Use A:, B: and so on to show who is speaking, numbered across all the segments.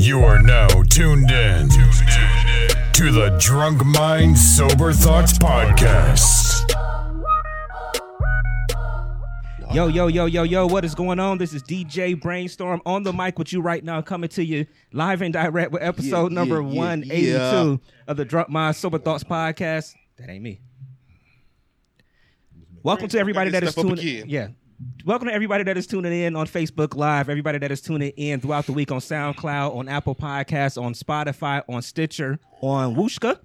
A: You are now tuned in to the Drunk Mind Sober Thoughts Podcast.
B: Yo, yo, yo, yo, yo, what is going on? This is DJ Brainstorm on the mic with you right now, coming to you live and direct with episode
C: Yeah,
B: number
C: yeah, yeah,
B: 182
C: yeah.
B: of the Drunk Mind Sober Thoughts podcast. That ain't me. Welcome to everybody that
C: bring this
B: is
C: stuff up
B: tuning
C: again.
B: in. Yeah. Welcome to everybody that is tuning in on Facebook Live, everybody that is tuning in throughout the week on SoundCloud, on Apple Podcasts, on Spotify, on Stitcher, on Wooshka.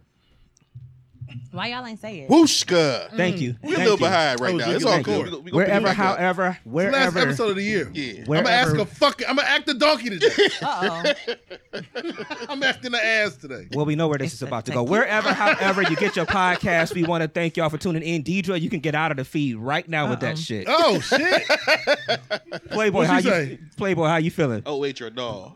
D: Why y'all ain't say it?
C: Wooshka.
B: Thank you.
C: We're Mm. a
B: Thank
C: little
B: you.
C: behind right
E: Oh,
C: now.
E: we
C: It's
E: can
C: all
E: make
C: cool.
E: it.
C: We go- we go- we go
B: Wherever,
C: back up.
B: however,
E: Last
B: wherever.
E: episode of the year.
C: Yeah.
E: I'm gonna ask
B: Wherever-
E: a fucking. I'm gonna act the donkey today.
D: Uh oh.
E: I'm acting the ass today.
B: Well, we know where this is about to go. Wherever, however, you get your podcast, we want to thank y'all for tuning in. Deidre, you can get out of the feed right now with that shit.
E: Oh shit!
B: Playboy, how
E: what'd she
B: you
E: say?
B: Playboy, how you feeling?
C: Oh, wait, your dog.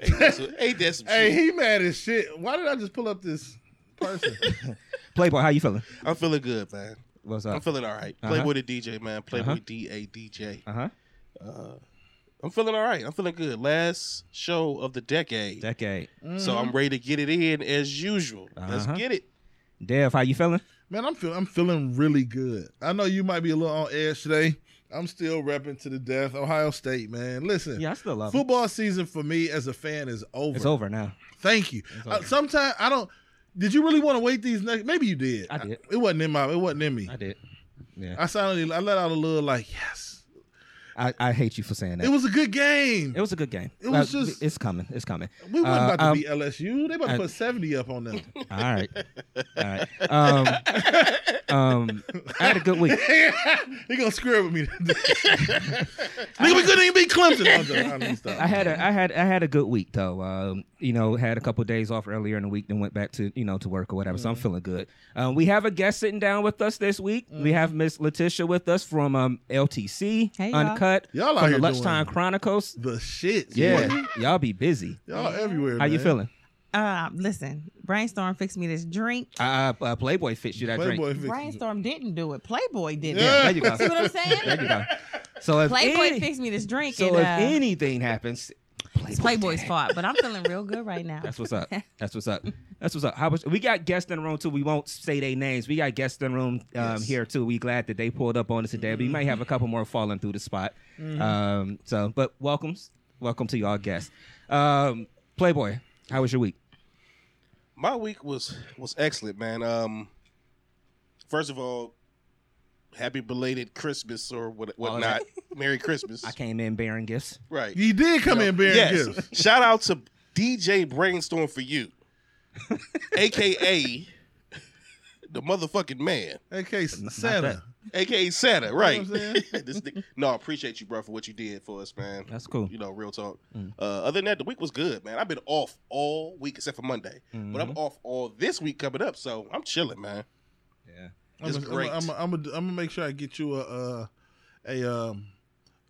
C: Ain't that some- ain't that some
E: hey,
C: shit?
E: he mad as shit. Why did I just pull up this person?
B: Playboy, how you feeling?
C: I'm feeling good, man.
B: What's
C: I'm
B: up?
C: feeling all right.
B: Uh-huh.
C: Playboy the DJ, man. Playboy
B: Uh-huh.
C: D A DJ.
B: Uh huh.
C: I'm feeling all right. I'm feeling good. Last show of the decade.
B: Decade.
C: So
E: Mm-hmm.
C: I'm ready to get it in as usual. Let's
B: Uh-huh.
C: get it.
B: Dev, how you feeling?
E: Man, I'm feeling. I'm feeling really good. I know you might be a little on edge today. I'm still repping to the death. Ohio State, man. Listen.
B: Yeah, I still love it.
E: Football season for me as a fan is over.
B: It's over now.
E: Thank you. Uh, sometimes I don't. Did you really want to wait these next? Maybe you did.
B: I did.
E: it wasn't in my. It wasn't in me. I,
B: did. Yeah.
E: I sounded. I let out a little like yes.
B: I, I hate you for saying that.
E: It was a good game.
B: It was a good game.
E: It was just-
B: it's coming. It's coming.
E: We weren't
B: Uh,
E: about to
B: um,
E: be LSU. They about to
B: I-
E: put seventy up on them.
B: All right. All right. Um, um, I had a good week.
E: they gonna screw up with me. Nigga, we couldn't even beat Clemson. I'm joking. I'm gonna stop.
B: I had a I had I had a good week though. Um, you know, had a couple days off earlier in the week, then went back to you know to work or whatever. So I'm feeling good. Um, we have a guest sitting down with us this week. We have Miss Letitia with us from um, LTC
D: Hey, y'all.
B: Uncut
E: Y'all out
B: from the
E: here
B: Lunchtime
E: doing-
B: Chronicles.
E: the shit.
B: Yeah, y'all be busy.
E: y'all everywhere.
B: How you
E: man.
B: feeling?
D: Uh, listen, brainstorm fixed me this drink.
B: Uh, uh, Playboy fits you that
E: Playboy
B: drink.
E: fix-
D: Brainstorm didn't do it. Playboy did it.
B: Yeah, there you go.
D: See what I'm
B: There you
D: saying?
B: go. So if
D: Playboy
B: any,
D: fixed me this drink.
B: so
D: and,
B: if
D: uh,
B: anything happens,
D: it's Playboy's fault, but I'm feeling real good right now.
B: That's what's up. That's what's up. That's what's up. How much we got guests in the room too. We won't say their names. We got guests in the room um, here too. We glad that they pulled up on us today. We might have a couple more falling through the spot. Um, so, but welcome, welcome to y'all guests. Um, Playboy, how was your week?
C: My week was was excellent, man. Um, first of all, happy belated Christmas or what whatnot. Merry Christmas.
B: I came in bearing gifts.
C: Right.
E: You did come in bearing
C: Uh, yes.
E: gifts.
C: Shout out to DJ Brainstorm for you, aka the motherfucking man,
E: Okay, Santa.
C: aka Santa. Right.
E: what I'm
C: This nigga- no, I appreciate you, bro, for what you did for us, man.
B: That's cool. Mm.
C: You know, real talk. Uh, other than that, the week was good, man. I've been off all week except for Monday, but
B: Mm-hmm.
C: I'm off all this week coming up, so I'm chilling, man.
B: Yeah.
C: It's
E: I'm
C: great.
E: I'm gonna make sure I get you a uh, a um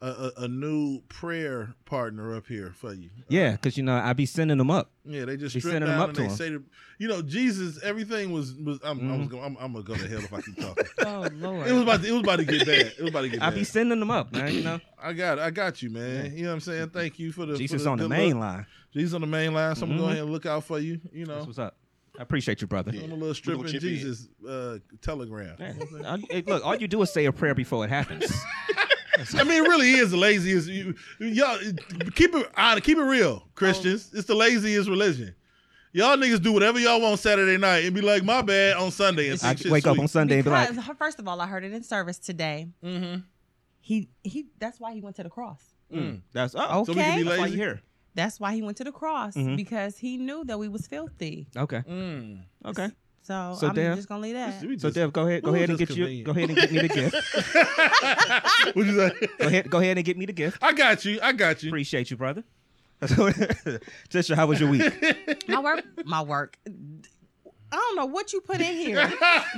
E: a, a, a new prayer partner up here for you.
B: Yeah, because you know I be sending them up.
E: Yeah, they just
B: They
E: strip
B: sending
E: down
B: them up
E: and
B: to
E: they
B: him. Mm-hmm.
E: say, to, you know, Jesus, everything was was. I'm, I was going. I'm, I'm gonna go to hell if I keep talking.
D: Oh
E: it was
D: Lord.
E: about. To, it was about to get bad. It was about to get
B: I
E: bad.
B: be sending them up, man. You know,
E: I got. I got you, man. You know what I'm saying? Thank you for the.
B: Jesus
E: for the
B: on the
E: good
B: main
E: look.
B: line.
E: Jesus on the main line. So I'm
B: Mhm.
E: going ahead and look out for you. You know,
B: That's what's up. I appreciate you, brother.
E: I'm a little
C: gonna
E: stripping
C: chip in.
E: Jesus uh, telegram.
B: Yeah. I- hey, look, all you do is say a prayer before it happens.
E: I mean, it really is the laziest. You, y'all keep it honest, keep it real, Christians.
B: Oh.
E: It's the laziest religion. Y'all niggas do whatever y'all want Saturday night and be like, my bad on Sunday and
B: I
E: think shit's
B: wake up
E: sweet.
B: on Sunday and be like,
D: Because, first of all, I heard it in service today. Mm-hmm. He he. That's why he went to the cross.
B: "That's oh,
D: Okay.
E: we can be
B: that's why you
E: lazy.
B: here."
D: That's why he went to the cross
B: Mm-hmm.
D: because he knew that we was filthy.
B: Okay. Okay.
D: So,
B: So,
D: I'm
B: Dev-
D: just gonna leave that.
E: We
B: So
E: just-
B: Dev, go ahead, go
E: we
B: ahead and
E: just
B: get you,
E: convenient.
B: go ahead and get me the gift.
E: What you say?
B: Go ahead, go ahead and get me the gift.
E: I got you. I got you.
B: Appreciate you, brother. Tisha, how was your week?
D: my work my work i don't know what you put in here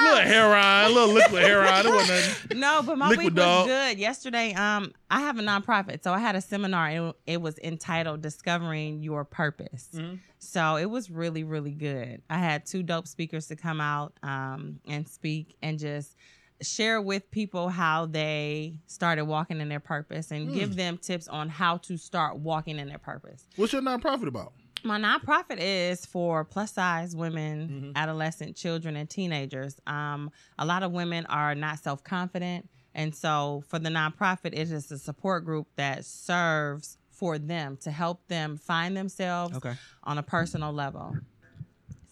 E: little heroin, little liquid heroin. It wasn't nothing.
D: No, but my
E: Liquid
D: week was
E: dog.
D: good. Yesterday, um, I have a nonprofit, so I had a seminar. And it- it was entitled "Discovering Your Purpose." So it was really, really good. I had two dope speakers to come out um, and speak and just share with people how they started walking in their purpose and give them tips on how to start walking in their purpose.
E: What's your nonprofit about?
D: My nonprofit is for plus size women, adolescent children, and teenagers. Um, a lot of women are not self confident. And so, for the nonprofit, it is a support group that serves for them to help them find themselves
B: Okay.
D: on a personal level.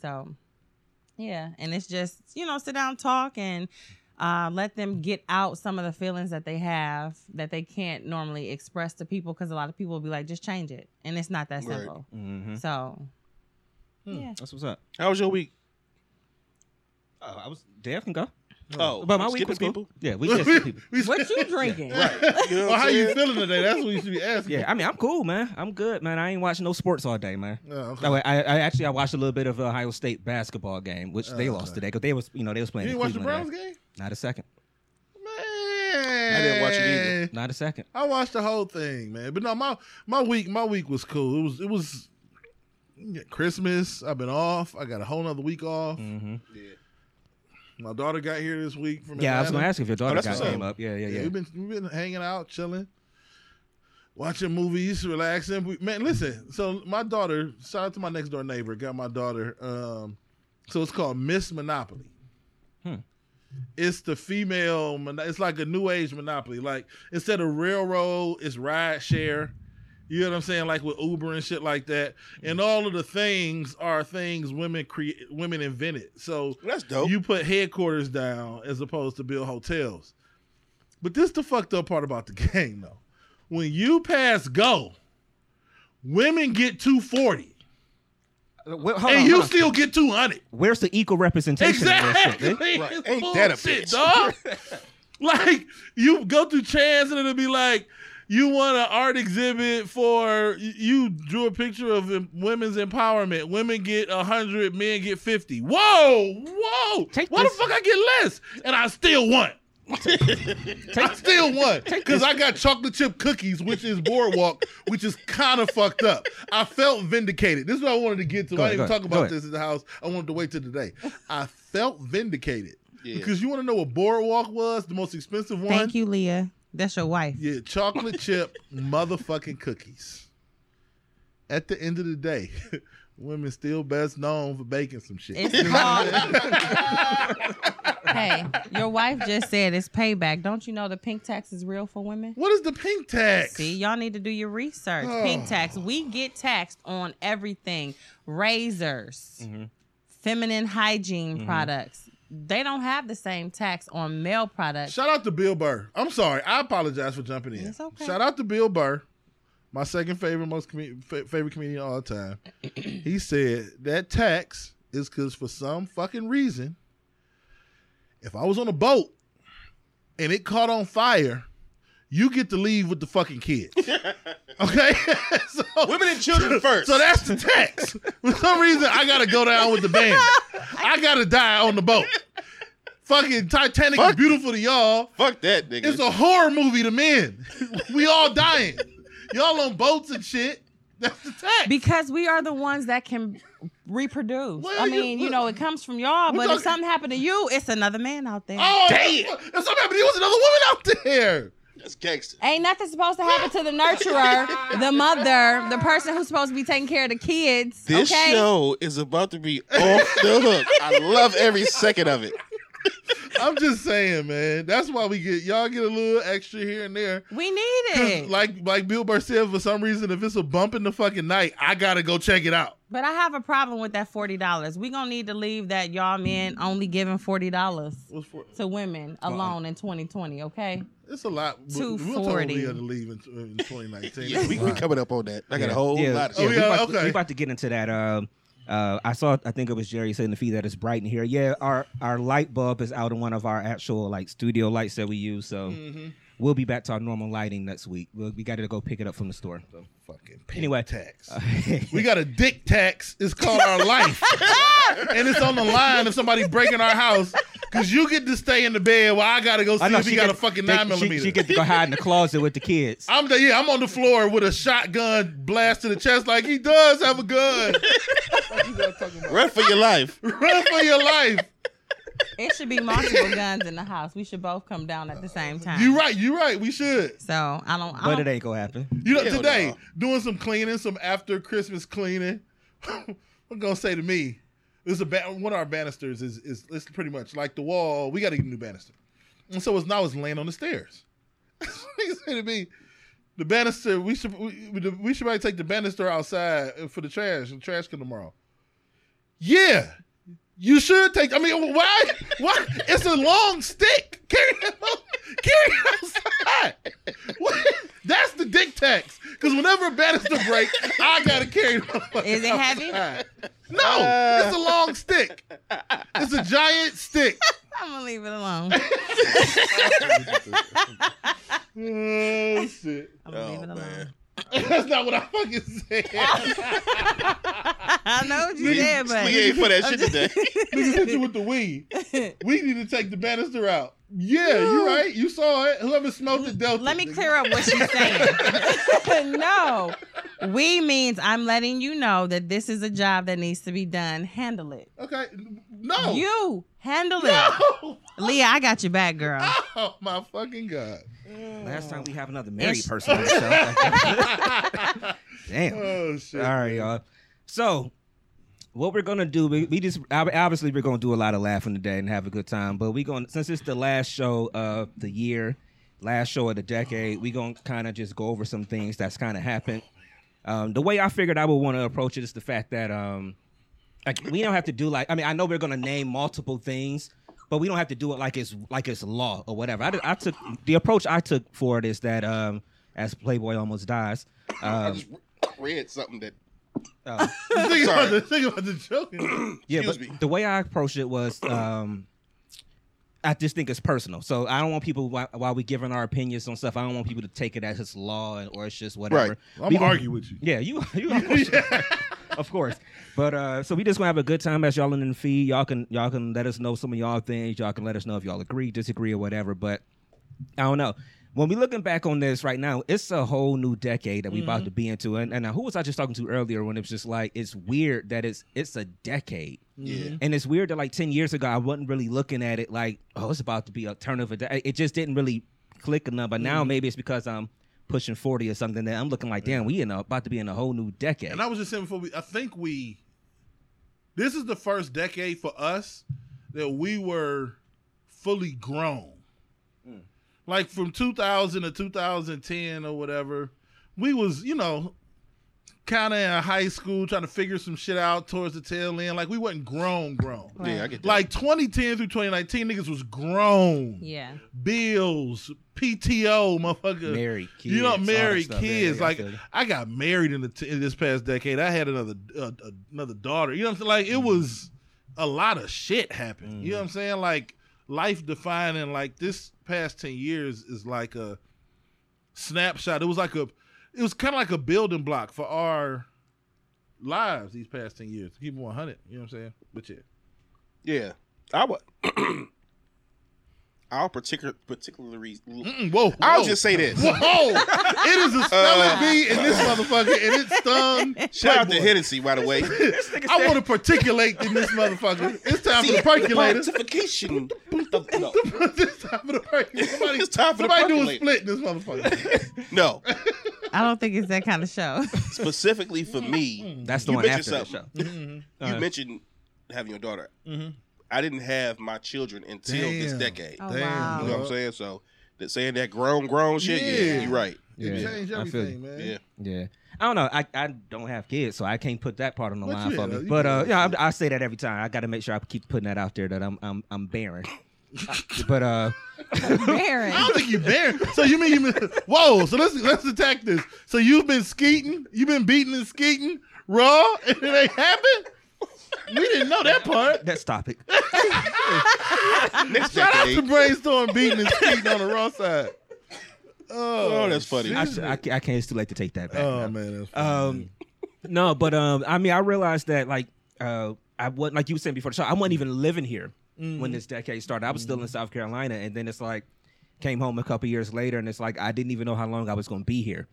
D: So, yeah. And it's just, you know, sit down, talk, and uh, let them get out some of the feelings that they have that they can't normally express to people because a lot of people will be like, just change it. And it's not that
C: Right.
D: simple.
B: Mm-hmm.
D: So, yeah.
B: That's what's up.
C: How was your week?
B: Uh, I was Dave can go,
C: Oh,
B: but my week
C: skipping
B: was cool.
C: people.
B: Yeah, we just people.
D: What you drinking?
C: You know
E: Well,
C: what
E: Oh, how
C: I'm
E: you
C: saying?
E: feeling today? That's what you should be asking.
B: Yeah, I mean, I'm cool, man. I'm good, man. I ain't watching no sports all day, man.
E: Oh, okay.
B: No, I, I I actually I watched a little bit of the Ohio State basketball game, which they lost today because they was you know they was
E: You
B: playing. in
E: didn't watch the
B: Cleveland
E: Browns
B: there.
E: game?
B: Not a second.
E: Man,
C: I didn't watch it either.
B: Not a second.
E: I watched the whole thing, man. But no, my my week my week was cool. It was it was yeah, Christmas. I've been off. I got a whole nother week off.
B: hmm
E: My daughter got here this week from
B: Yeah, I was
E: Atlanta.
B: gonna ask if your daughter
C: that's
B: got
C: what's
B: came
C: up.
B: up. Yeah, yeah,
E: Yeah,
B: yeah.
E: we've been we've been hanging out, chilling, watching movies, relaxing. We, man, listen. So my daughter, shout out to my next door neighbor, got my daughter. Um, so it's called Miss Monopoly.
B: Hmm.
E: It's the female. mon- It's like a new age monopoly. Like instead of railroad, it's ride share. You know what I'm saying? Like with Uber and shit like that. And all of the things are things women create, women invented. So
C: Well, That's dope.
E: you put headquarters down as opposed to build hotels. But this the fucked up part about the game though. When you pass go, women get 240
B: Uh, wh- hold on,
E: and you
B: hold on.
E: still get 200.
B: Where's the equal representation? Of this shit,
E: Exactly.
B: man?
C: Right.
E: It's
C: Ain't that a bitch?
E: dog? like you go through chance and it'll be like you want an art exhibit for you drew a picture of em- women's empowerment. Women get hundred, men get fifty. Whoa, whoa!
B: Take
E: Why
B: this-
E: the fuck I get less and I still want? I still won because I got chocolate chip cookies, which is Boardwalk, which is kind of fucked up. I felt vindicated. This is what I wanted to get to.
B: Go
E: I
B: ahead,
E: didn't
B: go
E: talk
B: ahead, go
E: about
B: ahead.
E: this in the house. I wanted to wait till today. I felt vindicated
C: Yeah.
E: because you want to know what Boardwalk was, the most expensive one.
D: Thank you, Leah. That's your wife.
E: Yeah, chocolate chip motherfucking cookies. At the end of the day, women still best known for baking some shit.
D: It's called. hey, your wife just said it's payback. Don't you know the pink tax is real for women?
E: what is the pink tax?
D: See, y'all need to do your research. Pink tax. We get taxed on everything razors,
E: Mm-hmm.
D: feminine hygiene products. They don't have the same tax on male products.
E: Shout out to Bill Burr. I'm sorry. I apologize for jumping in.
D: It's okay.
E: Shout out to Bill Burr, my second favorite, most com- fa- favorite comedian of all time. he said that tax is because for some fucking reason, if I was on a boat and it caught on fire, you get to leave with the fucking kids. okay? so,
C: Women and children first.
E: so that's the tax. For some reason, I gotta go down with the band. I gotta die on the boat. Fucking Titanic is beautiful to y'all.
C: Fuck that, nigga.
E: It's a horror movie to men. we all dying. Y'all on boats and shit. That's the tax.
D: Because we are the ones that can reproduce.
E: Well,
D: I
E: you-
D: mean, you, know, it comes from y'all, but
E: talking-
D: if something happened to you, it's another man out there.
E: oh, damn. If something happened, there was another woman out there.
C: That's gangster.
D: Ain't nothing supposed to happen to the nurturer, the mother, the person who's supposed to be taking care of the kids.
C: This
D: okay?
C: show is about to be off the hook. I love every second of it.
E: I'm just saying, man. That's why we get y'all get a little extra here and there.
D: we need
E: 'Cause
D: it.
E: Like like Bill Burr said, for some reason, if it's a bump in the fucking night, I gotta go check it out.
D: But I have a problem with that forty dollars. We gonna need to leave that y'all men only giving forty dollars
E: What's for-
D: to women alone in 2020. Okay,
E: It's a lot. We- We were told
D: 240.
E: Leah to leave in, in 2019.
C: Yeah, we,
E: That's a
C: we
E: lot.
C: coming up on that. I got
B: Yeah,
C: a whole
B: yeah,
C: lot of
E: Oh,
B: yeah,
C: shit.
B: we,
E: yeah,
B: about to,
E: okay.
B: we about to get into that. Um, uh, I saw. I think it was Jerry saying the feed that it's bright in here. Yeah, our our light bulb is out in one of our actual like studio lights that we use. So we'll be back to our normal lighting next week. We'll, we got to go pick it up from the store. So,
E: fucking pink
B: Anyway.
E: tax. we got a dick tax. It's called our life, and it's on the line if somebody breaking our house. Cause you get to stay in the bed while I gotta go see if he got a fucking
B: they-
E: nine
B: she-
E: millimeter.
B: She, get to go hide in the closet with the kids.
E: I'm the yeah. I'm on the floor with a shotgun blast to the chest, like he does have a gun.
C: Run for your life.
E: Run for your life.
D: It should be multiple guns in the house. We should both come down at the same time.
E: You right. You right. We should.
D: So I don't. I
B: But
D: don't
B: it ain't gonna happen.
E: You know,
C: Hell
E: today
C: no.
E: doing some cleaning, some after Christmas cleaning. I'm gonna say to me, this is a ba- one of our banisters is is it's pretty much like the wall. We got to get a new banister, and so it's now it's laying on the stairs. he said to me, the banister we should we, we- we should probably take the banister outside for the trash the trash can tomorrow. Yeah, you should take. I mean, why? Why? It's a long stick. Carry it, out- carry it outside. What? That's the dick tax. Because whenever a banister break, I gotta carry it. outside.
D: Is it heavy?
E: No, it's a long stick. It's a giant stick.
D: I'm gonna leave it alone.
E: Oh shit!
D: I'm gonna
C: Oh,
D: leave it alone.
E: That's not what I fucking said.
D: I know what you did, but
C: We ain't for that shit today.
E: Niggas hit you with the weed. We need to take the banister out. Yeah, you right. You saw it. Whoever smoked it dealt.
D: let me
E: it, nigga.
D: clear up what she's saying. no, we means I'm letting you know that this is a job that needs to be done. Handle it.
E: Okay. No.
D: You handle it,
E: Oh. No.
D: Leah. I got your back, girl.
E: Oh my fucking god!
B: Last time we have another married
D: It's-
B: person on the show. Damn.
E: Oh shit!
B: All right, y'all. So, what we're gonna do? We, we just ob- obviously we're gonna do a lot of laughing today and have a good time. But we gonna since it's the last show of the year, last show of the decade, we gonna kind of just go over some things that's kind of happened. Um, the way I figured I would want to approach it is the fact that um, like we don't have to do like I mean I know we're gonna name multiple things, but we don't have to do it like it's like it's law or whatever. I, did- I took the approach I took for it is that um, as Playboy almost dies. Um,
C: Read something that
B: uh,
E: Think about
C: Sorry.
E: the think about the joke.
B: Yeah,
C: Excuse
B: but
C: me.
B: the way I approached it was, um, I just think it's personal. So I don't want people while, while we giving our opinions on stuff. I don't want people to take it as it's law and or it's just whatever.
C: Right.
E: I'm
B: We
E: gonna
B: gon-
E: argue with you.
B: Yeah, you, you of course, of course. But uh, so we just gonna have a good time as y'all in the feed. Y'all can y'all can let us know some of y'all things. Y'all can let us know if y'all agree, disagree, or whatever. But I don't know. When we looking back on this right now, it's a whole new decade that we about to
C: Mm-hmm.
B: be into. And, and now, who was I just talking to earlier when it was just like it's weird that it's it's a decade.
C: Yeah.
B: Mm-hmm. And it's weird that like ten years ago I wasn't really looking at it like oh it's about to be a turn of a day. It just didn't really click enough. But
E: Mm-hmm.
B: now maybe it's because I'm pushing forty or something that I'm looking like damn we in a, about to be in a whole new decade.
E: And I was just saying before we, I think we, this is the first decade for us that we were fully grown. Like from 2000 to 2010 or whatever, we was you know kind of in high school trying to figure some shit out towards the tail end. Like we wasn't grown, grown.
C: Yeah, I get that.
E: Like 2010 through 2019, niggas was grown.
D: Yeah.
E: bills, PTO, motherfucker.
B: Married
E: You know,
B: kids, all that
E: married
B: stuff. Yeah,
E: kids.
B: yeah, I
E: like
B: feel you.
E: I got married in, the t- in this past decade. I had another uh, uh, another daughter. You know what I'm saying? Like it
B: Mm-hmm.
E: was a lot of shit happened. You know what I'm saying? Like life defining. Like this past ten years is like a snapshot. It was like a it was kind of like a building block for our lives these past ten years. Keep it 100. You know what I'm saying? But yeah.
C: Yeah, I would. I'll particular particularly.
E: Mm, Whoa,
C: I'll
E: whoa.
C: just say this.
E: Whoa! it is a spelling bee in this motherfucker, and it's stung.
C: Shout out to
E: Playboy.
C: Hennessy, by the way.
E: I want to particulate in this motherfucker. It's time for the percolator.
C: Pontification. No.
E: it's time for the percolator. Somebody,
C: It's time for the
E: somebody do a
C: percolator.
E: split in this motherfucker.
C: no,
D: I don't think it's that kind of show.
C: specifically for me,
B: That's the
C: You
B: one
C: mentioned
B: after the show.
C: something.
B: Uh-huh.
C: you mentioned having your daughter.
B: Mm-hmm.
C: I didn't have my children until this
E: Damn.
C: decade.
D: Oh,
E: Damn,
C: You
D: wow.
C: know what I'm saying? So that saying that grown grown shit, yeah,
E: Yeah.
C: you're right.
E: It
B: Yeah,
E: changed
B: I feel you.
E: everything, man.
C: Yeah,
B: Yeah. I don't know. I, I don't have kids, so I can't put that part on the
E: But
B: line
E: you
B: for
E: know,
B: me.
E: you
B: But
E: know.
B: uh, yeah, I, I say that every time. I got to make sure I keep putting that out there that I'm I'm I'm barren. but uh,
D: Barren.
E: I don't think you bear. So you mean you? Mean, whoa! So let's let's attack this. So you've been skeeting, you've been beating and skeeting raw, and it ain't happened. We didn't know that part.
B: that's topic.
C: next
E: Shout out to
C: decade.
E: brainstorm beating and skeeting on the raw side. Oh,
C: that's funny.
E: shit.
B: I, sh- I, ca- I can't. It's too late to take that back.
E: oh
B: now.
E: man, that's funny.
B: Um, no, but um, I mean, I realized that like uh, I wasn't like you were saying before the show. I wasn't even living here when this decade started. I was still in South Carolina, and then it's like came home a couple years later, and it's like I didn't even know how long I was going to be here.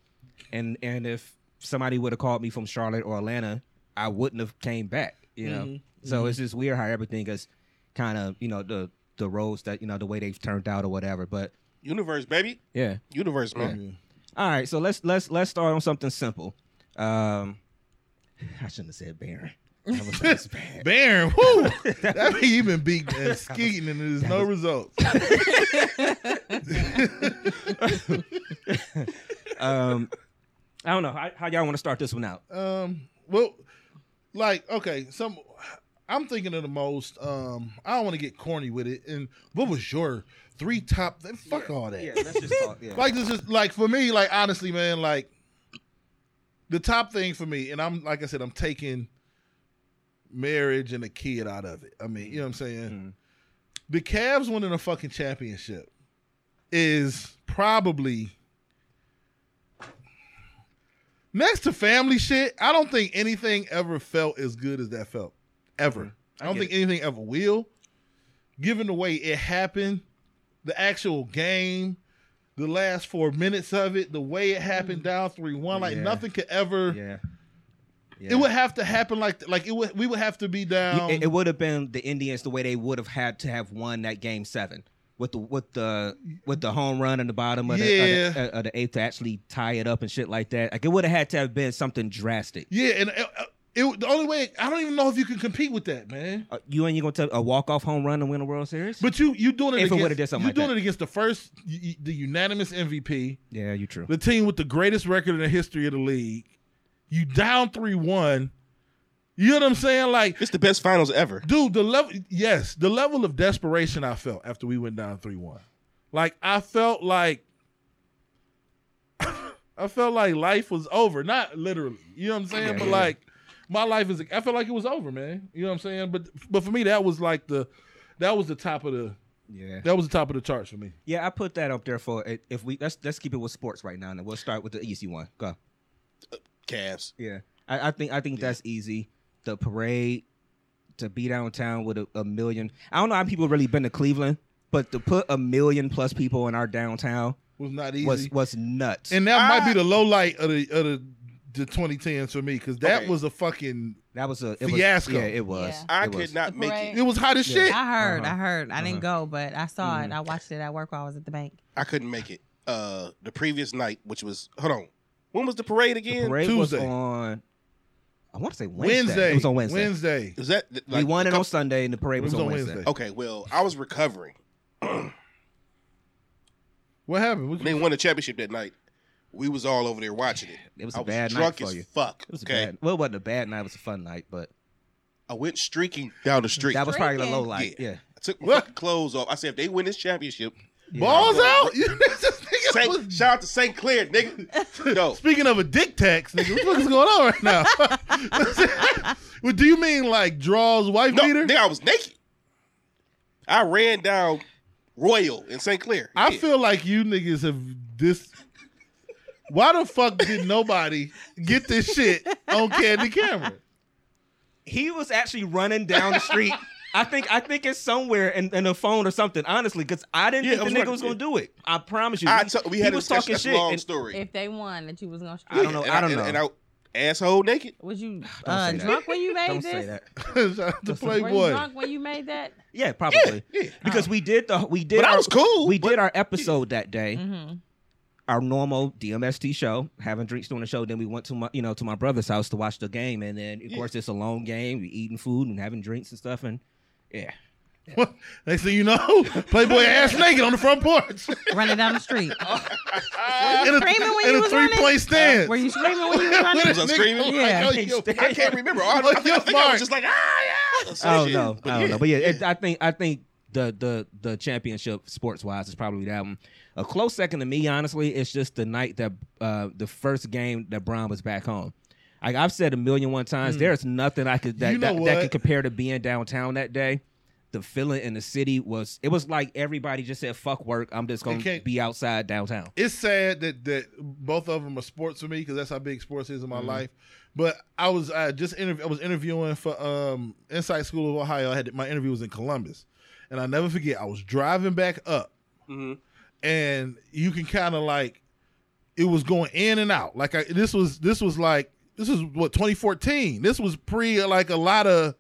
B: And and if somebody would have called me from Charlotte or Atlanta, I wouldn't have came back. You know, so it's just weird how everything is kind of you know the the roads that you know the way they've turned out or whatever. But
C: Universe, baby.
B: yeah,
C: Universe,
B: Mm-hmm.
C: man.
B: all right, so let's let's let's start on something simple. Um, I shouldn't have said Baron. That was, that was bad.
E: Baron, whoo! that mean you been beating and skeeting and there's no results.
B: Um, I don't know how, how y'all want to start this one out.
E: Um, well, like okay, some I'm thinking of the most. Um, I don't want to get corny with it. And what was your three top? Fuck all that.
B: let's just talk. Yeah.
E: Like this is like for me. Like honestly, man. Like the top thing for me, and I'm like I said, I'm taking marriage and a kid out of it. I mean, you know what I'm saying. The Cavs winning a fucking championship is probably next to family shit. I don't think anything ever felt as good as that felt ever. I don't
B: Mm, get
E: think anything ever will. Given the way it happened, the actual game, the last four minutes of it, the way it happened down three one, like
B: Mm. Yeah.
E: nothing could ever.
B: yeah.
E: It would have to happen like like it would. We would have um, to be down.
B: it, it would have been the Indians the way they would have had to have won that game seven with the with the with the home run in the bottom of the, of the, of the eighth to actually tie it up and shit like that. Like it would have had to have been something drastic.
E: yeah, and it, it, the only way I don't even know if you can compete with that, man.
B: Uh, you ain't you gonna tell a walk off home run and win a World Series?
E: But you you doing it
B: If it
E: against
B: would've did something
E: you
B: like
E: doing
B: that.
E: it against the first y- y- the unanimous MVP,
B: yeah, you true.
E: the team with the greatest record in the history of the league. You down three one. You know what I'm saying? Like
C: It's the best finals ever.
E: dude the level yes the level of desperation i felt after we went down 3-1 like i felt like i felt like life was over not literally you know what i'm saying but like my life is i felt like it was over man you know what i'm saying but but for me that was like the that was the top of the
B: Yeah.
E: that was the top of the charts for me
B: Yeah, I put that up there for it- if we let's let's keep it with sports right now, and then we'll start with the easy one. Go.
C: Cavs.
B: Yeah, I, I think I think that's easy. The parade to be downtown with a, a million. I don't know how people really been to Cleveland, but to put a million plus people in our downtown
E: was not easy
B: was was nuts.
E: and that might be
C: Ah.
E: the low light of the of the the 2010s for me because that
C: Okay.
E: was a fucking
B: that was a it was,
E: Fiasco.
B: Yeah, it was.
D: Yeah.
C: I
B: It was.
C: could not make it.
E: it was hot as shit
D: I heard,
B: Uh-huh.
D: I heard. I didn't go, but I saw it. I watched it at work while I was at the bank.
C: I couldn't make it. Uh, the previous night, which was hold on, when was the parade again?
B: Parade was
E: Tuesday.
B: on. I want to say Wednesday.
E: wednesday
B: It was on Wednesday.
E: wednesday
C: Is that th-
B: we won oh
C: a
B: it
C: couple-
B: on Sunday, and the parade was, on Wednesday.
C: Okay, well, I was recovering.
E: What happened? What
C: They won the championship that night. We was all over there watching it.
B: It was
C: I
B: a bad night
C: drunk
B: for
C: as
B: you.
C: fuck.
B: It was a
C: okay,
B: bad. Well, it wasn't a bad night. It was a fun night, but
C: I went streaking down the street.
B: that was probably the
D: Drinking.
B: low light. Yeah.
C: I took my
E: What?
C: fucking clothes off. I said, if they win this championship,
E: Balls
C: Yeah.
E: out? You niggas- niggas was-
C: Saint, shout out to St. Clair, nigga. No,
E: Speaking of a dick tax, nigga, what the fuck is going on right now? well, do you mean like draws wife
C: no,
E: beater?
C: nigga, I was naked. I ran down Royal in St. Clair.
E: I
C: Yeah.
E: feel like you niggas have this. Why the fuck did nobody get this shit on candy camera?
B: he was actually running down the street. I think I think it's somewhere in, in a phone or something. Honestly, because I didn't
C: Yeah, I
B: think
C: was
B: the nigga
C: right,
B: was
C: yeah.
B: gonna do it. I promise you.
C: I
B: He-
C: t- we
B: he
C: had a
B: was talking
C: discussion. That's a
B: shit.
C: long
B: and-
C: story.
D: If they won, that you was gonna
B: I don't
D: streak.
B: know.
C: And
B: I don't
C: and,
B: know.
C: And I asshole naked.
D: Was you
B: Don't
D: uh,
B: say that.
D: drunk when you made
B: Don't
D: this?
B: say that.
E: Shout out to
D: Were you
E: Playboy.
D: drunk when you made that?
B: Yeah, probably.
C: yeah.
B: Because we did the we did.
C: But I
B: our-
C: was cool,
B: We
C: but-
B: did our episode that day.
D: Mm-hmm.
B: Our normal DMST show, having drinks during the show. Then we went to my you know to my brother's house to watch the game, and then of course it's a long game. We eating food and having drinks and stuff, and yeah,
E: Next thing you know, Playboy ass naked on the front porch
D: Running down the street.
E: in a,
D: Screaming when you was
E: three
D: running?
E: point stand.
D: Were you screaming when you were running?
C: Was I screaming? oh,
D: Yeah.
C: I can't remember. I, I, think, I think I was just like, ah, yeah. or some
B: I don't
C: shit.
B: know.
C: But
B: I don't
C: yeah.
B: know. But yeah, It, I think I think the the the championship sports wise is probably that one. A close second to me, honestly, it's just the night that uh, the first game that Brown was back home. Like I've said a million one times, there's nothing I could that
E: Hmm. You know
B: that, that
E: what?
B: could compare to being downtown that day. the feeling in the city was it was like everybody just said fuck work. I'm just gonna
E: can't-
B: be outside downtown.
E: it's sad that that both of them are sports for me because that's how big sports is in my life. But I was I just interview I was interviewing for um Insight School of Ohio. I had my interview was in Columbus, and I never forget. I was driving back up, and you can kind of like it was going in and out. Like I, this was this was like this was what 2014. This was pre like a lot of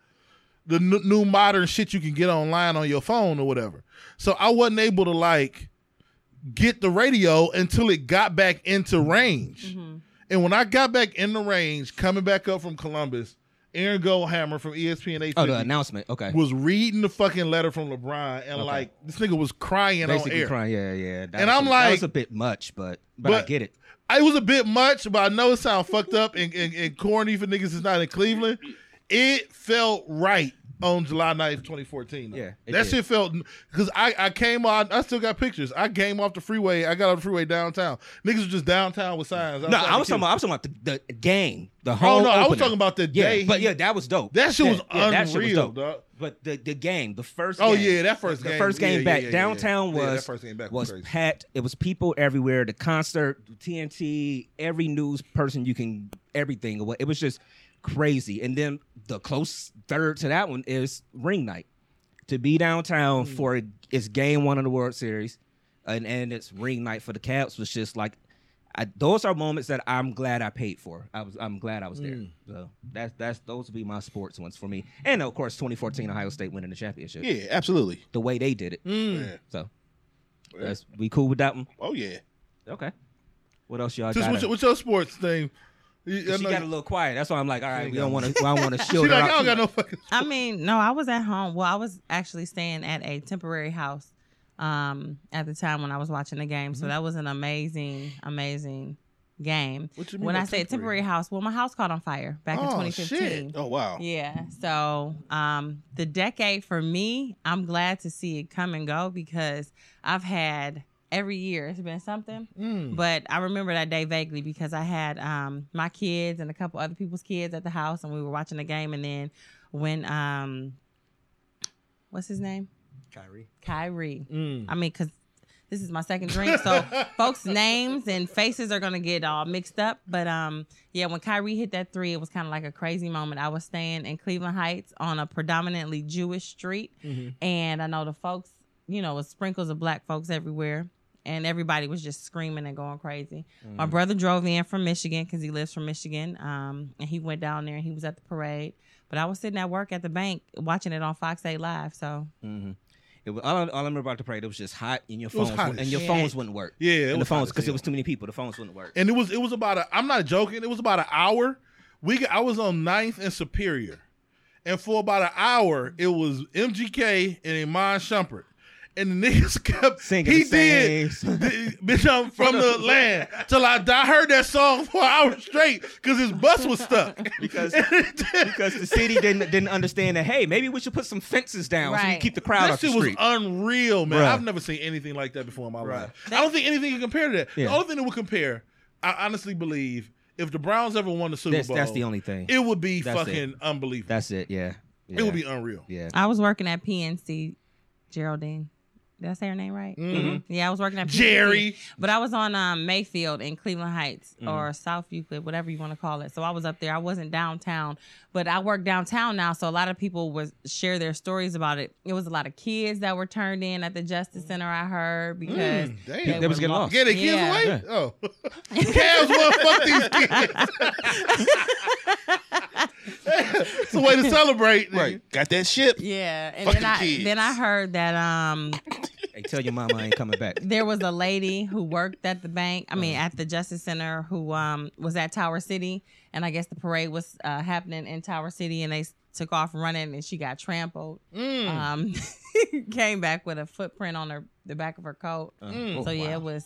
E: the n- new modern shit you can get online on your phone or whatever. So I wasn't able to like get the radio until it got back into
B: oh.
E: range.
D: Mm-hmm.
E: And when I got back in the range, coming back up from Columbus, Aaron Goldhammer from E ESPN 850
B: Oh, the announcement. Okay.
E: was reading the fucking letter from LeBron, and like this nigga was crying on
B: Basically
E: air.
B: crying. Yeah, yeah. That
E: And
B: was
E: I'm
B: a-
E: like-
B: that was a bit much, but but, I
E: But-
B: get it.
E: It was a bit much, but I know it sound fucked up and, and, and corny for niggas that's not in Cleveland. It felt right on July 9th, 2014. though.
B: Yeah, it
E: That
B: did.
E: shit felt because I, I came on, I still got pictures. I came off the freeway, I got off the freeway downtown. Niggas was just downtown with signs.
B: No,
E: outside
B: I
E: the
B: was
E: kitchen.
B: talking. About, I was talking about the, the game, the
E: Oh
B: home.
E: no, I was
B: opener.
E: talking about the
B: Yeah,
E: day.
B: but
E: he-
B: yeah, that was dope.
E: That shit
B: Yeah,
E: was
B: yeah, that shit was
E: unreal,
B: dope.
E: dog.
B: But the, the game, the first.
E: Oh,
B: game,
E: yeah, that first
B: the
E: game.
B: first
E: Yeah,
B: game
E: yeah,
B: back
E: yeah, yeah.
B: downtown
E: Yeah, that
B: was
E: first game back was
B: was
E: crazy.
B: packed. It was people everywhere. The concert, TNT, every news person you can, everything. It was just crazy. And then the close third to that one is ring night. To be downtown
E: Hmm.
B: for it's game one of the World Series, and and it's ring night for the Caps was just like. I, those are moments that I'm glad I paid for. I was I'm glad I was
E: Hmm.
B: there. So that's that's those would be my sports ones for me. And of course, 2014 Ohio State winning the championship.
C: Yeah, absolutely.
B: The way they did it.
C: Yeah.
B: So that's we cool with that one.
C: Oh yeah.
B: Okay. What else y'all
E: Just
B: got?
E: what's, your- what's your sports thing? You- I
B: she
E: know
B: got a
E: you-
B: little quiet. That's why I'm like, all right,
E: ain't
B: we
E: got
B: don't want to. I don't want to
E: she
B: shield
E: like,
B: her
E: I
B: out.
E: don't got no fucking.
D: I mean, no, I was at home. Well, I was actually staying at a temporary house um, at the time when I was watching the game.
E: Mm-hmm.
D: So that was an amazing, amazing game.
E: What you mean
D: When
E: by
D: I say
E: temporary?
D: temporary house, well, my house caught on fire back in
E: Oh,
D: 2015.
E: shit.
C: Oh wow.
D: Yeah. So um, the decade for me, I'm glad to see it come and go because I've had every year it's been something.
E: Hmm.
D: But I remember that day vaguely because I had um, my kids and a couple other people's kids at the house and we were watching the game. And then when, um, what's his name?
B: Kyrie.
D: Kyrie.
E: Mm.
B: Mm.
D: I mean, because this is my second drink, so folks' names and faces are gonna get all mixed up. But um, yeah, when Kyrie hit that three, it was kind of like a crazy moment. I was staying in Cleveland Heights on a predominantly Jewish street, and I know the folks, you know, was sprinkles of black folks everywhere. And everybody was just screaming and going crazy. My brother drove in from Michigan because he lives from Michigan, um, and he went down there and he was at the parade. But I was sitting at work at the bank watching it on Fox 8 Live. So
B: It was, all, I, all I remember about the parade, it was just hot, and your
E: was
B: phones
E: hot
B: wouldn't-
E: as
B: and your
D: shit.
B: phones wouldn't work.
E: Yeah, it
B: and the
E: was hot
B: phones
E: as
B: because it
E: hell.
B: was too many people. The phones wouldn't work.
E: and it was it was about a I'm not joking, it was about an hour. We got, I was on ninth and Superior. And for about an hour, it was MGK and Iman Shumpert. And the niggas kept
B: Singing
E: He
B: the
E: did,
B: same-
E: "Th- bitch. I'm from the land till I die. I heard that song for an hour straight because his bus was stuck.
B: because
E: And it did-
B: because the city didn't didn't understand that. Hey, maybe we should put some fences down so we
D: Right.
B: keep the crowd
E: That
B: off the
E: shit was
B: street.
E: unreal, man.
B: Bruh.
E: I've never seen anything like that before in my life. I don't think anything can compare to that.
B: Yeah.
E: The only thing that would compare, I honestly believe, if the Browns ever won the Super
B: that's,
E: Bowl,
B: that's the only thing.
E: it would be
B: That's it.
E: fucking unbelievable.
B: that's it. Yeah.
E: It
B: Yeah.
E: would be unreal.
B: Yeah.
D: I was working at PNC, Geraldine. Did I say her name right? Mm-hmm. Yeah, I was working at PNC,
E: Jerry.
D: But I was on um, Mayfield in Cleveland Heights or South Euclid, whatever you want to call it. So I was up there. I wasn't downtown, but I work downtown now. So a lot of people was share their stories about it. It was a lot of kids that were turned in at the Justice Center. I heard because
E: Mm,
D: they
E: damn. They
D: were
B: was getting
D: lo-
B: lost.
E: Get the kids
D: Yeah.
E: away? Oh. Cavs will fuck these kids. it's a way to celebrate.
C: Right. Got that ship.
D: Yeah, and
C: Fucking
D: then I
C: kids.
D: then I heard that um
B: Hey, tell your mama I ain't coming back.
D: there was a lady who worked at the bank. I mean, at the Justice Center, who um was at Tower City, and I guess the parade was uh, happening in Tower City, and they s- took off running, and she got trampled. Um, came back with a footprint on her the back of her coat.
B: Mm.
D: so
B: Oh,
D: yeah,
B: wow.
D: it was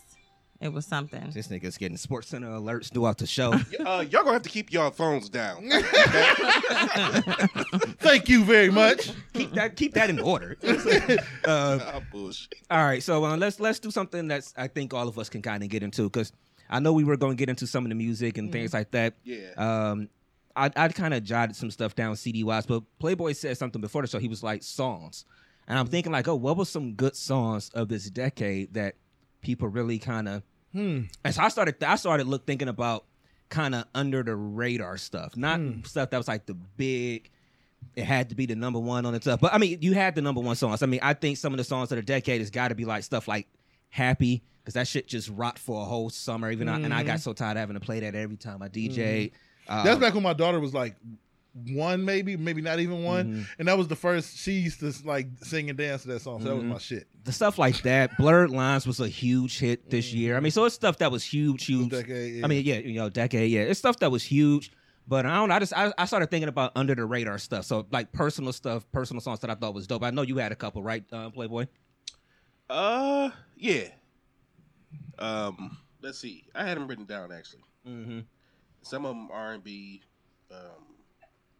D: it was something.
B: This nigga's getting Sports Center alerts throughout the show.
C: Uh, y'all gonna have to keep y'all phones down.
E: Thank you very much.
B: keep that keep that in order. Uh,
C: Ah, bullshit.
B: all right, so uh, let's let's do something that's I think all of us can kind of get into because I know we were going to get into some of the music and things like that.
C: Yeah.
B: Um, I I kind of jotted some stuff down CD wise, but Playboy said something before the show. He was like songs. And I'm thinking like, oh, what were some good songs of this decade that people really kind of and so I started I started look thinking about kind of under the radar stuff, not stuff that was like the big. It had to be the number one on the top, but I mean, you had the number one songs. I mean, I think some of the songs of the decade has got to be like stuff like "Happy" because that shit just rocked for a whole summer. Even I, and I got so tired of having to play that every time I DJ. Um,
E: That's
B: Uh-huh.
E: back when my daughter was like one, maybe, maybe not even one,
B: Mm-hmm.
E: and that was the first she used to like sing and dance to that song. So that was
B: Mm-hmm.
E: my shit.
B: the stuff like that. Blurred Lines was a huge hit this year. I mean, so it's stuff that was huge, huge.
E: Mm. Decade, yeah.
B: I mean, yeah, you know, decade, yeah. It's stuff that was huge. But I don't know. I just I, I started thinking about under the radar stuff. So like personal stuff, personal songs that I thought was dope. I know you had a couple, right, uh, Playboy?
C: Uh, yeah. Um, let's see. I had them written down actually.
B: Mm-hmm.
C: Some of them R and B. Um,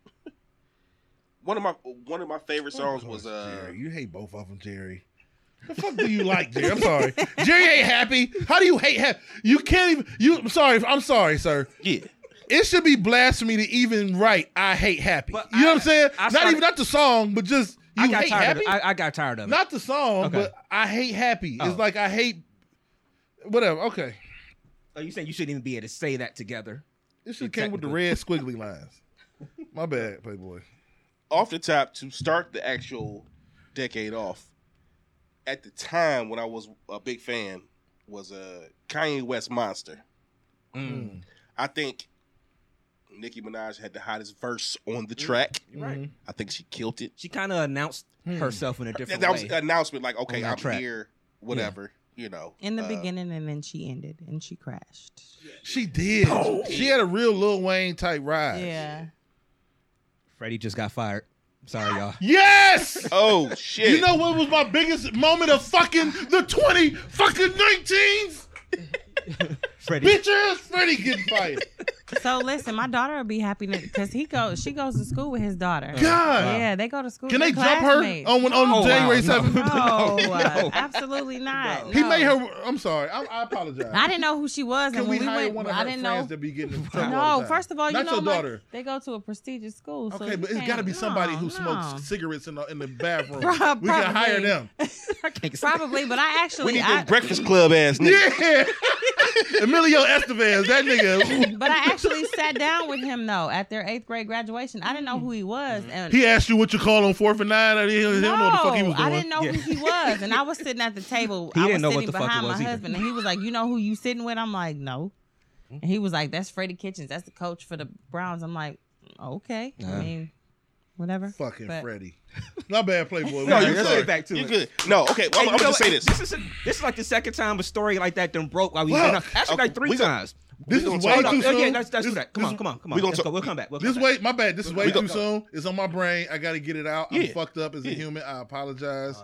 C: one of my one of my favorite songs was uh.
E: Oh, Jerry, you hate both of them, Jerry. The fuck do you like, Jerry? I'm sorry. Jerry ain't happy. How do you hate happy? You can't even. You. I'm sorry. I'm sorry, sir.
C: Yeah.
E: It should be blasphemy to even write "I hate happy."
B: But
E: you
B: I-
E: know what I'm saying?
B: I
E: not
B: started-
E: even not the song, but just you
B: I got
E: hate
B: tired.
E: happy.
B: Of it. I, I got tired of it.
E: not the song,
B: Okay.
E: but I hate happy.
B: Oh.
E: It's like I hate whatever. Okay,
B: Are Oh, you saying you shouldn't even be able to say that together?
E: this should came with the
B: Technically.
E: red squiggly lines. My bad, Playboy.
C: off the top to start the actual decade off. At the time when I was a big fan was uh, Kanye West Monster.
E: Mm.
B: Mm. Mm-hmm.
E: Mm-hmm.
C: I think Nicki Minaj had the hottest verse on the track.
B: Right.
C: I think she killed it.
B: She kind of announced
E: Mm-hmm. Mm.
B: herself in a
C: That,
B: different
C: that was
B: way.
C: an announcement like, okay,
B: that
C: I'm
B: track.
C: here, whatever, you know.
D: in the
C: uh,
D: beginning, and then she ended, and she crashed.
E: She did. She had a real Lil Wayne type ride.
D: Yeah,
B: Freddie just got fired. Sorry, y'all.
E: Yes.
C: Oh shit!
E: You know what was my biggest moment of fucking the 20 fucking 19s?
B: Freddie,
E: Bitch ass Freddie getting fired.
D: So listen, my daughter will be happy because he goes. She goes to school with his daughter.
E: God.
D: Yeah, they go to school.
E: Can
D: They're
E: they jump her
D: classmates.
E: on, on
B: Oh, wow,
E: January
B: no.
E: 7th?
D: No, uh, absolutely not.
E: He
D: no.
E: made her. I'm sorry. I, I apologize.
D: I didn't know who she was,
E: Can
D: and
E: we
D: when we,
E: hire
D: went,
E: one of
D: I
E: her
D: didn't
E: friends
D: know.
E: to be getting in trouble all
D: No,
E: the time?
D: first of all, you
E: Not
D: know,
E: your
D: like,
E: daughter.
D: they go to a prestigious school. so
E: okay,
D: you
E: but it's got to
D: can't-
E: be somebody who
D: no, no.
E: smokes cigarettes in the, in the bathroom.
D: Prob-
E: we can hire
D: probably.
E: them.
B: I can't say-
D: Probably, but I
C: we
D: actually,
C: need
D: I,
C: them Breakfast Club ass niggas.
E: Yeah. Emilio Estevez, that nigga.
D: but I actually sat down with him though at their eighth grade graduation. I didn't know who he was, and
E: Mm-hmm. He asked you what you call on fourth and nine. I didn't, he
D: no,
E: don't know what the fuck he was doing.
D: I didn't know
B: Yeah.
D: who he was, and I was sitting at the table.
B: He
D: I
B: didn't
D: was
B: know what
D: sitting
B: the fuck he
D: behind
B: was
D: my
B: either.
D: husband, and he was like, "You know who you sitting with?" I'm like, "No," and he was like, "That's Freddie Kitchens. That's the coach for the Browns." I'm like, "Okay, I mean, whatever."
E: Fucking
D: But-
E: Freddie. Not bad, Playboy.
B: No,
E: I'm
B: you
E: sorry.
B: say back to
C: You
B: it.
C: good? No, okay. Well,
B: Hey,
C: I'm,
B: you
C: I'm
B: know
C: gonna
B: what?
C: say this.
B: This is this is like the second time a story like that done broke while we
E: Look,
B: no, actually
C: okay,
B: like three
C: we gon-
B: times.
E: Uh, This
C: We
E: is
C: gonna
E: way
C: talk
E: too
B: Yeah,
E: soon.
B: yeah, let's, let's
E: this,
B: do that. Come
E: this-
B: on, come on, come
C: we
B: on.
C: gonna
B: Let's
C: talk-
B: go. We'll come back. We'll come
E: This
B: back.
E: way, my bad. This is way
C: We
E: too
C: go-
E: soon. It's on my brain. I got to get it out. I'm
C: Yeah.
E: fucked up as a
C: Yeah. Oh,
E: human. I apologize.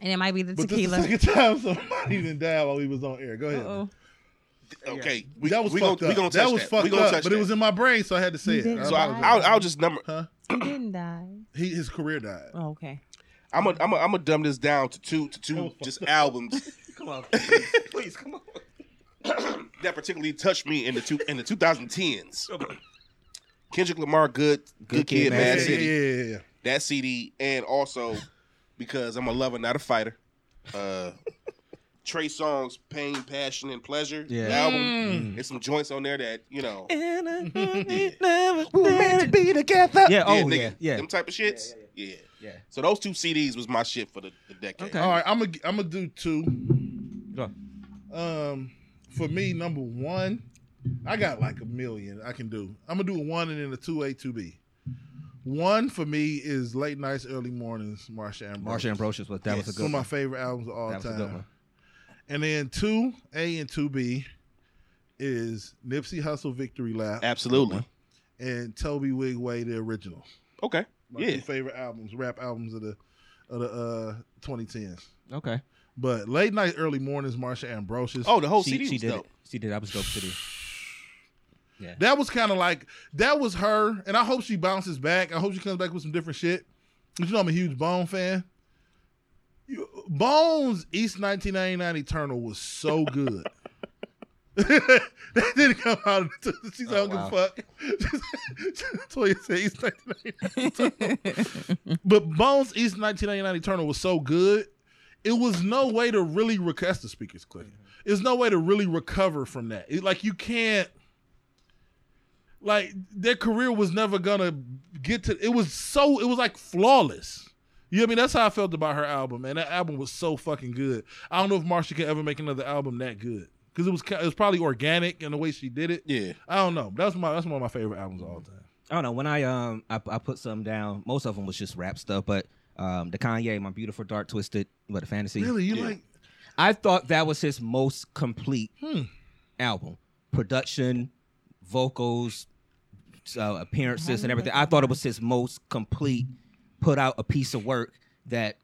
D: And it might be the
E: but this is
D: tequila.
E: the second time somebody didn't die while we was on air. Go ahead.
D: Uh-oh.
C: Okay, we,
E: that was
C: we
E: fucked
C: gonna, We
E: up.
C: gonna touch
E: that
C: that
E: was fucked
C: we gonna
E: up,
C: touch
E: but
C: that.
E: it was in my brain, so I had to say
D: You
E: it.
D: didn't
C: So I,
E: apologize.
C: I'll, I'll just number.
E: huh?
D: He didn't die.
E: He, his career died.
D: Oh, okay.
C: I'm gonna I'm gonna dumb this down to two to two just albums
B: Come on, please, please, come on.
C: that particularly touched me in the two in the 2010s.
B: Come on.
C: Kendrick Lamar, Good Good, Kid, Mad
E: yeah,
C: City,
E: yeah, yeah, yeah.
C: that CD, and also because I'm a lover, not a fighter. Uh, Trey Songz, Pain, Passion, and Pleasure
B: Yeah.
C: album. There's some joints on there that you know.
E: be together.
B: Yeah. Oh,
C: nigga,
B: yeah. Yeah.
C: Them type of shits. Yeah,
B: Yeah.
C: So those two CDs was my shit for the, the decade.
B: Okay.
E: All right, I'm gonna I'm gonna do two.
B: Go.
E: Um, for me, number one, I got like a million I can do. I'm gonna do a one and then a two A two B. One for me is late nights, early mornings. Marsha Ambrose.
B: Marsha Ambrosius was that was a
E: one
B: good
E: of my
B: one.
E: favorite albums of all
B: That was a
E: time.
B: good one.
E: And then two A and two B is Nipsey Hustle Victory Lap
C: Absolutely.
E: and Toby Wigway the original.
C: Okay.
E: My
C: Yeah.
E: two favorite albums, rap albums of the of the uh 2010s.
B: Okay.
E: But late night, early mornings, Marsha Ambrosius.
C: Oh, the whole
B: She,
C: CD
B: she
C: was
B: did
C: dope.
B: it. She did. That was dope city.
E: That was kind of like that was her, and I hope she bounces back. I hope she comes back with some different shit. But you know, I'm a huge Bone fan. You- Bones East 1999 Eternal was so good. that didn't come out. She said,
B: Oh,
E: "I don't
B: wow.
E: give a fuck." Toya said, "East 1999." but Bones East 1999 Eternal was so good, it was no way to really request the speakers clip. There's no way to really recover from that. It- like you can't. Like their career was never gonna get to. It was so. It was like flawless. You know what I mean? That's how I felt about her album, man. That album was so fucking good. I don't know if Marsha can ever make another album that good because it was ki- it was probably organic in the way she did it.
C: Yeah.
E: I don't know. That's my that's one of my favorite albums of all time.
B: I don't know. When I um I, I put some down, most of them was just rap stuff, but um the Kanye, my beautiful dark twisted, what the fantasy.
E: Really, you
C: Yeah.
E: like?
B: I thought that was his most complete album, production, vocals, uh, appearances, and everything. I thought it was his most complete. Put out a piece of work that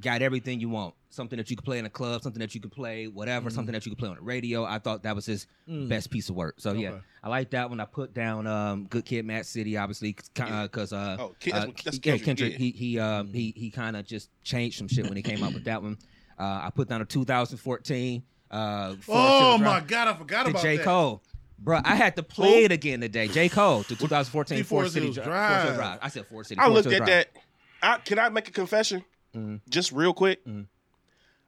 B: got everything you want. Something that you could play in a club, something that you could play, whatever, something that you could play on the radio. I thought that was his best piece of work. So yeah,
E: Okay.
B: I like that one. I put down um, Good Kid, Mad City, obviously, because uh,
C: Oh, Ken- that's
B: uh,
C: what- that's
B: yeah,
C: Kendrick,
B: Kendrick.
C: yeah.
B: He he um, he he kind of just changed some shit when he came out with that one. Uh, I put down a 2014. Uh, Forest
E: Oh
B: Hill
E: my
B: Drive
E: god, I forgot
B: to
E: about
B: J
E: that.
B: Cole. Bro, I had to play it again today. J. Cole, the 2014
E: See,
B: Forest
E: Forest
B: City
E: Hills
B: Dri-
E: Drive.
B: Forest Hill Drive. I said Forest City.
C: I
B: Forest
C: looked
B: Hill
C: at
B: Drive.
C: that. I, can I make a confession?
B: Mm-hmm.
C: Just real quick.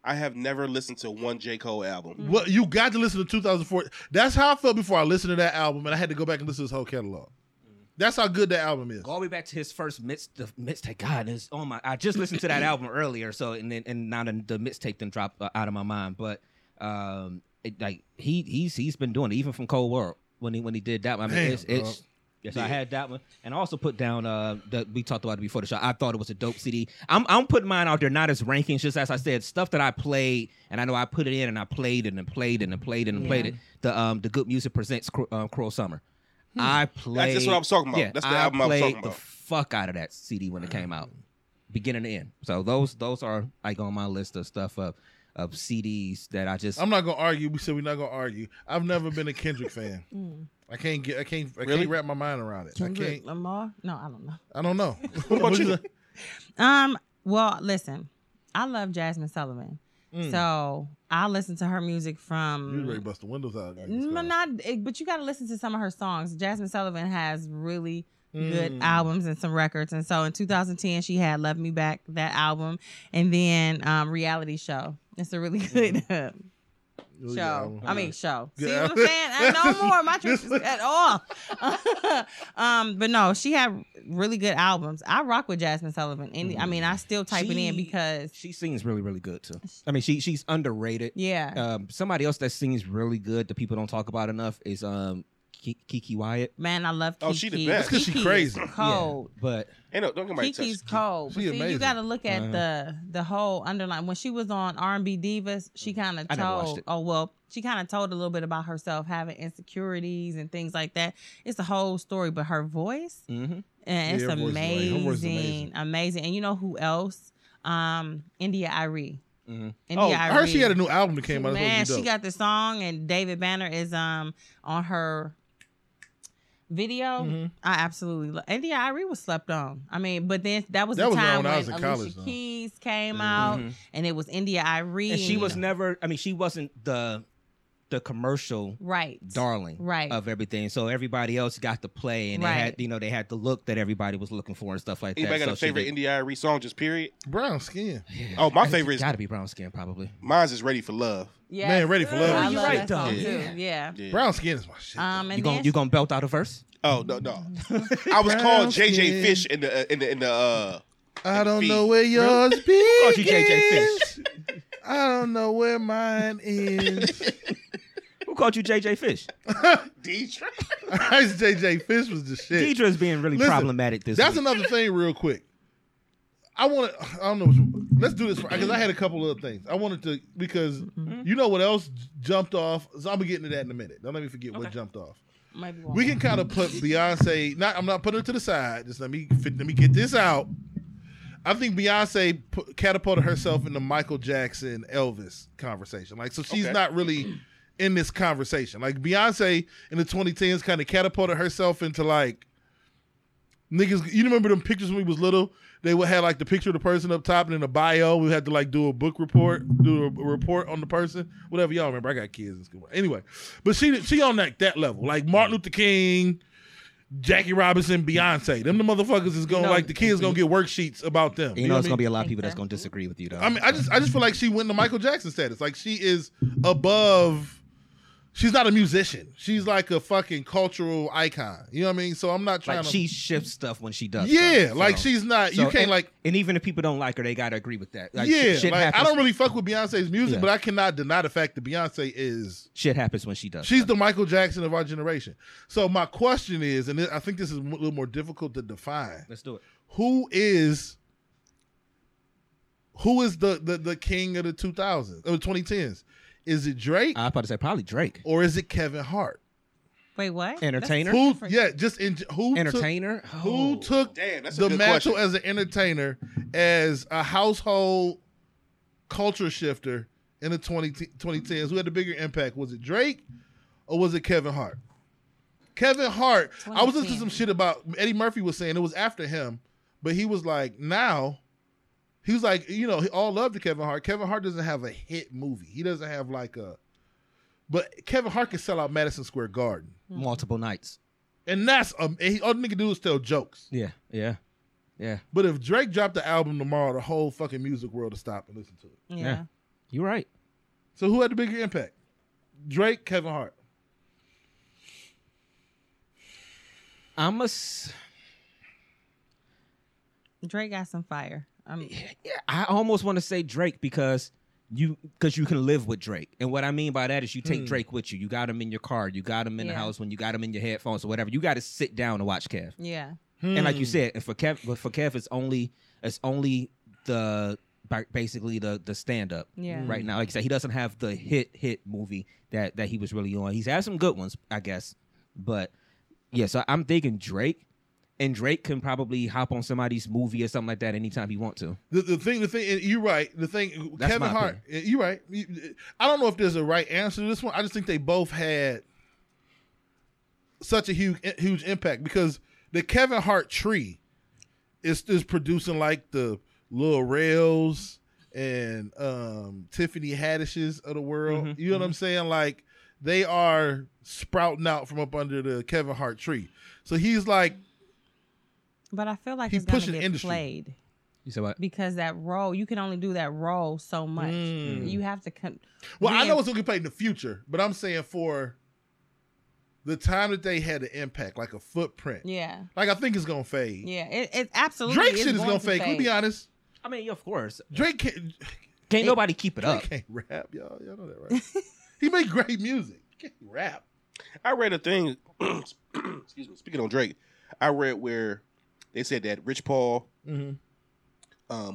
C: I have never listened to one J. Cole album.
B: Mm-hmm.
E: Well, you got to listen to 2004. That's how I felt before I listened to that album, and I had to go back and listen to his whole catalog. That's how good that album is.
B: Go all the way back to his first mix, the mixtape. God, it's oh my! I just listened to that album earlier, so and then and now the, the mixtape then dropped uh, out of my mind. But um, it, like he he's he's been doing it even from Cold World when he when he did that. one. I mean,
E: Damn,
B: it's, it's yes, I had that one, and I also put down uh that we talked about it before the show. I thought it was a dope CD. I'm I'm putting mine out there not as rankings, just as I said, stuff that I played, and I know I put it in, and I played and I played and I played and I played it. The um the Good Music presents Cru- um, Cruel Summer. I played.
C: Hmm. That's- that's what I was talking about.
B: Yeah,
C: That's the
B: I
C: album I
B: played
C: was talking
B: the
C: about. Hmm.
B: fuck out of that CD when it came out, beginning to end. So those those are like on my list of stuff of of CDs that I just
E: I'm not gonna argue. We said we're not gonna argue. I've never been a Kendrick fan. I can't get. I can't. I
C: Really?
E: can't wrap my mind around it. I
D: Kendrick
E: can't.
D: Lamar? No, I don't know.
E: I don't know.
C: What about you?
D: Um, well, listen, I love Jasmine Sullivan. So I listen to her music
E: Mm. You ready to
D: from
E: bust the windows out? I guess,
D: No,
E: fella.
D: not eh, but you gotta listen to some of her songs. Jasmine Sullivan has really
C: Mm.
D: good albums and some records. And so in 2010 she had Love Me Back, that album, and then um reality show. It's a really
C: Mm-hmm.
D: good uh,
E: Really good
D: show.
E: album.
D: I mean, show.
E: Good
D: See what I'm
E: album.
D: saying? And no more. My truth is at all. um, but no, she had really good albums. I rock with Jasmine Sullivan. And I mean, I still type it in
B: She-
D: because
B: she sings really really good too. I mean she she's underrated.
D: yeah,
B: Um, somebody else that sings really good that people don't talk about enough is um Ki- Kiki Wyatt.
D: man, I love. Kiki.
C: Oh, she the best. That's
E: 'cause she
D: Kiki is
E: crazy.
D: Cold.
B: Yeah, but
C: Ain't no, don't get my touch.
D: Kiki's cold. But
E: She
D: see, you
E: amazing.
D: got to look at
B: Uh-huh.
D: the the whole underline. When she was on R and B Divas, she kind of
B: I never watched
D: told.
B: it.
D: Oh well, she kind of told a little bit about herself, having insecurities and things like that. It's a whole story, but her voice,
B: Mhm.
D: and
E: Yeah,
D: it's
E: her voice is amazing.
D: amazing,
E: Her voice is
D: amazing,
E: amazing.
D: And you know who else? Um, India Irie.
B: Mhm.
D: India
E: Oh, I heard she
D: Irie.
E: had a new album that came out.
D: Man,
E: That's
D: she
E: supposed to be dope.
D: got the song, and David Banner is um on her video.
E: Mm-hmm.
D: I absolutely love. And yeah, Irie was slept on. I mean, but then that was
E: That
D: the
E: was
D: time
E: when I was in
D: Alicia
E: college, though. Mm-hmm.
D: Keys came out,
B: Mm-hmm.
D: and it was India Irie,
B: and she was never. I mean she wasn't the the commercial
D: right.
B: darling
D: Right.
B: of everything. So everybody else got to play and they
D: Right.
B: had you know they had the look that everybody was looking for and stuff like
C: Anybody
B: that.
C: got a
B: So she did-
C: favorite Indie IRE song? Just period.
E: brown skin.
C: Oh, my
B: It's
C: favorite is
B: gotta be brown skin probably.
C: mine's is Ready for Love.
D: Yes.
E: Man, Ready for Love
D: I
E: is
D: love
B: great,
D: that song
B: though.
D: too.
B: Yeah.
D: Yeah.
C: Yeah.
E: Brown skin is my shit.
D: Um, and
B: You gonna
D: then
B: you gonna belt out a verse?
C: Oh no no! I was
E: Brown
C: called
E: skin.
C: JJ Fish in the uh, in the in the. Uh,
E: I
C: and
E: don't
C: feet.
E: know where yours
B: Oh,
E: begins.
B: you JJ Fish.
E: I don't know where mine ends.
B: Who called you JJ Fish?
C: Deidre.
E: Ice JJ Fish was the shit.
B: Deidre is being really
E: Listen,
B: problematic this
E: That's
B: week.
E: another thing, real quick. I want to. I don't know. which- Let's do this because I had a couple other things I wanted to because you know what else j- jumped off. So I'm gonna get into that in a minute. Don't let me forget what jumped off.
D: maybe one
E: We
D: more.
E: can kind of put Beyonce. Not I'm not putting her to the side. Just let me fi- let me get this out. I think Beyonce pu- catapulted herself into Michael Jackson, Elvis conversation. Like, so she's
C: Okay.
E: not really in this conversation. Like Beyonce in the 2010s kind of catapulted herself into like Niggas, you remember them pictures when we was little? They would have like the picture of the person up top and then a bio. We had to like do a book report, do a report on the person, whatever. Y'all remember? I got kids in school. Anyway, but she she on like that level, like Martin Luther King, Jackie Robinson, Beyonce. Them the motherfuckers is gonna
B: know-
E: like the kids gonna get worksheets about them.
B: You know, it's
E: what I mean?
B: gonna be a lot of people that's
D: so.
B: gonna disagree with you, though.
E: I mean, I just I just feel like she went to Michael Jackson status. Like she is above. She's not a musician. She's like a fucking cultural icon. You know what I mean? So I'm not trying
B: like
E: to.
B: she shifts stuff when she does.
E: yeah,
B: stuff, so-
E: like she's not.
B: so-
E: you can't
B: and-
E: like.
B: And even if people don't like her, they gotta agree with that. Like,
E: yeah,
B: shit, shit
E: like I
B: happens.
E: don't really fuck with Beyonce's music,
B: Yeah.
E: but I cannot deny the fact that Beyonce is
B: Shit happens when she does.
E: She's the Michael Jackson of our generation. So my question is, and I think this is a little more difficult to define.
B: Let's do it.
E: Who is who is the the, the king of the 2000s or 2010s? Is it Drake
B: I was about to say probably Drake,
E: or is it Kevin Hart?
D: Wait, what?
B: entertainer,
E: Who? Yeah, just in, who took,
B: entertainer.
E: who
B: Oh.
E: took
C: Damn, that's a
E: the
C: good
E: mantle
C: question.
E: as an entertainer, as a household culture shifter in the 20, 2010s? Who had the bigger impact? Was it Drake or was it Kevin Hart? Kevin Hart. I was listening to
D: 2010.
E: some shit about Eddie Murphy was saying it was after him, but he was like now. He was like, you know, all love to Kevin Hart. Kevin Hart doesn't have a hit movie. He doesn't have like a, but Kevin Hart can sell out Madison Square Garden.
B: multiple nights.
E: And that's um, and he, all the nigga do is tell jokes.
B: Yeah, yeah, yeah.
E: But if Drake dropped the album tomorrow, the whole fucking music world will stop and listen to it.
D: Yeah.
B: Yeah. You're right.
E: So who had the bigger impact? Drake, Kevin Hart.
B: I'm a. s-
D: Drake got some fire. Um,
B: Yeah, I almost want to say Drake because you because you can live with Drake, and what I mean by that is you take Drake with you. You got him in your car, you got him in the
D: Yeah.
B: house when you got him in your headphones or whatever. You got to sit down and watch Kev.
D: yeah.
B: And
D: Mm.
B: like you said, and for Kev, but for Kev, it's only it's only the ba- basically the the stand up
D: Yeah.
B: right now. Like I said, he doesn't have the hit hit movie that that he was really on. He's had some good ones, I guess, but yeah. So I'm thinking Drake, and Drake can probably hop on somebody's movie or something like that anytime he wants to.
E: The, the thing, the thing, and you're right. The thing,
B: That's
E: Kevin
B: my
E: Hart. You're right. You- I don't know if there's a right answer to this one. I just think they both had such a huge, huge impact because the Kevin Hart tree is is producing like the Lil Rails and um, Tiffany Haddish's of the world.
B: Mm-hmm.
E: You know what I'm saying? Like they are sprouting out from up under the Kevin Hart tree. So he's like
D: But I feel like
E: He
D: it's going to
E: pushing
D: get
E: industry.
D: played
B: You said what?
D: because that role, you can only do that role so much.
E: Mm.
D: You have to. Con-
E: Well, I
D: Being-
E: know it's gonna get played in the future, but I'm saying for the time that they had an impact, like a footprint.
D: yeah.
E: Like I think it's gonna fade.
D: Yeah. It, it absolutely
E: Drake
D: is
E: shit is
D: going
E: gonna
D: to
E: fade. Can we be honest?
B: I mean, yeah, of course.
E: Drake can't,
B: Can't nobody keep it up.
E: can't rap, y'all. Y'all know that, right? he made great music. He can't rap.
C: I read a thing. excuse me. Speaking on Drake, I read where they said that Rich Paul, um,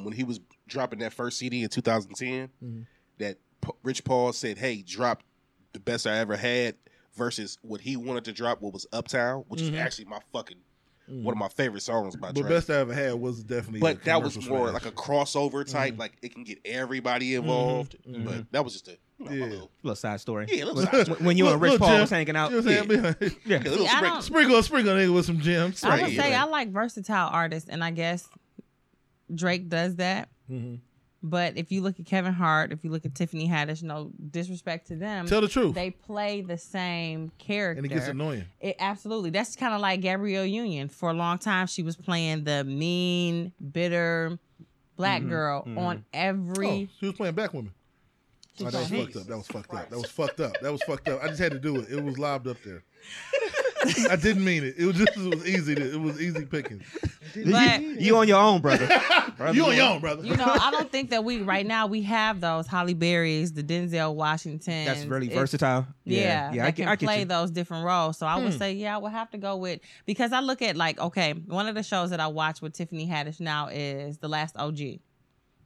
C: when he was dropping that first CD in 2010, that P- Rich Paul said, "Hey, drop the best I ever had." Versus what he wanted to drop, what was Uptown, which is actually my fucking one of my favorite songs by
E: But
C: Drake.
E: best I ever had was definitely. a
C: but that was
E: commercial
C: more
E: smash.
C: like a crossover type.
B: Mm-hmm.
C: Like it can get everybody involved. But that was just a, you know,
E: Yeah.
C: a little,
B: Little side story.
C: yeah, a little,
B: Mm-hmm. When-
C: side
B: when,
C: track.
B: when you and
E: Look,
B: Rich
E: look,
B: Paul
E: Jim.
B: was hanging out.
E: You know what I'm saying?
B: Yeah.
C: Yeah, a little
D: See, I
C: sprinkle.
D: don't-
E: sprinkle, sprinkle, nigga, with some gems.
D: I would
C: Right.
D: say I like versatile artists, and I guess Drake does that.
E: Mm-hmm.
D: But if you look at Kevin Hart, if you look at Tiffany Haddish, no disrespect to them,
E: Tell the truth,
D: they play the same character.
E: and it gets annoying.
D: It- absolutely. That's kind of like Gabrielle Union. For a long time, she was playing the mean, bitter black girl on
E: Mm-hmm. Oh,
D: every.
E: she was playing back women.
D: She's
E: Oh, that was
D: playing-
E: fucked up. That was fucked up. That was fucked up. That was fucked up. I just had to do it. It was lobbed up there. I didn't mean it. It was just it was easy. To, it was easy picking.
D: But-
B: You, you on your own, brother.
E: you on your own, brother.
D: you know, I don't think that we right now we have those Holly Berries, the Denzel Washington.
B: That's really versatile.
D: Yeah,
B: yeah,
D: that
B: I
D: can
B: get, I get
D: play
B: you. Hmm.
D: those different roles. So I would say, yeah, I would have to go with because I look at like okay, one of the shows that I watch with Tiffany Haddish now is The Last OG,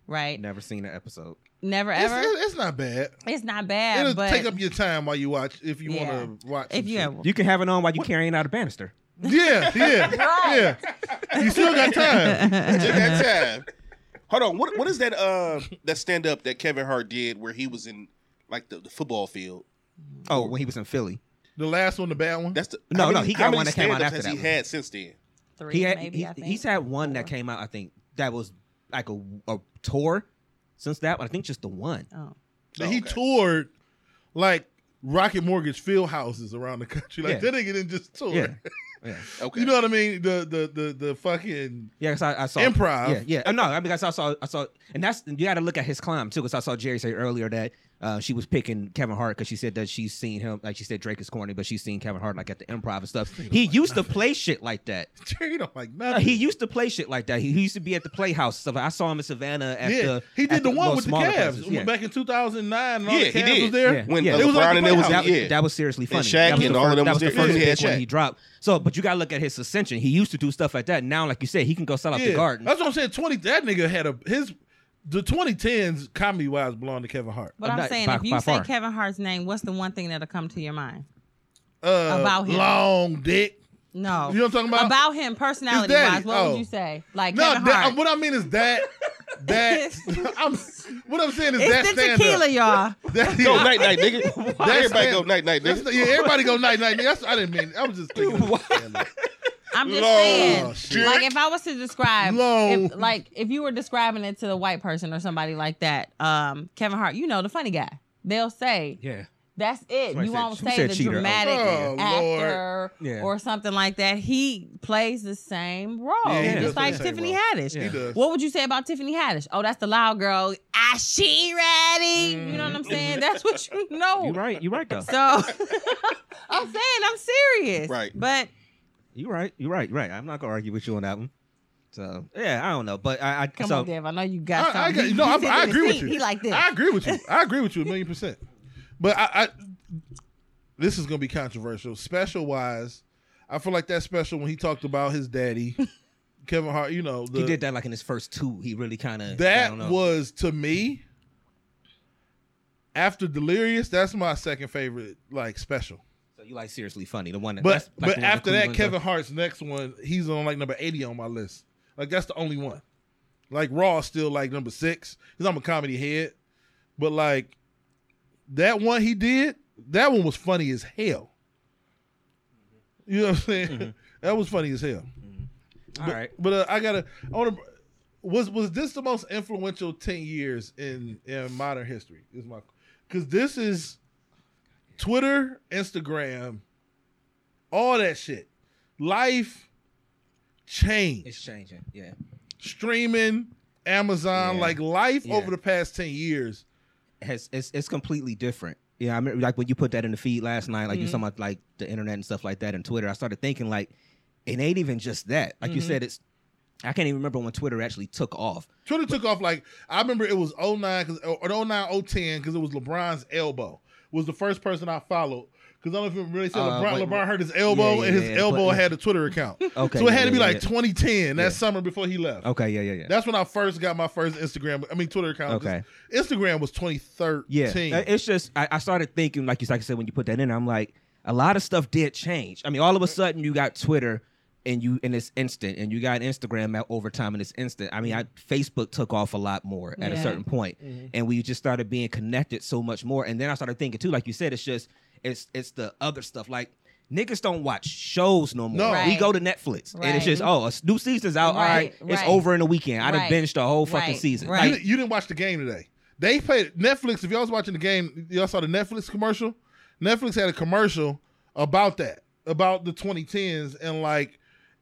D: right?
B: Never seen an episode.
D: Never
E: it's,
D: ever. It's,
E: it's- it's not bad.
D: not bad,
E: It'll
D: but
E: take up your time while you watch if you
D: Yeah.
E: want to watch.
D: if
E: some
D: you
E: shit.
D: have,
B: You can have it on while you're carrying out a banister.
E: yeah, yeah, yeah, you still got time.
C: Take that time. Hold on. What what is that uh that stand up that Kevin Hart did where he was in like the, the football field?
B: Oh, when he was in Philly.
E: The last one, the bad one.
C: That's the
B: No,
C: how
B: no,
C: many-
B: he got
C: how many
B: one that came out
C: stand-ups
B: after
C: has
B: that
C: He
B: one.
C: had since then.
D: three.
B: He had
D: maybe
B: he,
D: I think.
B: he's had one that
D: Four.
B: came out. I think that was like a, a tour since that. But I think just the one.
D: Oh.
E: Like, he
C: Okay.
E: toured like Rocket Mortgage field houses around the country. Like
B: Yeah.
E: that nigga didn't just tour.
B: Yeah, yeah,
C: Okay.
E: You know what I mean? The the the the fucking
B: yeah. 'cause I, I saw
E: Improv.
B: Yeah, yeah. Oh, No, I mean, 'cause I saw, I saw, and that's you got to look at his climb too. Because I saw Jerry say earlier that uh, she was picking Kevin Hart because she said that she's seen him. Like she said Drake is corny, but she's seen Kevin Hart like at the Improv and stuff. He used to play shit like that.
E: Jerry don't like
B: Uh,
E: nothing.
B: he used to play shit like that. He, he used to be at the Playhouse stuff. I saw him in Savannah at
E: yeah,
B: the.
E: he
B: at
E: did the, one
B: little
E: with the
B: smaller
E: Cavs
B: places. Yeah.
E: back in 2009. And all
C: Yeah,
E: the
C: he
E: Cavs
C: did.
E: was there.
B: Yeah.
C: when
B: Yeah.
C: uh,
B: It
E: was like
C: LeBron
E: the
C: and it was
B: that,
E: playoffs.
B: was-
C: yeah.
B: that was seriously funny.
C: Shaq
B: that was
C: and
B: the
C: all of
B: first,
C: them
B: that was
C: was
B: the
C: there.
B: first
C: Yeah, he had
B: big one
C: Shaq.
B: he dropped. So, but you gotta look at his ascension. He used to do stuff like that. Now, like you said, he can go sell out
E: Yeah.
B: the garden.
E: That's what I'm saying. 20. That nigga had a his the 2010s comedy wise belonged to Kevin Hart.
D: But
B: Uh,
D: I'm,
B: not
D: saying
B: by-
D: if you
B: by
D: say
B: far.
D: Kevin Hart's name, what's the one thing that'll come to your mind?
E: Uh,
D: About him.
E: long dick.
D: No.
E: You know what I'm talking about?
D: About him, personality
E: daddy.
D: wise, what
E: Oh.
D: would you say? Like
E: No,
D: Kevin
E: that,
D: Hart.
E: what I mean is that that I'm what I'm saying is that
D: it's the
E: stand
D: tequila, y'all.
E: up. That,
C: Go
E: yeah,
C: night night, nigga. Everybody
E: stand-
C: go night night,
E: that's
C: nigga.
E: the- yeah, everybody go night night. nigga. That's I didn't mean. I was just thinking. Of stand-up.
D: I'm just
C: Lord,
D: saying.
E: shit.
D: Like if I was to describe
E: Lord.
D: if, like if you were describing it to the white person or somebody like that, um, Kevin Hart, you know, the funny guy. They'll say,
B: yeah.
D: That's it.
B: Somebody
D: you
B: said-
D: won't
B: who
D: say
B: said
D: the
B: cheater? Oh,
D: dramatic
E: yeah. Oh,
B: Lord.
D: actor
B: Yeah.
D: or something like that. He plays the same role,
E: Yeah,
B: he does
D: just
B: play
D: like
E: the same
D: Tiffany
E: role.
D: Haddish.
B: Yeah. He
E: does.
D: What would you say about Tiffany Haddish? Oh, that's the loud girl. Ah, she ready? You know what I'm saying? That's what you know.
B: You're right. You're right though.
D: So I'm saying I'm serious.
C: Right.
D: But
B: You're right. You're right. You're right. I'm not gonna argue with you on that one. So yeah, I don't know, but I, I
D: come
B: so
D: on, Dev. I know you
E: I,
D: got
E: I,
D: something.
E: got-
D: He-
E: no,
D: he's
E: I,
D: sitting
E: I
D: in
E: agree
D: the
E: with
D: seat.
E: you.
D: He like this.
E: I agree with you. I agree with you a million percent. But I, I this is gonna be controversial. Special wise, I feel like that special when he talked about his daddy, Kevin Hart. You know, the,
B: he did that like in his first two. He really kind of
E: That was to me. After Delirious, that's my second favorite like special.
B: So you like seriously funny, the one. That,
E: But
B: that's, like, the
E: but
B: one
E: after that,
B: Cleveland
E: Kevin
B: does.
E: Hart's next one, he's on like number eighty on my list. Like that's the only one. Like Raw is still like number six because I'm a comedy head, but like that one he did, that one was funny as hell. You know what I'm saying?
B: Mm-hmm.
E: that was funny as hell.
B: All right.
E: But uh, I gotta. I want to. Was was this the most influential ten years in in modern history? Is my because this is Twitter, Instagram, all that shit. Life
B: It's
E: changed.
B: changing. Yeah.
E: Streaming, Amazon,
B: Yeah.
E: like life
B: Yeah.
E: over the past ten years.
B: has it's, it's completely different. Yeah, I mean, like when you put that in the feed last night, like you talking about like the internet and stuff like that and Twitter. I started thinking like, it ain't even just that. Like you said, it's I can't even remember when Twitter actually took off.
E: Twitter took off like I remember it was 09 cause, or 09 010 because it was LeBron's elbow was the first person I followed because I don't know if you really said
B: Uh,
E: LeBron,
B: wait,
E: LeBron
B: wait.
E: hurt his elbow
B: Yeah, yeah,
E: and his
B: yeah,
E: elbow
B: but-
E: had a Twitter account.
B: Okay,
E: so it
B: yeah,
E: had to be
B: yeah,
E: like
B: yeah.
E: 2010 that
B: Yeah.
E: summer before he left.
B: Okay, yeah, yeah, yeah.
E: That's when I first got my first Instagram. I mean Twitter account.
B: Okay.
E: Just- Instagram was 2013.
B: Yeah, uh, it's just I, I started thinking like you like I said when you put that in, I'm like a lot of stuff did change. I mean, all of a sudden you got Twitter and you in this instant, and you got Instagram at over time in this instant. I mean, I, Facebook took off a lot more at a
D: Yeah.
B: certain point, and we just started being connected so much more. And then I started thinking too, like you said, it's just it's it's the other stuff like. Niggas don't watch shows no more.
E: No.
B: We
D: Right.
B: go to Netflix, and it's just
D: Right.
B: oh, a s- new season's out.
D: Right,
B: all right, it's
D: right.
B: over in the weekend. I done
D: Right.
B: binged the whole fucking
D: Right,
B: season.
D: right.
E: You,
B: Like,
E: didn't- you didn't watch the game today. They played Netflix. If y'all was watching the game, y'all saw the Netflix commercial. Netflix had a commercial about that, about the 2010s, and like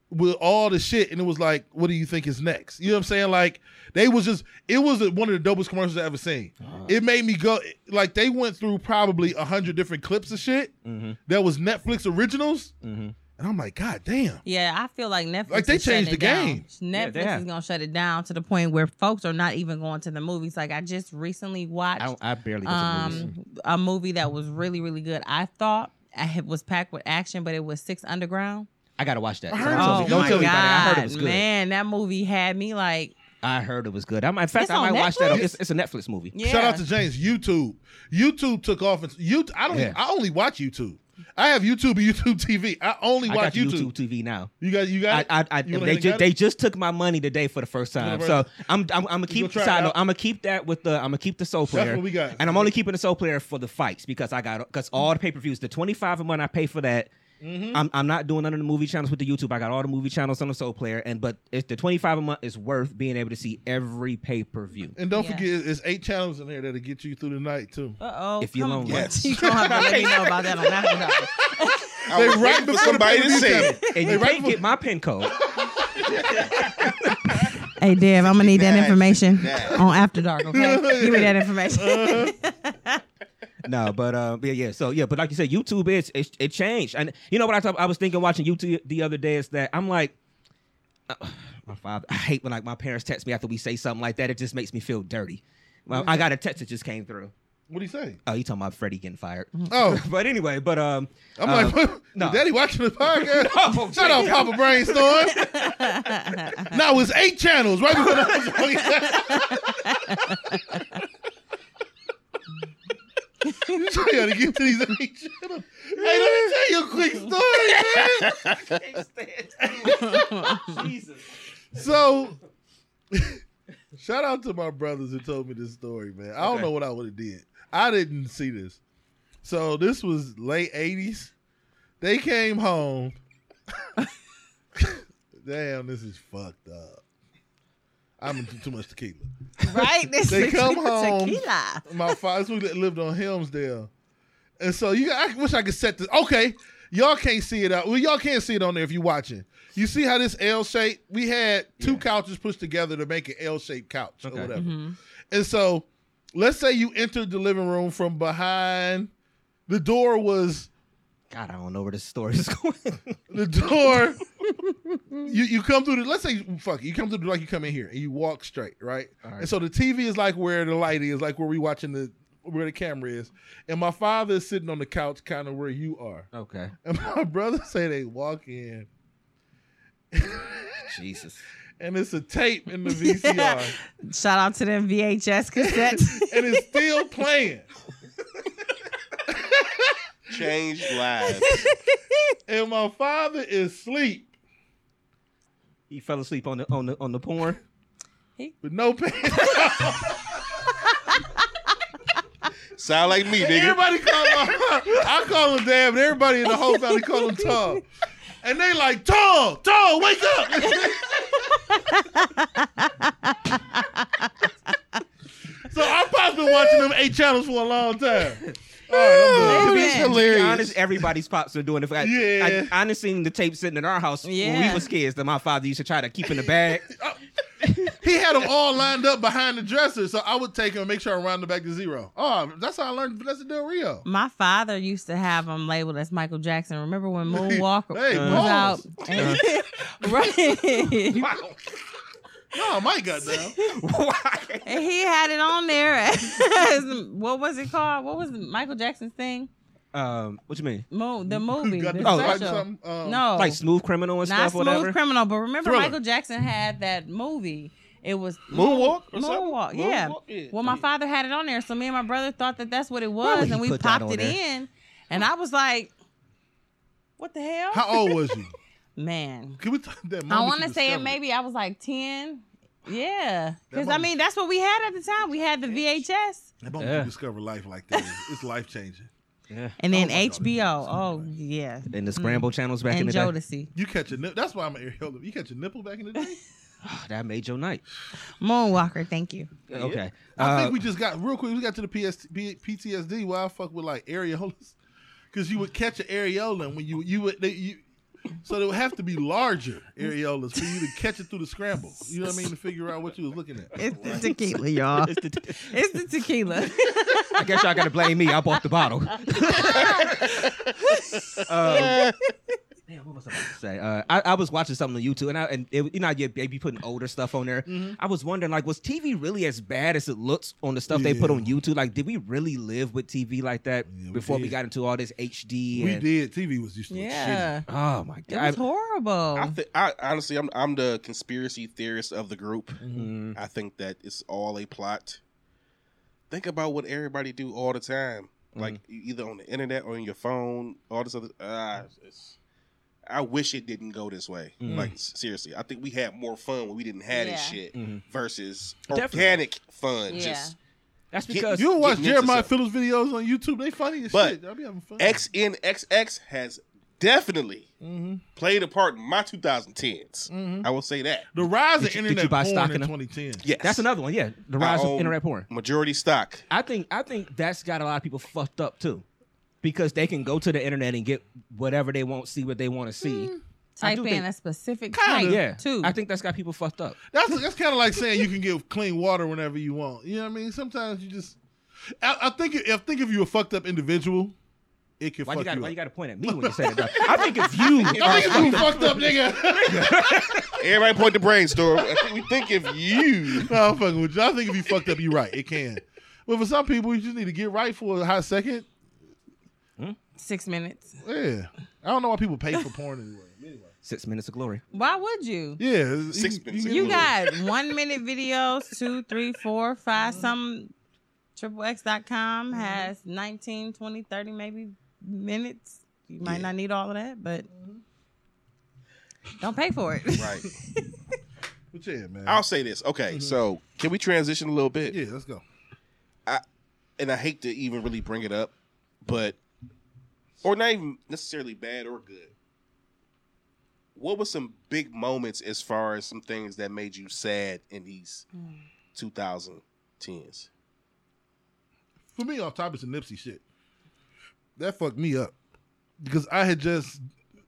E: with all the shit. And it was like, what do you think is next? You know what I'm saying? Like they was just, it was one of the dopest commercials I ever seen. It made me go like they went through probably a hundred different clips of shit that was Netflix originals, and I'm like, God damn.
D: Yeah, I feel like Netflix.
E: Like, they
D: is shutting
E: changed the
D: it down.
E: game.
B: they
D: Netflix
B: have.
D: is gonna shut it down to the point where folks are not even going to the movies. Like I just recently watched
B: I, don't, I barely get to movies.
D: um a movie that was really really good. I thought it was packed with action, but it was Six Underground. Oh
B: I gotta watch that.
E: I heard
B: Don't
E: it was
B: tell
E: good.
B: me- don't
E: my
B: tell anybody. I heard it was good.
D: man, that movie had me like
B: I heard it was good. I might, in fact,
D: Oh It's
B: I might
D: on
B: watch that. On,
D: Netflix?
B: it's, it's a Netflix movie.
D: yeah.
E: Shout out to James. YouTube. YouTube took off. And, you, I don't.
B: Yeah.
E: I only watch YouTube. I have YouTube and YouTube TV. I only
B: I
E: watch
B: got
E: YouTube.
B: YouTube. TV now.
E: You got. You
B: I,
E: got.
B: I, I,
E: You wanna
B: they
E: hang
B: just
E: out?
B: they just took my money today for the first time.
E: wanna
B: So
E: work?
B: I'm I'm, I'm gonna keep
E: gonna try
B: side
E: it
B: note,
E: out?
B: I'm gonna keep that with the I'm gonna keep the soul player.
E: what we got.
B: And I'm only keeping the soul player for the fights because I got because all the pay per views the 25 a month I pay for that. I'm, I'm not doing none of the movie channels with the YouTube. I got all the movie channels on the Soul Player, and but it's the 25 a month is worth being able to see every pay per view.
E: And don't
D: Yeah.
E: forget, it's eight channels in there that'll get you through the night too.
D: Uh oh.
B: If you're lonely.
C: Yes.
D: You gonna have to let me know about that on After Dark.
C: I was
E: right
C: waiting for
E: before the
C: somebody to
E: pay-per-view
C: say
E: channel.
C: it.
B: And you can't get my pin code.
D: Hey, Dev, I'm gonna need that
C: Nah,
D: information
C: nah.
D: on After Dark. Okay, give me that information.
B: no, but uh, but yeah, so yeah, but like you said, YouTube is it, it changed, and you know what I thought I was thinking watching YouTube the other day is that I'm like, uh, my father. I hate when like my parents text me after we say something like that. It just makes me feel dirty. Well, I got a text that just came through.
E: What do you say?
B: Oh, you talking about Freddie getting fired?
E: Oh,
B: but anyway, but um,
E: I'm
B: um,
E: like,
B: no.
E: Daddy watching the podcast.
B: No,
E: Shut up, Papa Brainstorm. no, it's eight channels right before the You trying to get to these eight channels. Hey, let me tell you a quick story, man.
B: Jesus.
E: So, shout out to my brothers who told me this story, man. I don't
B: Okay.
E: know what I would have did. I didn't see this. So this was late '80s. They came home. Damn, this is fucked up. I'm into too much tequila.
D: right? This
E: They
D: is
E: come home.
D: Tequila.
E: My father we lived on Helmsdale, and so you. I wish I could set this. Okay, y'all can't see it out. Well, y'all can't see it on there if you're watching. You see how this L shape? We had two couches pushed together to make an L shaped couch
B: Okay.
E: or whatever. And so, let's say you entered the living room from behind. The door was
B: God, I don't know where this story is going.
E: the door. you you come through the let's say fuck it, you come through the, like you come in here and you walk straight right?
B: All right.
E: and so the TV is like where the light is like where we watching the where the camera is and my father is sitting on the couch kind of where you are
B: okay,
E: and my brother say they walk in
B: Jesus.
E: and it's a tape in the VCR
D: Shout out to them VHS cassettes.
E: and it's still playing
C: Changed lives.
E: and my father is asleep
B: He fell asleep on the on the on the porn.
E: with no pants. on.
C: Sound like me, nigga.
E: Everybody call him. I call him Dab, and everybody in the whole valley call him Tom. And they like Tom, Tom, wake up. so I've probably been watching them eight channels for a long time. All right, I'm done.
D: Amen.
C: It's
D: To be
C: hilarious.
B: To be honest, everybody's pops are doing it. I,
E: Yeah.
B: I, honestly, seen the tape sitting in our house when we
D: Yeah.
B: was kids that my father used to try to keep in the bag.
E: He had them all lined up behind the dresser, so I would take them and make sure I round them back to zero. Oh, that's how I learned Vanessa Del Rio.
D: My father used to have them labeled as Michael Jackson. Remember when Moonwalker
E: Hey,
D: was out?
E: pause.
D: right.
B: wow.
E: No, Mike got down.
B: Why?
D: And he had it on there. as- what was it called? What was Michael Jackson's thing?
B: Um, what you mean?
D: Mo- the movie.
E: Got
D: the
E: down.
B: Oh,
E: Like
D: special.
E: something, um,
D: no.
B: Like smooth criminal and
D: Oh. not
B: stuff,
D: Smooth
B: whatever.
D: Criminal, but remember
E: Thriller.
D: Michael Jackson had that movie. It was
C: Moonwalk or something?
D: Moonwalk, yeah.
C: Moonwalk, yeah.
D: Well, my father had it on there, so me and my brother thought that that's what it
B: would
D: was,
B: he
D: and we
B: put that
D: popped
B: on
D: it
B: there?
D: in, and I was like, "What the hell,
E: How old was you?
D: man?"
E: Can we talk that moment
D: I
E: you
D: want to say it
E: discovered
D: maybe I was like ten, yeah, because I
E: moment-
D: mean that's what we had at the time. We had the VHS,
E: That moment
B: Yeah.
E: you discover life like that, it's life changing.
B: Yeah.
D: and then
E: my God,
D: HBO. Oh
E: something
D: yeah,
B: And the scramble channels back in
D: and
B: the day.
D: Jodeci,
E: You catch a nipple. That's why I'm an ear You catch a nipple back in the day.
B: Ah, that made your night.
D: Moonwalker. Thank you.
B: Okay.
E: I
B: Uh,
E: think we just got real quick. We got to the PS, P, PTSD. Why I fuck with like areolas? Because you would catch an areola, and when you you would they, you. So they would have to be larger areolas for you to catch it through the scramble. You know what I mean? To figure out what you was looking at.
D: It's the tequila, y'all.
B: Um, it's the-
D: It's the tequila.
B: I guess y'all gotta blame me. I bought the bottle. um, Damn, what was I about to say? Uh, I, I was watching something on YouTube, and I and it, you know, yeah, they be putting older stuff on there. I was wondering, like, was TV really as bad as it looks on the stuff they put
E: Yeah.
B: on YouTube? Like, did we really live with TV like that
E: Yeah, we
B: before we
E: did.
B: got into all this HD?
E: We
B: and-
E: did. TV was used to
D: yeah.
E: yeah.
B: Oh my
D: It
B: god!
D: was horrible.
B: Um,
C: I, th- I honestly, I'm I'm the conspiracy theorist of the group.
B: Mhm.
C: I think that it's all a plot. Think about what everybody do all the time,
B: Mm-hmm.
C: like e- either on the internet or on your phone. All this other. Uh, it's, I wish it didn't go this way.
B: Mm.
C: Like s- seriously, I think we had more fun when we didn't have this
D: Yeah.
C: shit
B: Mhm.
C: versus
B: Definitely.
C: organic fun.
D: Yeah.
C: Just
B: That's
C: Get-
B: because
E: You ever watch
C: Getting into
E: Jeremiah
C: something.
E: Phillips videos on YouTube? They funny as
C: But
E: shit. I be having fun.
C: XNXX has definitely
E: Mm-hmm.
C: played a part in my 2010s. I will say that.
E: The rise of
B: you- did
E: internet
B: you buy
E: porn
B: stock
E: in
B: in them?
E: 2010.
C: Yes,
B: That's another one. Mm-hmm. Yeah,
E: Uh,
B: the rise
C: I
E: oh.
C: own
B: of internet porn.
C: Majority stock.
B: I think I think that's got a lot of people fucked up too, because they can go to the internet and get whatever they want, see what they want to see. I
D: Type
B: do
D: in
B: think-
D: a specific
E: Kinda.
D: type
B: Yeah,
D: Hmm. too.
B: I think that's got people fucked up.
E: That's that's kind of like saying you can get clean water whenever you want. You know what I mean? Sometimes you just. I, I think if- I think if you're a fucked up individual, it can
B: Why
E: fuck
B: you got
E: you
B: Why
E: up.
B: you got to point at me when you say that? I think if you,
E: I think if you fucked up, nigga.
C: Everybody point the brainstorm. I think we think if you
E: no, I'm fucking with you. I think if you fucked up, you're right. It can. But for some people, you just need to get right for a hot second.
D: Six minutes.
E: Yeah, I don't know why people pay for porn anyway. Anyway,
B: six minutes of glory.
D: Why would you?
E: yeah,
C: Six minutes.
E: get-
D: You got one minute videos, two, three, four, five, some
B: Mm-hmm.
D: XXX.com has 19, 20, 30 maybe minutes. You might not need all of that, but
B: Mm-hmm.
D: don't pay for it.
C: right.
E: But yeah, man.
C: I'll say this.
B: Mm-hmm.
C: Okay, so can we transition a little bit?
E: yeah, let's go.
C: And I hate to even really bring it up, but or not even necessarily bad or good. What were some big moments as far as some things that made you sad in these 2010s?
E: for me off top is the Nipsey shit. That fucked me up because I had just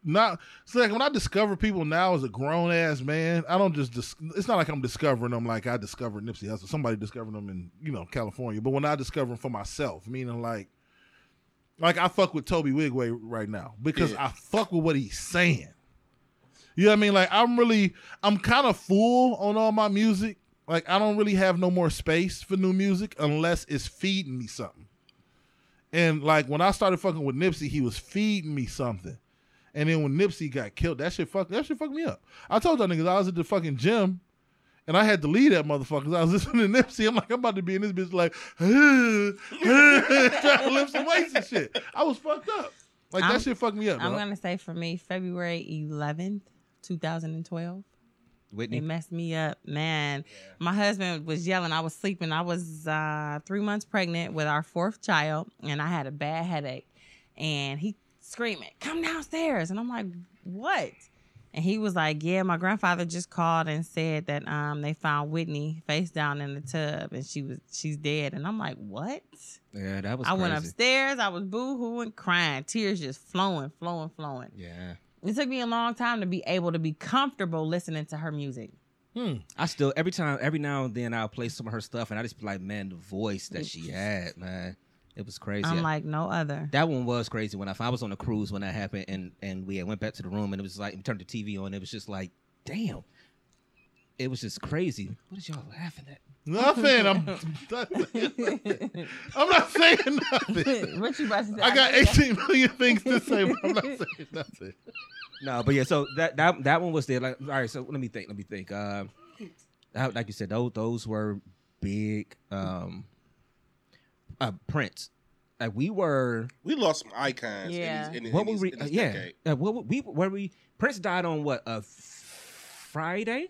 E: not. So like when I discover people now as a grown ass man, I don't just. Dis, it's not like I'm discovering them like I discovered Nipsey Hussle. Somebody discovered them in you know California, but when I discover them for myself, meaning like. Like I fuck with Toby Wigway right now because
C: Yeah.
E: I fuck with what he's saying. You know what I mean? Like I'm really I'm kind of full on all my music. Like I don't really have no more space for new music unless it's feeding me something. And like when I started fucking with Nipsey, he was feeding me something. And then when Nipsey got killed, that shit fuck that shit fucked me up. I told y'all niggas I was at the fucking gym and I had to leave that motherfucker 'cause I was listening to Nipsey. I'm like, I'm about to be in this bitch like trying to lift some weights and shit. I was fucked up. Like
D: I'm-
E: that shit fucked me up.
D: I'm
E: dog.
D: going to say for me, February 11th, 2012.
B: Whitney,
D: It messed me up, man. My husband was yelling. I was sleeping. I was uh, three months pregnant with our fourth child, and I had a bad headache. And he screaming, "Come downstairs!" And I'm like, "What?" And he was like, "Yeah, my grandfather just called and said that um, they found Whitney face down in the tub, and she was she's dead." And I'm like, "What?"
B: yeah, that was.
D: I went
B: crazy.
D: upstairs. I was boo hooing, crying, tears just flowing, flowing, flowing.
B: Yeah,
D: It took me a long time to be able to be comfortable listening to her music.
B: I still every time, every now and then, I'll play some of her stuff, and I just be like, man, the voice that she had, man, it was crazy.
D: I'm like no other.
B: That one was crazy. When I, I was on a cruise when that happened, and and we had went back to the room, and it was like we turned the TV on. And it was just like, damn, it was just crazy. What is y'all laughing at?
E: Nothing. I'm. I'm not saying nothing.
D: what you about to say?
E: I got 18 million things to say, but I'm not saying nothing.
B: No, but yeah, so that that that one was there. Like, all right, so let me think. Let me think. Um, how- like you said, those those were big. Um, uh, Prince. Like we were.
C: We lost some icons.
D: Yeah.
C: In these, in,
B: What
C: in
B: were
C: these-
B: we?
C: in this
B: yeah.
C: decade.
B: Uh, what were we? Where we? Prince died on what? A f- Friday.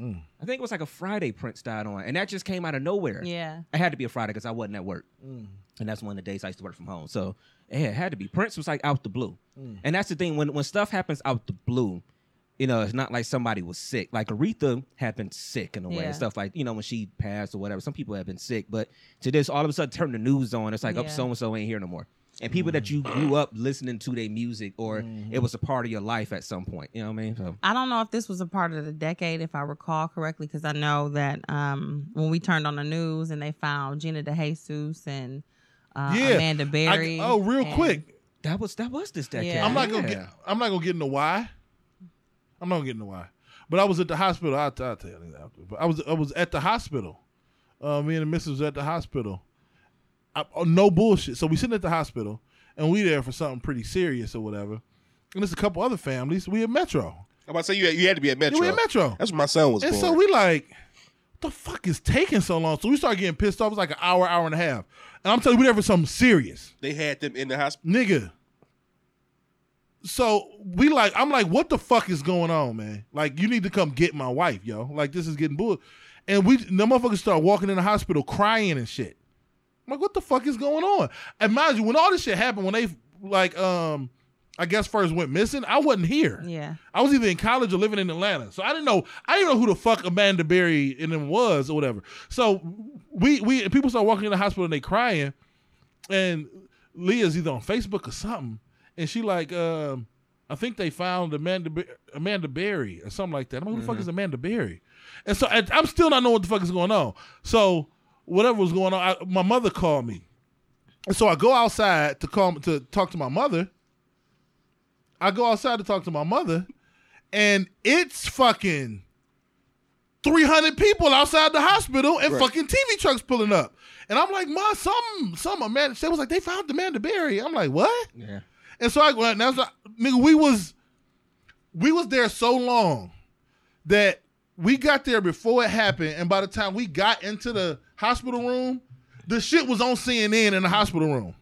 B: I think it was like a Friday Prince died on, and that just came out of nowhere.
D: Yeah.
B: It had to be a Friday because I wasn't at work, and that's one of the days I used to work from home. So yeah, it had to be. Prince was like out the blue,
D: Mm.
B: and that's the thing when when stuff happens out the blue, you know, it's not like somebody was sick. Like Aretha had been sick in a way
D: Yeah.
B: and stuff like you know when she passed or whatever. Some people have been sick, but to this, all of a sudden turn the news on, it's like oh
D: Yeah.
B: so and so ain't here no more. And people that you grew up listening to their music, or
D: Mm-hmm.
B: it was a part of your life at some point. You know what I mean? So,
D: I don't know if this was a part of the decade, if I recall correctly, because I know that um, when we turned on the news and they found Gina DeJesus and uh,
E: Yeah.
D: Amanda Berry.
E: I, oh, real
D: and-
E: quick.
B: that was that was this decade.
D: Yeah.
E: I'm not gonna
B: Yeah.
E: get. I'm not gonna get into why. I'm not gonna get into why. But I was at the hospital. I, will tell you that after. But I was I was at the hospital. Uh, me and the missus was at the hospital. I, oh, no bullshit. So we sitting at the hospital and we there for something pretty serious or whatever. And there's a couple other families. We at Metro.
C: I'm about to say you had, you had to be at Metro.
E: Yeah, we at Metro.
C: That's where my son was
E: And
C: born.
E: so we like, what the fuck is taking so long? So we start getting pissed off. It's like an hour, hour and a half. And I'm telling you, we there for something serious,
C: they had them in the hospital.
E: nigga. So we like, I'm like, what the fuck is going on, man? Like, you need to come get my wife, yo. Like, this is getting bull. And we, the motherfuckers start walking in the hospital crying and shit. I'm like, what the fuck is going on? And mind you, when all this shit happened, when they like, um, I guess first went missing, I wasn't here.
D: Yeah.
E: I was either in college or living in Atlanta. So I didn't know I didn't know who the fuck Amanda Berry and them was or whatever. So we we people start walking in the hospital and they crying and Leah's either on Facebook or something and she like um I think they found Amanda Be- Amanda Berry or something like that. I'm like, who the fuck is Amanda Berry? And so I, I'm still not knowing what the fuck is going on. So whatever was going on, I, my mother called me. And so I go outside to call to talk to my mother. I go outside to talk to my mother, and it's fucking three hundred people outside the hospital, and fucking TV trucks pulling up. And I'm like, Ma, some some Amanda. She was like, they found Amanda Berry. I'm like, what?
B: Yeah.
E: And so I go out and that's like, nigga, we was we was there so long that we got there before it happened, and by the time we got into the hospital room, the shit was on CNN in the hospital room.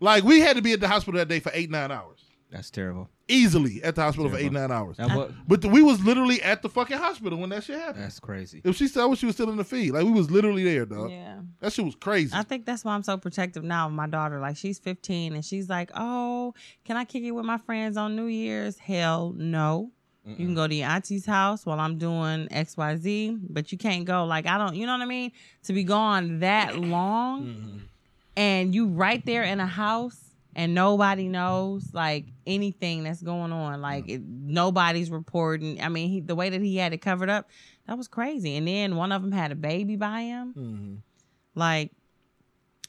E: Like we had to be at the hospital that day for eight nine hours,
B: That's terrible.
E: easily at the hospital for eight
B: Terrible.
E: nine hours.
B: That was,
E: But we was literally at the fucking hospital when that shit happened.
B: that's crazy.
E: If she said well, she was still in the feed, like we was literally there, dog.
D: Yeah.
E: That shit was crazy.
D: I think that's why I'm so protective now of my daughter. Like she's 15 and she's like, "Oh, can I kick it with my friends on New Year's?" Hell no. You can go to your auntie's house while I'm doing X Y Z, but you can't go. Like I don't, you know what I mean? To be gone that long, and you right there in a house. And nobody knows like anything that's going on. Like it, nobody's reporting. I mean, he, the way that he had it covered up, that was crazy. And then one of them had a baby by him.
E: Mm-hmm.
D: Like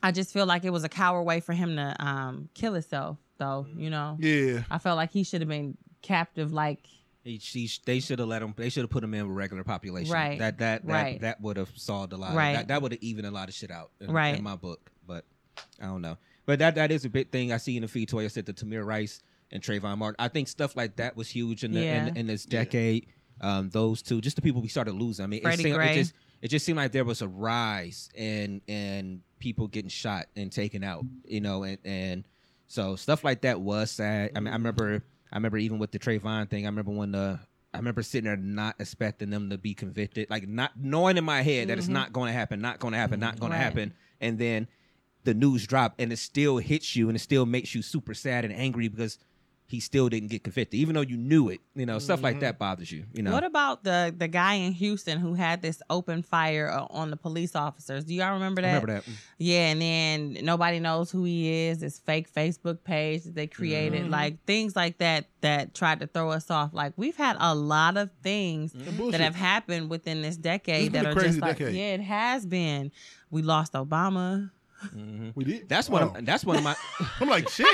D: I just feel like it was a coward way for him to um, kill himself, though. You know,
E: yeah,
D: I felt like he should have been captive, like
B: He, she, they should have let him. They should have put him in with regular population.
D: Right.
B: That that that,
D: Right.
B: that would have solved a lot.
D: Right.
B: Of, that that would have evened a lot of shit out. In,
D: Right.
B: In my book, but I don't know. But that that is a big thing I see in the feed. Toya said the Tamir Rice and Trayvon Martin. I think stuff like that was huge in the
D: Yeah.
B: in, in this decade. Um, those two, just the people we started losing. I mean, it,
D: Freddie
B: seemed, it
D: Gray.
B: just it just seemed like there was a rise in in people getting shot and taken out. You know, and and so stuff like that was sad. I mean, I remember, I remember even with the Trayvon thing. I remember when the, I remember sitting there not expecting them to be convicted, like not knowing in my head that it's not going to happen, not going to happen, not going
D: Mm-hmm. Right.
B: to happen, and then the news drop and it still hits you and it still makes you super sad and angry because he still didn't get convicted, even though you knew it. You know, stuff like that bothers you. You know,
D: Mm-hmm. What about the the guy in Houston who had this open fire uh, on the police officers? Do y'all remember that?
B: remember that?
D: Yeah, and then nobody knows who he is. This fake Facebook page that they created,
E: Mm-hmm.
D: like things like that that tried to throw us off. Like we've had a lot of things
E: bullshit.
D: that have happened within this decade
E: It's been
D: that
E: a
D: are
E: crazy
D: just like,
E: decade.
D: yeah, it has been. We lost Obama.
E: we did.
B: Mm-hmm. That's one.
E: Oh.
B: Of, that's one of my.
E: I'm like shit.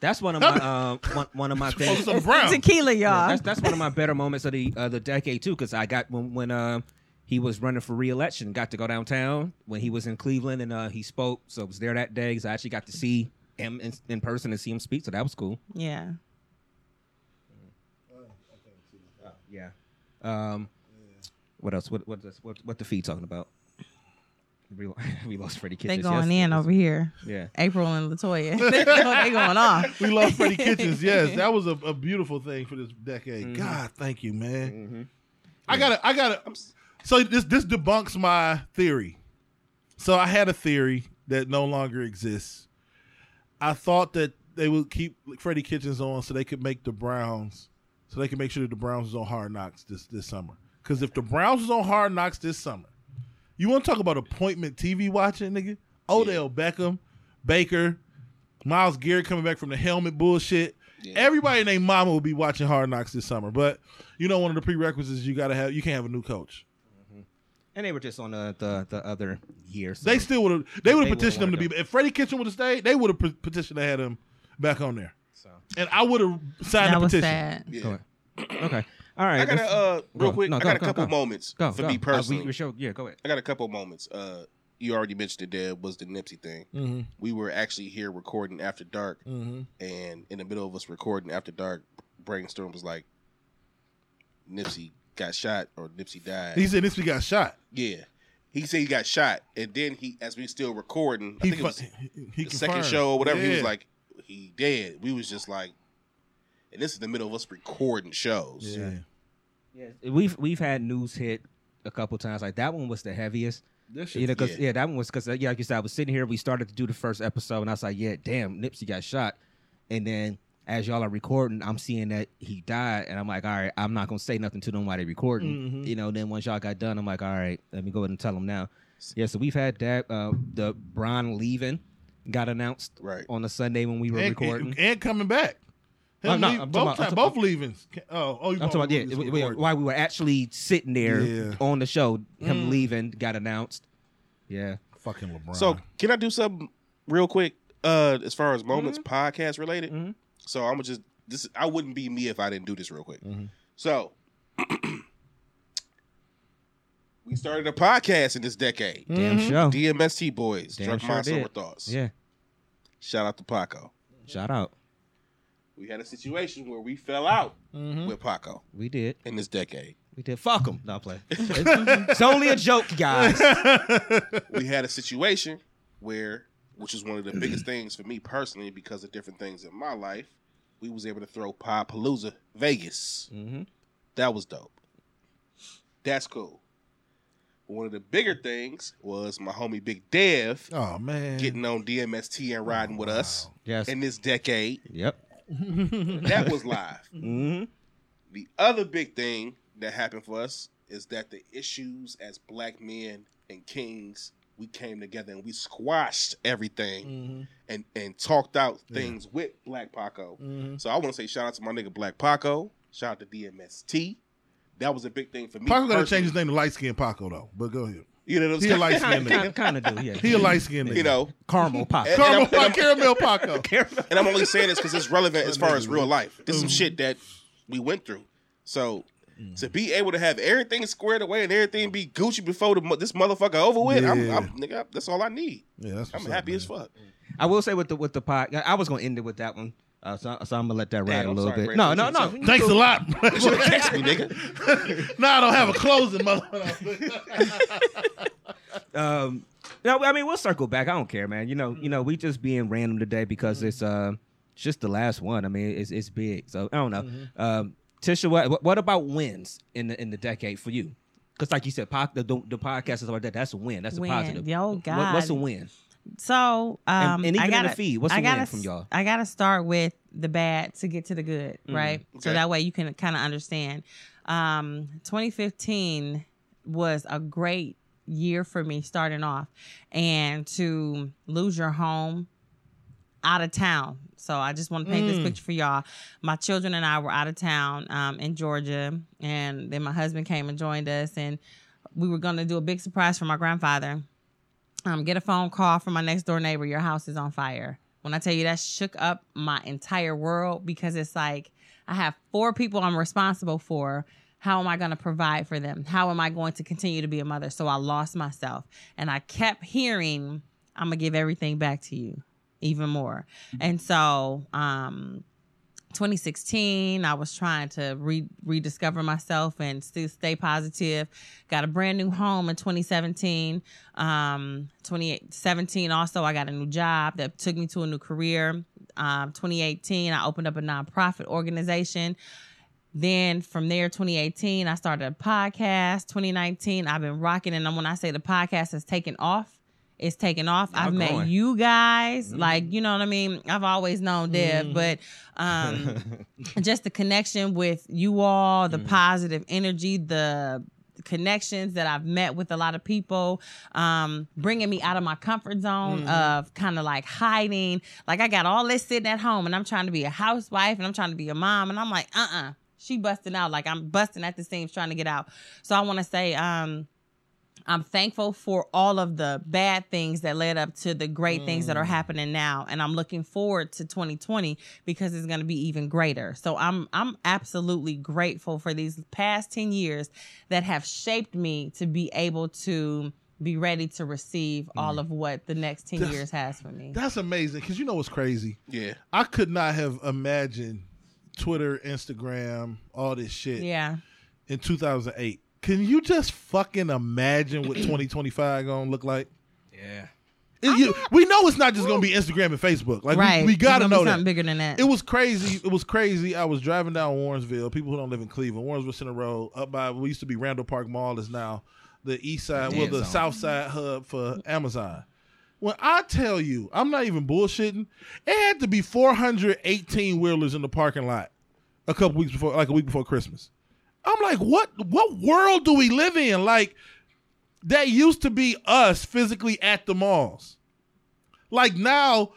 B: That's one of my. Um, one, one of my
E: Oh,
B: things.
E: some brown.
D: Tequila, y'all.
B: Yeah, that's that's one of my better moments of the uh, the decade too, because I got when when uh, he was running for reelection, got to go downtown when he was in Cleveland and uh, he spoke. So I was there that day, so I actually got to see him in, in person and see him speak. So that was cool.
D: yeah.
B: Yeah. Um, what else? What what what what the feed talking about? We, lo- we lost Freddie
D: They
B: Kitchens.
D: going
B: yes.
D: in over here.
B: Yeah.
D: April and Latoya. they going off.
E: We love Freddie Kitchens. Yes, that was a, a beautiful thing for this decade. God, thank you, man. I gotta, I gotta. So this this debunks my theory. So I had a theory that no longer exists. I thought that they would keep Freddie Kitchens on so they could make the Browns, so they could make sure that the Browns was on Hard Knocks this this summer. Because if the Browns was on Hard Knocks this summer, you want to talk about appointment TV watching, nigga? Odell Beckham, Baker, Miles Garrett coming back from the helmet bullshit. Everybody named Mama will be watching Hard Knocks this summer, but you know one of the prerequisites you gotta have you can't have a new coach.
B: And they were just on the the, the other year. So
E: They still would have they would
B: They
E: have
B: would've
E: petitioned him to
B: wanted
E: be if Freddie Kitchen would have stayed, they would have pe- petitioned to had him back on there. And I would have signed
D: That
E: the
D: was
E: petition.
D: sad.
C: Yeah.
B: Go ahead. Okay. All right.
C: I got
B: let's-
C: a uh, real
B: Go.
C: quick.
B: No,
C: I
B: go,
C: got a
B: go,
C: couple
B: go.
C: moments
B: Go,
C: for
B: go. Uh,
C: me
B: we-
C: personally.
B: we show- yeah, go ahead.
C: I got a couple moments. Uh, you already mentioned it, Deb, was the Nipsey thing.
E: Mm-hmm,
C: We were actually here recording after dark, and in the middle of us recording after dark, Brainstorm was like, "Nipsey got shot or Nipsey died."
E: He said this we got shot.
C: yeah, he said he got shot, and then he, as we still recording, I
E: He,
C: think it
E: fu-
C: was the
E: he, he
C: second
E: confirmed.
C: show or whatever. He was
E: Yeah.
C: like, "He dead." We was just like, and this is the middle of us recording shows.
E: Yeah.
B: we've we've had news hit a couple times. Like that one was the heaviest. You know, 'cause-
C: yeah.
B: yeah. that one was because yeah, like you said, I was sitting here. We started to do the first episode, and I was like, yeah, damn, Nipsey got shot, and then as y'all are recording, I'm seeing that he died, and I'm like, all right, I'm not gonna say nothing to them while they recording.
F: Mhm.
B: You know, then once y'all got done, I'm like, all right, let me go ahead and tell them now. Yeah, so we've had that. Uh, the Bron leaving got announced
C: Right.
B: on the Sunday when we were
E: and,
B: recording.
E: and, and coming back.
B: I'm
E: Him
B: not-
E: leave-
B: I'm talking
E: both
B: about- I'm
E: ti-
B: talking
E: both
B: about-
E: leavings. Oh, oh, you
B: I'm talking about yeah, we- we- while we were actually sitting there
E: Yeah.
B: on the show, him leaving got announced. Yeah.
E: fucking LeBron.
C: So can I do something real quick? Uh, as far as moments podcast related.
B: Mhm.
C: So I'm gonna just this. I wouldn't be me if I didn't do this real quick.
B: Mm-hmm.
C: So we started a podcast in this decade.
B: Damn show.
C: DMST boys,
B: Mm-hmm. Damn
C: drunk
B: sure
C: mind
B: did.
C: sober thoughts.
B: Yeah.
C: Shout out to Paco.
B: Shout out.
C: We had a situation where we fell out
B: Mm-hmm.
C: with Paco
B: We did.
C: in this decade.
B: We did. Fuck him. No play. It's, it's only a joke, guys.
C: we had a situation where which is one of the biggest things for me personally because of different things in my life we was able to throw Palooza vegas
B: Mhm.
C: that was dope that's cool one of the bigger things was my homie big dev
E: oh man,
C: getting on dmst and riding with us
B: Yes.
C: in this decade
B: Yep.
C: that was live
E: Mm-hmm.
B: hmm
C: the other big thing that happened for us is that the issues as black men and kings, we came together and we squashed everything and and talked out things with Black Paco. So I want to say shout out to my nigga Black Paco. Shout out to DMST. That was a big thing for me.
E: Paco got to
C: personally.
E: change his name to light skin Paco though. But go ahead.
C: You know what I'm
E: He a
C: saying?
E: light skinned nigga.
B: Kind of do. Yeah.
E: He a light skinned nigga.
C: you know,
B: caramel pop.
C: And-
E: Caramel
C: I'm- and I'm-
E: Paco, caramel Paco.
C: and I'm only saying this because it's relevant as far as real
E: Mm-hmm.
C: life. This is some shit that we went through. So to be able to have everything squared away and everything be Gucci before the, mo- this motherfucker over with, I'm,
E: Yeah.
C: I'm nigga, that's all I need.
E: Yeah, that's
C: I'm
E: what's up,
C: happy
E: man.
C: as fuck.
B: I will say with the with the pot. I was gonna end it with that one. Uh, so, so I'm gonna let that ride
C: Damn,
B: a
C: I'm
B: little
C: sorry,
B: bit.
C: Brandon.
B: No, no, no.
E: Thanks a lot.
C: Should have text me, nigga.
E: now I don't have a closing, motherfucker.
B: Um, no, I mean we'll circle back. I don't care, man. You
D: Mm.
B: know, you know, we just being random today because it's uh, it's just the last one. I mean, it's it's big. So I don't know.
D: Mm-hmm.
B: Um, Tisha, what what about wins in the in the decade for you? Because like you said, po- the, the, the podcast is like that. That's a win. That's
D: Win.
B: a positive.
D: Yo,
B: What-
D: God.
B: what's a win?
D: So um,
B: And- and even
D: I
B: in
D: gotta,
B: the feed, what's
D: I
B: the win
D: gotta,
B: from y'all? Mm,
D: I gotta start with the bad to get to the good, right? So
C: okay.
D: that way you can kind of understand. Um, 2015 was a great year for me starting off, and to lose your home out of town. So I just want to paint
B: Mm.
D: this picture for y'all. My children and I were out of town um, in Georgia, and then my husband came and joined us, and we were going to do a big surprise for my grandfather. Um, get a phone call from my next door neighbor. Your house is on fire. When I tell you that shook up my entire world because it's like I have four people I'm responsible for. How am I going to provide for them? How am I going to continue to be a mother? So I lost myself, and I kept hearing, "I'm gonna give everything back to you." even more. And so, um, 2016, I was trying to re- rediscover myself and still stay positive. Got a brand new home in 2017. Um, 2017, also, I got a new job that took me to a new career. Um, 2018, I opened up a nonprofit organization. Then from there, 2018, I started a podcast. 2019, I've been rocking. And then when I say the podcast has taken off, it's taken off. I've met
B: Outgoing.
D: you guys. Like, you know what I mean? I've always known Deb, but um, just the connection with you all, the positive energy, the connections that I've met with a lot of people, um, bringing me out of my comfort zone of kind of like hiding. Like I got all this sitting at home and I'm trying to be a housewife and I'm trying to be a mom and I'm like, uh-uh, she busting out. Like I'm busting at the seams trying to get out. So I want to say, um, I'm thankful for all of the bad things that led up to the great things
E: Mm.
D: that are happening now and I'm looking forward to 2020 because it's going to be even greater. So I'm I'm absolutely grateful for these past 10 years that have shaped me to be able to be ready to receive all of what the next 10 years has for me.
E: Mm. That's amazing. Cause you know what's crazy?
C: Yeah.
E: I could not have imagined Twitter, Instagram, all this shit
D: Yeah.
E: in 2008. Can you just fucking imagine what 2025 gonna look like?
B: Yeah.
E: It- you- we know it's not just gonna be Instagram and Facebook. Like we-
D: right.
E: we, gotta
D: It's gonna
E: know
D: be something
E: that.
D: bigger than that.
E: It was crazy. It was crazy. I was driving down Warrensville. People who don't live in Cleveland, Warrensville Center Road, up by what used to be Randall Park Mall is now the east side, well,
B: Damn
E: the
B: zone.
E: south side hub for Amazon. When I tell you, I'm not even bullshitting. It had to be 418 wheelers in the parking lot a couple weeks before, like a week before Christmas. I'm like, what? What world do we live in? Like that used to be us physically at the malls. Like now,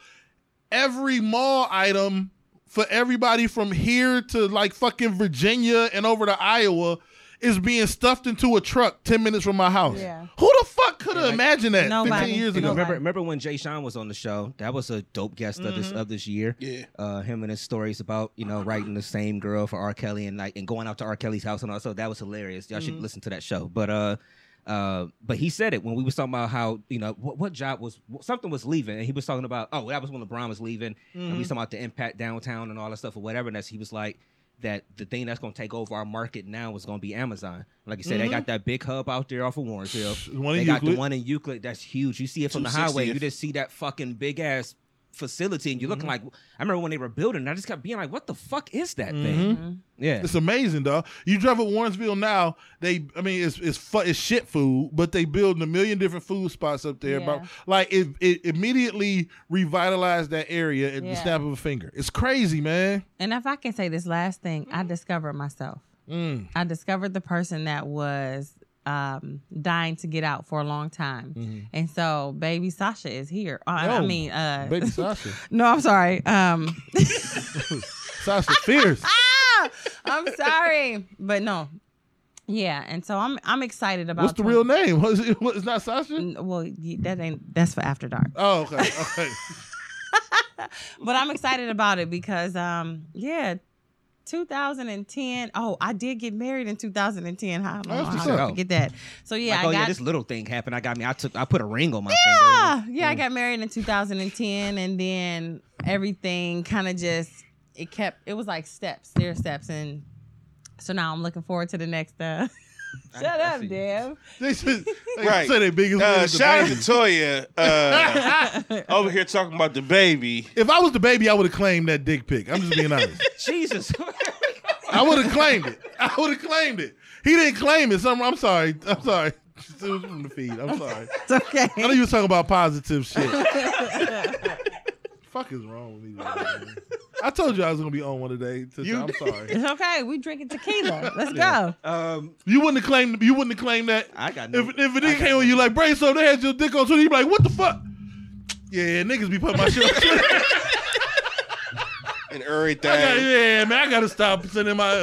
E: every mall item for everybody from here to like fucking Virginia and over to Iowa is being stuffed into a truck 10 minutes from my house.
D: Yeah.
E: Who the fuck could have imagined that
D: nobody.
E: 15 years
D: You
E: ago?
D: know,
B: remember,
D: Nobody.
B: remember when Jay Sean was on the show? That was a dope guest of
D: Mm-hmm.
B: this of this year.
C: Yeah.
B: uh, him and his stories about you know writing the same girl for R. Kelly and like and going out to R. Kelly's house and all. So that was hilarious. Y'all should listen to that show. But uh, uh, but he said it when we was talking about how you know what, what job was something was leaving and he was talking about oh that was when LeBron was leaving and we was talking about the impact downtown and all that stuff or whatever. And that's he was like. That the thing that's gonna take over our market now is gonna be Amazon. Like you said, they got that big hub out there off of Warren Hill.
E: One in
B: they got the
E: Euclid.
B: one in Euclid that's huge. You see it from the highway.
C: 260th.
B: You just see that fucking big ass facility, and you're looking
E: Mm-hmm.
B: like. I remember when they were building, it, I just kept being like, "What the fuck is that
E: Mm-hmm.
B: thing?" Mm-hmm. Yeah,
E: It's amazing, dog. You drive up Warrensville now. They, I mean, it's it's fu- it's shit food, but they building a million different food spots up there.
D: Yeah.
E: About like it, it immediately revitalized that area at the
D: Yeah.
E: snap of a finger. It's crazy, man.
D: And if I can say this last thing,
E: Mm-hmm.
D: I discovered myself.
E: Mm.
D: I discovered the person that was um, dying to get out for a long time,
E: Mm-hmm.
D: and so baby Sasha is here. Uh, I
E: No.
D: mean, uh,
E: Baby Sasha,
D: no, I'm sorry. Um,
E: Sasha fierce.
D: ah, I'm sorry, but no, yeah. And so I'm I'm excited about
E: What's the real name? What is it? What, it's not Sasha.
D: N- Well, y- that ain't that's for after dark.
E: Oh, okay. okay.
D: but I'm excited about it because um yeah, 2010. Oh, I did get married in 2010. How, I don't know
E: That's what's
D: how I
B: up.
D: forget that. So yeah,
B: like,
D: I
B: oh
D: got
B: yeah, this little thing happened. I got me. I took. I put a ring on my
D: yeah,
B: finger.
D: yeah, I got married in 2010, and then everything kind of just it kept. It was like steps, stair steps, and so now I'm looking forward to the next. Uh, shut
B: I see.
D: up, Dev.
E: they should, they
C: Right.
E: say they biggest. win
C: Uh,
E: is the
C: shout out
E: baby.
C: to Toya uh, over here talking about the baby.
E: If I was the baby, I would have claimed that dick pic. I'm just being honest.
B: Jesus.
E: I would have claimed it. I would have claimed it. He didn't claim it. Some, I'm sorry. I'm sorry. It was from the feed. I'm sorry.
D: It's okay.
E: I know you was talking about positive shit. Fuck is wrong with me. man? I told you I was gonna be on one today. Tisha.
C: You
E: I'm sorry.
D: It's okay. We drinking tequila. Let's go.
B: um,
E: You wouldn't have claimed. You wouldn't have claimed that.
B: I got no.
E: If if it didn't came on you like Bray, so they had your dick on Twitter, you be like, what the fuck? Yeah, niggas be putting my shit on Twitter.
C: and
E: I gotta-
C: everything.
E: yeah, man, I gotta stop sending my.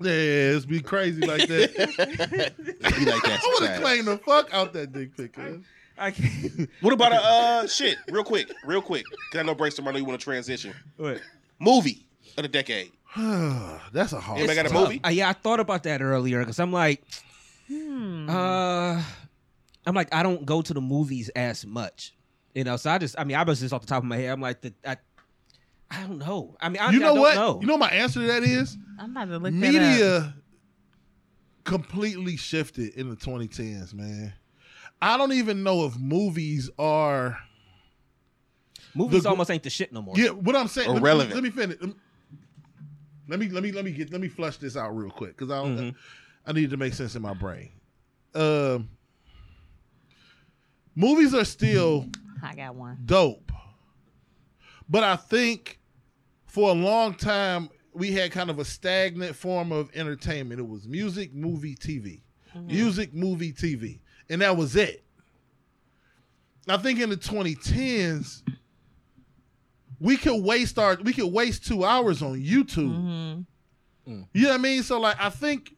E: Yeah, it's be crazy like that.
C: Be like that.
E: I would have
C: sometimes.
E: claimed the fuck out that dick pic. man.
B: I can't.
C: What about a uh, shit? Real quick, real quick. Cause I know Brace tomorrow. You want to transition
B: What?
C: movie of the decade.
E: That's a hard.
C: Anybody got a
E: stop.
C: movie?
B: Uh, yeah, I thought about that earlier because I'm like,
D: Hmm.
B: uh, I'm like, I don't go to the movies as much, you know. So I just, I mean, I was just off the top of my head. I'm like, the, I, I don't know. I mean, I,
E: You
B: I
E: know
B: don't
E: what?
B: Know.
E: You know my answer to that is
D: I'm about to look that up.
E: media completely shifted in the 2010s, man. I don't even know if movies are.
B: movies
E: the-
B: almost ain't the shit no more.
E: Yeah, what I'm saying. let me-
C: Irrelevant.
E: Let me, finish. Let me- Let me let me let me get let me flush this out real quick because I don't,
B: Mm-hmm.
E: I need it to make sense in my brain. Um, movies are still
D: I got one.
E: dope. But I think for a long time we had kind of a stagnant form of entertainment. It was music, movie, TV. Music, movie, TV. And that was it. I think in the 2010s we could waste our we could waste 2 hours on YouTube.
B: Mm-hmm.
C: Mm.
E: You know what I mean? So like I think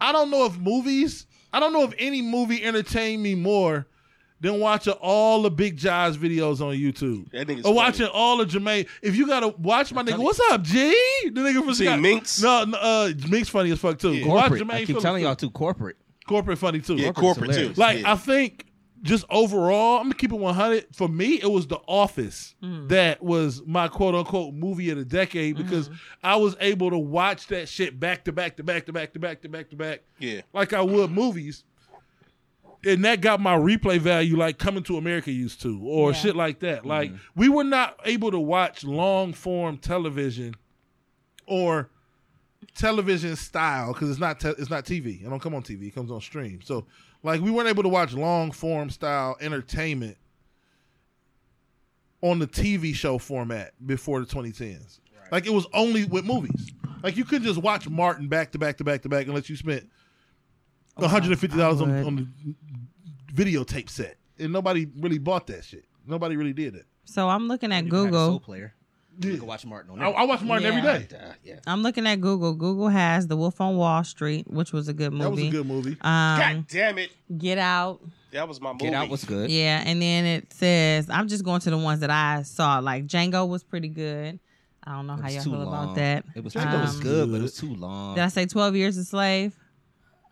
E: I don't know if movies, I don't know if any movie entertained me more than watching all the Big Jaws videos on YouTube.
C: That nigga's
E: or
C: funny.
E: watching all of Jermaine. If you gotta watch my nigga, what's up, G? The nigga from
C: seen
E: Scott-
C: Minx?
E: No, no uh, Minx funny as fuck too. Watch
B: corporate.
E: Jermaine
B: I keep
E: Phillips
B: telling
E: too.
B: y'all too corporate.
E: corporate funny too.
C: Yeah,
E: Corporate.
C: corporate too.
B: hilarious.
E: Like
C: yeah.
E: I think just overall, I'm gonna keep it 100. For me, it was The Office that was my quote unquote movie of the decade because I was able to watch that shit back to back to back to back to back to back to back
C: yeah.
E: like I would movies. And that got my replay value like coming to America used to, or
D: Yeah.
E: shit like that. Like we were not able to watch long form television or television style because it's not te- it's not TV. It don't come on TV. It comes on stream. So like we weren't able to watch long form style entertainment on the TV show format before the 2010s. Like it was only with movies. Like you couldn't just watch Martin back to back to back to back unless you spent
B: Oh,
E: $150 on,
D: would.
E: on the videotape set. And nobody really bought that shit. Nobody really did it.
D: So I'm looking at
F: Had a soul
D: Google.
F: player. You can watch Martin on
E: I,
F: that.
E: I watch Martin
D: Yeah.
E: every day.
F: Uh, yeah.
D: I'm looking at Google. Google has The Wolf on Wall Street, which was a good movie.
E: That was a good movie.
D: Um,
C: God damn it.
D: Get Out.
C: That was my movie.
B: Get Out was good.
D: Yeah, and then it says I'm just going to the ones that I saw. Like Django was pretty good. I don't know
B: It
D: how
B: was
D: y'all
B: too
D: feel
B: long.
D: about that. Um,
B: It was,
D: Django
B: it was
D: was
B: good, but it was too long.
D: Did I say Twelve Years a Slave?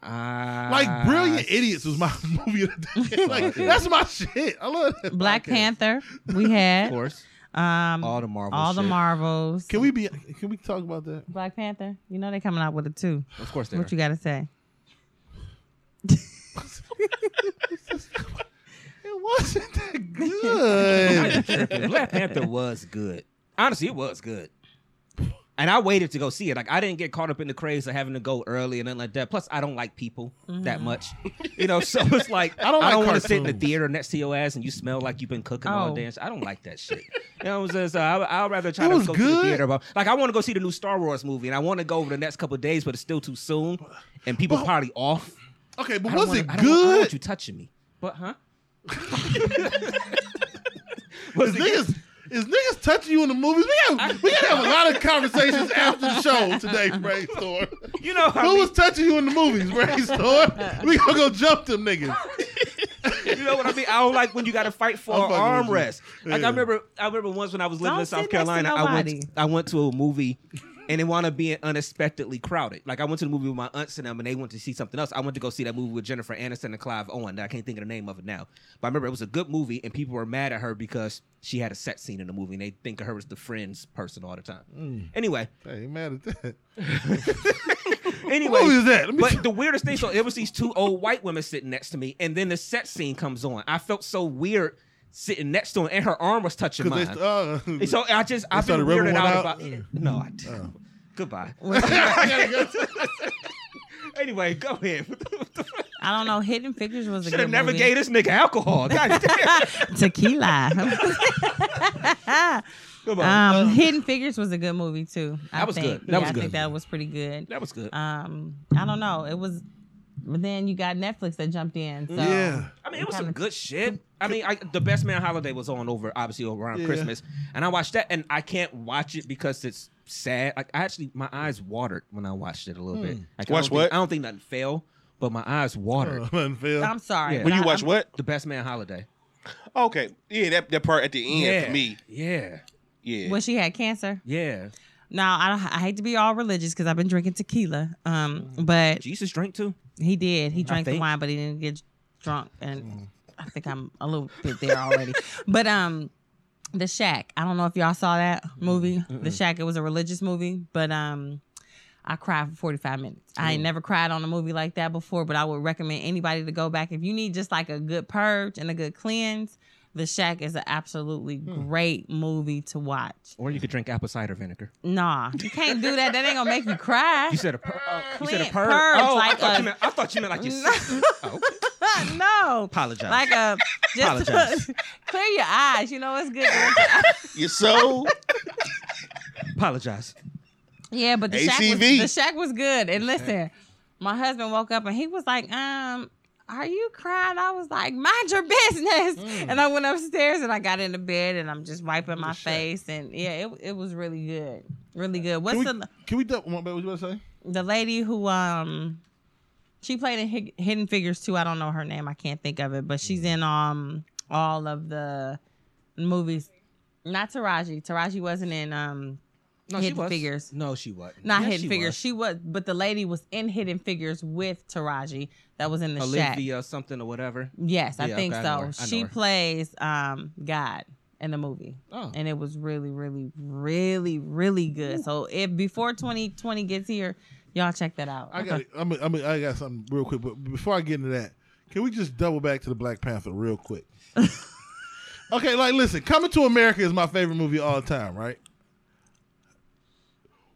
B: Ah,
E: Like Brilliant Idiots was my movie of the day. Like that's my shit. I love that.
D: Black
E: podcast.
D: Panther. We
B: Of
D: had
B: course,
D: um,
B: all the Marvel.
D: all the
B: shit.
D: Marvels.
E: Can we be? Can we talk about that?
D: Black Panther. You know they coming out with it too.
B: Of course, they
D: What
B: are.
D: you got to say?
E: It wasn't that good.
B: Black Panther was good. Honestly, it was good. And I waited to go see it. Like I didn't get caught up in the craze of having to go early and nothing like that. Plus, I don't like people that much, you know. So it's like I don't,
E: like
B: want to sit in the
E: cartoons.
B: theater next to your ass and you smell like you've been cooking all
D: Oh.
B: day. and shit. I don't like that shit. You know, what I'm saying? So I, I'd rather try
E: It
B: to
E: was
B: go to the
E: good.
B: theater. But like, I want to go see the new Star Wars movie, and I want to go over the next couple of days, but it's still too soon, and people probably off.
E: okay, but
B: I don't
E: was
B: wanna-
E: it
B: I don't want- I don't want
E: good?
B: you touching me, but huh? was
E: Is niggas is niggas touching you in the movies? We got we gotta have a lot of conversations after the show today, Brainstorm.
B: You know, I
E: Who
B: mean,
E: was touching you in the movies, Brainstorm? We gonna go jump them niggas.
B: you know what I mean. I don't like when you got to fight for
E: I'm
B: an
E: fucking
B: arm
E: with you.
B: rest. Like
E: Yeah.
B: I remember, I remember once when I was living
D: Don't
B: in South
D: sit next to
B: Carolina, I
D: nobody.
B: went, I went to a movie. And it wound up being unexpectedly crowded. Like I went to the movie with my aunts and them, and they went to see something else. I went to go see that movie with Jennifer Aniston and Clive Owen. That I can't think of the name of it now, but I remember it was a good movie, and people were mad at her because she had a sex scene in the movie, and they think of her as the Friends person all the time.
E: Mm.
B: Anyway,
E: I ain't mad at that.
B: anyway,
E: What movie is that? Let me
B: But the weirdest thing, so it was these two old white women sitting next to me, and then the set scene comes on. I felt so weird sitting next to her, and her arm was touching mine.
E: Because they, uh,
B: And so I just, I've been
E: started rubbing
B: weirded
E: one
B: out,
E: out?
B: about.
E: Mm.
B: No, I didn't. Goodbye. anyway, go ahead.
D: I don't know. Hidden Figures was a
B: Should
D: good
B: have never
D: movie.
B: gave this nigga alcohol. God damn.
D: Tequila.
B: Come on.
D: um, Hidden Figures was a good movie too. I
B: That was
D: think.
B: good. That
D: yeah,
B: was
D: I
B: good.
D: think that was pretty good.
B: that was good.
D: Um, I don't know. It was, but then you got Netflix that jumped in. So
E: Yeah.
B: I mean, it was some good shit. I mean, I, the Best Man Holiday was on over obviously over around
E: Yeah.
B: Christmas, and I watched that, and I can't watch it because it's sad. Like, I actually my eyes watered when I watched it a little bit. Like, I
C: Hmm.
B: don't
C: Watch
B: think-
C: what?
B: I don't think nothing fell, but my eyes watered.
D: I'm sorry.
B: Yeah.
D: but
C: When you
D: I-
C: watch
D: I'm-
C: what?
B: The Best Man Holiday.
C: Okay. Yeah, that, that part at the end
B: yeah,
C: for me.
B: Yeah,
C: Yeah.
D: When she had cancer.
B: yeah.
D: Now I, don't- I hate to be all religious because I've been drinking tequila. Um, but
B: Jesus drank too.
D: he did. He drank the
B: think. Mm.
D: wine, but he didn't get drunk. And I think I'm a little bit there already. but um, the Shack. I don't know if y'all saw that movie. The Shack. It was a religious movie, but um. I cried for 45 minutes. I ain't never cried on a movie like that before, but I would recommend anybody to go back. If you need just like a good purge and a good cleanse, The Shack is an absolutely
B: Hmm.
D: great movie to watch.
B: Or you could drink apple cider vinegar.
D: Nah, you can't do that. That ain't gonna make you cry.
B: You said a pur- oh, you said a
D: Clean-
B: purge.
D: purge,
B: oh, I
D: like
B: thought
D: a-
B: you meant I thought you meant like your sister. Oh, okay.
D: no,
B: apologize.
D: like a just
B: Apologize.
D: clear your eyes. You know it's good. to-
C: you so
B: apologize.
D: yeah, but the shack
E: E
D: was
C: ACV.
D: the shack was good. And listen, my husband woke up and he was like, um. Are you crying? I was like, mind your business.
E: Mm.
D: And I went upstairs and I got into bed and I'm just wiping my face. And yeah, it, it was really good. Really good. What's
E: Can we,
D: the
E: can we double? What you about to say?
D: the lady who um she played in Hid- Hidden Figures too. I don't know her name. I can't think of it, but she's
B: Mm-hmm.
D: in um all of the movies. Not Taraji. Taraji wasn't in um
B: No,
D: Hidden Figures.
B: No, she wasn't.
D: not
B: Yes,
D: Hidden
B: she
D: Figures.
B: was.
D: She was, but the lady was in Hidden Figures with Taraji. That was in the shack.
B: Olivia something or whatever.
D: Yes, I
B: Yeah,
D: think
B: okay, I know her.
D: so.
B: I know
D: She
B: her.
D: plays um God in the movie.
B: Oh.
D: And it was really, really, really, really good. So if before 2020 gets here, y'all check that out.
E: I got. I'm. I'm. I got something real quick. But before I get into that, can we just double back to the Black Panther real quick? okay, like listen, Coming to America is my favorite movie of all time. Right?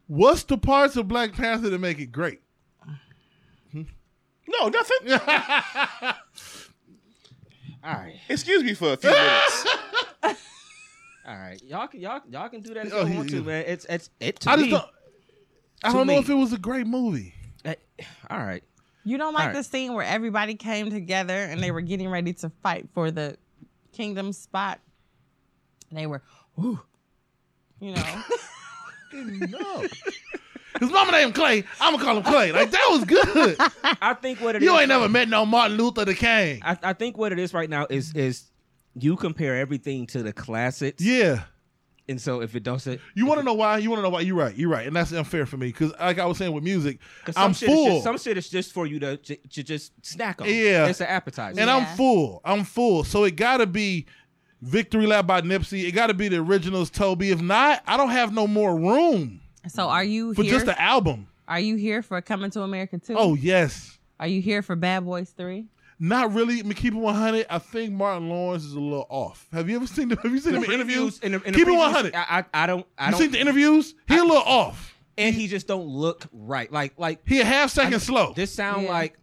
E: What's the parts of Black Panther that make it great?
C: No, nothing.
B: All right,
C: Excuse me for a few minutes.
B: all right, y'all can y'all y'all can do that if
E: Oh,
B: y'all
E: he-
B: want to,
E: he-
B: man. It's it's it to
E: I just
B: me.
E: don't. I
B: to
E: don't know
B: me.
E: if it was a great movie.
B: eh, all right,
D: You don't like
B: All right.
D: the scene where everybody came together and
E: Mm-hmm.
D: they were getting ready to fight for the kingdom spot. And they were, whoo, you know.
E: No. His mama named Clay. I'ma call him Clay. Like that was good.
B: I think what it is.
E: You ain't never met no Martin Luther the King.
B: I, I think what it is right now is is you compare everything to the classics,
E: Yeah.
B: and so if it doesn't,
E: You want to know why? You want to know why? You're right. You're right, and that's unfair for me because, like I was saying with music,
B: 'cause some
E: I'm
B: shit is
E: full,
B: Just, some shit is just for you to, to, to just snack on.
E: Yeah.
B: it's an appetizer.
E: and
D: Yeah.
E: I'm full. I'm full. So it gotta be "Victory Lap" by Nipsey. It gotta be the originals, Toby. If not, I don't have no more room
D: so are you
E: for
D: here?
E: just the album.
D: are you here for Coming to America too?
E: Oh yes,
D: Are you here for Bad Boys 3?
E: not really. I mean, Keep it 100. I think Martin Lawrence is a little off. Have you ever seen the Have you seen
B: In
E: the
B: the
E: interviews?
B: previews- in the- in the
E: Keep it
B: previews,
E: 100.
B: I, I I don't I
E: You
B: don't
E: seen the interviews? He a little off.
B: and he just don't look right. Like like
E: He a half second slow.
B: this sound
D: Yeah.
B: like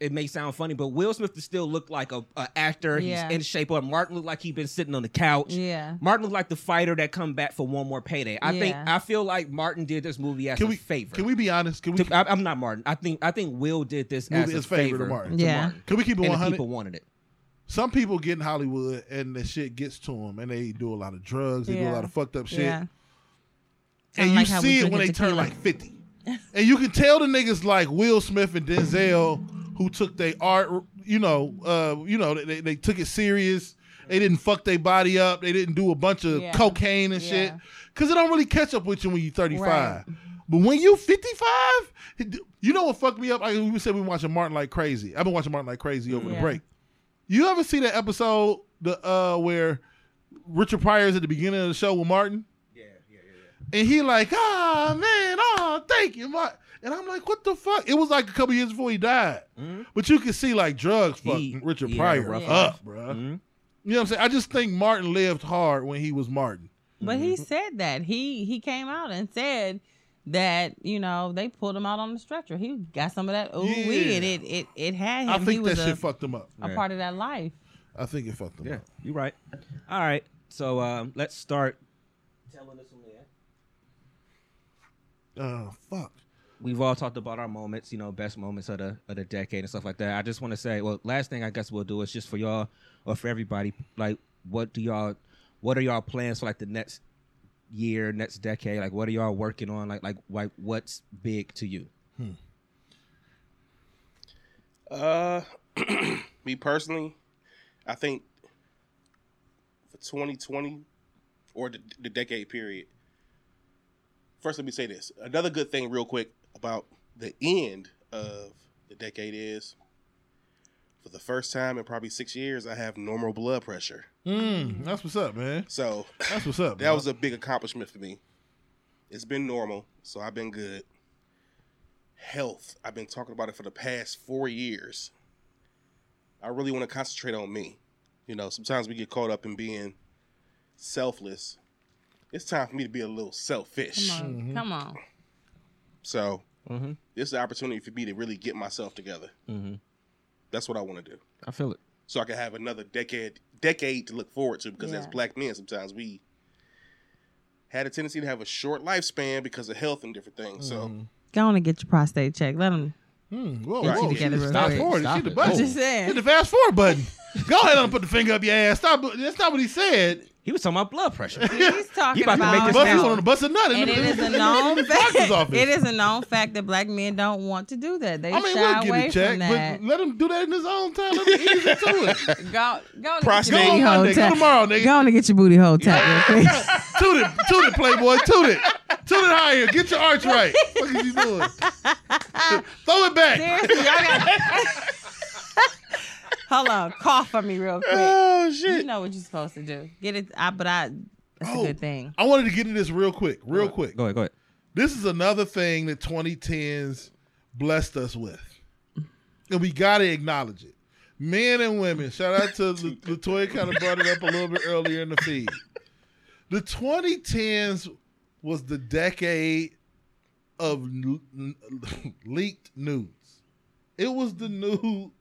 B: it may sound funny, but Will Smith to still look like a, a actor.
D: Yeah.
B: He's in shape. Or Martin looked like he been sitting on the couch.
D: Yeah.
B: Martin looked like the fighter that come back for one more payday. I think
D: Yeah.
B: I feel like Martin did this movie as
E: Can
B: a
E: we
B: favor.
E: Can we be honest? Can we?
B: To- I, I'm not Martin. I think I think Will did this
E: Movie
B: as a
E: is favor to
B: favor.
E: Martin.
B: to
D: Yeah.
B: Martin.
E: Can we keep it
B: And the
E: 100?
B: people wanted it.
E: some people get in Hollywood and the shit gets to them and they do a lot of drugs, they do
D: Yeah.
E: a lot of fucked up shit.
D: Yeah. Kinda
E: And you
D: like how we
E: see it when
D: drinking
E: they turn
D: tequila.
E: like 50. and you can tell the niggas like Will Smith and Denzel who took their art, you know, uh, you know, they- they, they took it serious. They didn't fuck their body up. They didn't do a bunch of
D: Yeah.
E: cocaine and shit.
D: Yeah.
E: Cause it don't really catch up with you when you're 35.
D: Right.
E: But when you 55, it- you know what fucked me up? I, we said we been watching Martin like crazy. I've been watching Martin like crazy over the
D: Yeah.
E: break. You ever see that episode the uh where Richard Pryor is at the beginning of the show with Martin? Yeah, yeah, yeah. And he like, ah man, oh thank you, Martin. And I'm like, what the fuck? It was like a couple years before he died. But you could see like drugs fucked
B: He-
E: Richard
B: he had a
E: Pryor
B: rough
E: up, bro. You know what I'm saying? I just think Martin lived hard when he was Martin.
D: But
E: Mm-hmm.
D: he said that. He he came out and said that, you know, they pulled him out on the stretcher. He got some of that ooh wee
E: Yeah.
D: and it, it it had him.
E: I
D: he
E: think that
D: was
E: shit
D: a,
E: fucked him up.
D: a
B: Yeah.
D: part of that life.
E: I think it fucked him
B: Yeah,
E: up.
B: you're right. All right, so um, let's start. Telling us from there.
E: Oh fuck.
B: We've all talked about our moments, you know, best moments of the of the decade and stuff like that. I just want to say, well, last thing I guess we'll do is just for y'all or for everybody, like, what do y'all, what are y'all plans for like the next year, next decade? Like, what are y'all working on? Like, like, like what's big to you?
C: Uh, me personally, I think for 2020 or the, the decade period. First, let me say this. Another good thing, real quick, about the end of the decade is, for the first time in probably six years, I have normal blood pressure.
E: Mm, that's what's up, man.
C: So
E: That's what's up.
C: that was a big accomplishment for me. It's been normal, so I've been good. Health, I've been talking about it for the past four years. I really want to concentrate on me. You know, sometimes we get caught up in being selfless. It's time for me to be a little selfish.
D: Come on. Mm-hmm. Come on.
C: So, this is an opportunity for me to really get myself together.
D: Mm-hmm.
C: That's what I want to do
B: I feel it.
C: so I can have another decade decade to look forward to. Because as
D: Yeah.
C: black men, sometimes we had a tendency to have a short lifespan because of health and different things.
E: Mm-hmm.
D: Go on and get your prostate check. Let him
E: Mm, whoa,
D: Get you
E: whoa,
D: together
E: she
D: real
E: stop
D: quick.
E: forward.
B: Stop
E: She the
B: it.
E: button.
B: Oh.
D: Just saying.
E: Hit the fast forward button. Go ahead and put the finger up your ass. Stop. That's not what he said.
B: He was talking about blood pressure.
D: He's talking
B: You about to make this
D: about
E: Bust
B: now.
E: is on the bus or nothing.
D: and it is a known fact. It is a known fact that black men don't want to do that. They
E: I mean,
D: shy
E: we'll get
D: away
E: it checked,
D: from that.
E: but let him do that in his own time. Let him ease into it.
D: Go, go and
C: Prostate.
D: get your
E: Go
D: booty hole
E: on Monday. Go
D: tapped.
E: tomorrow, nigga.
D: Go on and get your booty hole tapped. real quick.
E: toot it, toot it, Playboy, toot it, toot it higher. Get your arch right. What is he doing? Throw it back.
D: Seriously, y'all got. Hold on, cough for me real quick.
C: Oh
D: You
C: shit!
D: know what you're supposed to do. Get it, I, but I. That's
E: Oh.
D: a good thing.
E: I wanted to get into this real quick, real quick.
B: Go ahead, go ahead.
E: This is another thing that 2010s blessed us with, and we gotta acknowledge it. Men and women. Shout out to La- Latoya. Kind of brought it up a little bit earlier in the feed. The 2010s was the decade of n- n- leaked news. It was the new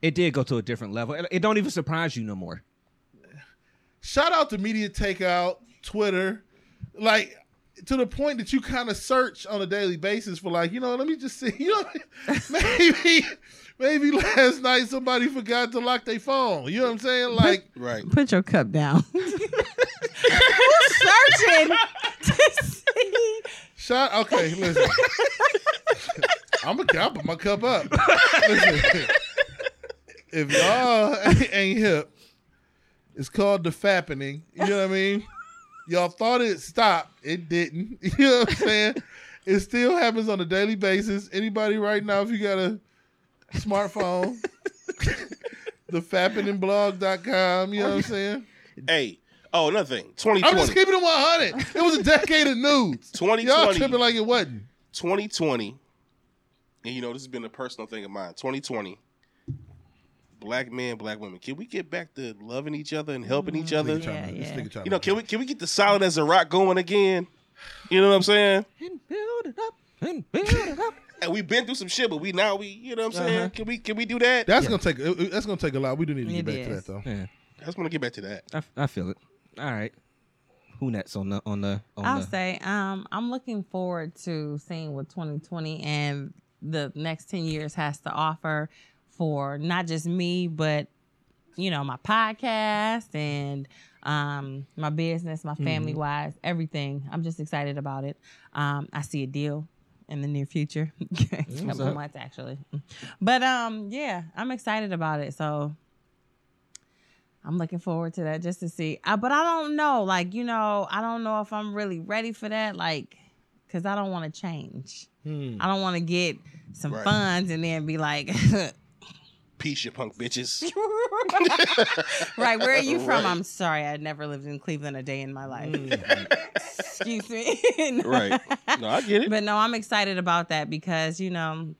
B: It did go to a different level. It, it don't even surprise you no more.
E: Shout out to Media Takeout. Twitter, like to the point that you kind of search on a daily basis for like, you know, let me just see, you know, maybe maybe last night somebody forgot to lock their phone. You know what I'm saying? Like
C: Right.
D: Put your cup down. Who's searching to see?
E: Shot. Okay, listen. I'm a I'll put my cup up. Listen, if y'all ain't hip, it's called the fappening. You know what I mean? Y'all thought it stopped. It didn't. You know what I'm saying? It still happens on a daily basis. Anybody right now, if you got a smartphone, the fappeningblog.com, you know what I'm saying?
C: Hey. Oh, another thing.
E: I'm just
C: 2020.
E: keeping it 100. It was a decade of nudes. Y'all
C: 2020.
E: tripping like it wasn't.
C: 2020, and you know, this has been a personal thing of mine. 2020, black men, black women. Can we get back to loving each other and helping
E: Mm-hmm.
C: each other?
D: Yeah,
E: Tryna- this
D: yeah.
E: nigga tryna-
C: You know, can we can we get the solid as a rock going again? You know what I'm saying?
B: And build it up. And build it up.
C: And we've been through some shit, but we now we, you know what I'm saying?
B: Uh-huh.
C: Can we can we do that?
E: That's gonna take uh, uh, that's gonna take a lot. We do need to get
D: It
E: back to
D: is.
E: that though.
B: Yeah,
C: I just want to get back to that.
B: I, I feel it. All right. Who next on the on the on
D: I'll
B: the?
D: say um, I'm looking forward to seeing what 2020 and the next 10 years has to offer for not just me, but you know my podcast and um, my business, my family wise, everything. I'm just excited about it. Um, I see a deal in the near future, couple
B: up?
D: months actually. But um, yeah, I'm excited about it. So I'm looking forward to that just to see. I, but I don't know. Like, you know, I don't know if I'm really ready for that. Like, because I don't want to change. I don't want to get some
C: Hmm. Right.
D: funds and then be like,
C: Peace, you punk bitches.
D: right, where are you from?
C: Right. Hmm.
D: I'm sorry. I never lived in Cleveland a day in my life. Excuse me.
C: right. No, I get it.
D: But no, I'm excited about that because, you know,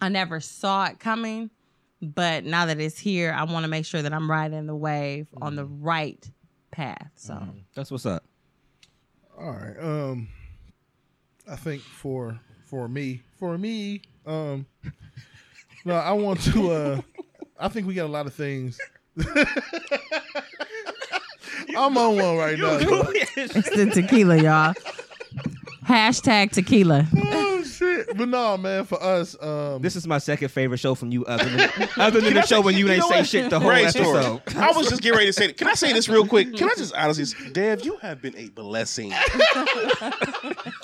D: I never saw it coming. But now that it's here, I want to make sure that I'm riding the wave on the right path. So.
B: That's what's up.
E: All right. Um, I think for for me for me um, no, I want to. Uh, I think we got a lot of things. I'm on one right now. dog.
D: It's the tequila, y'all. Hashtag tequila.
E: Oh shit! But no, man. For us, um,
B: This is my second favorite show from you, other than, other than the show when you ain't say shit the whole episode.
C: I was just getting ready to say. Can I say this real quick? Can I just honestly, say- Dev, you have been a blessing.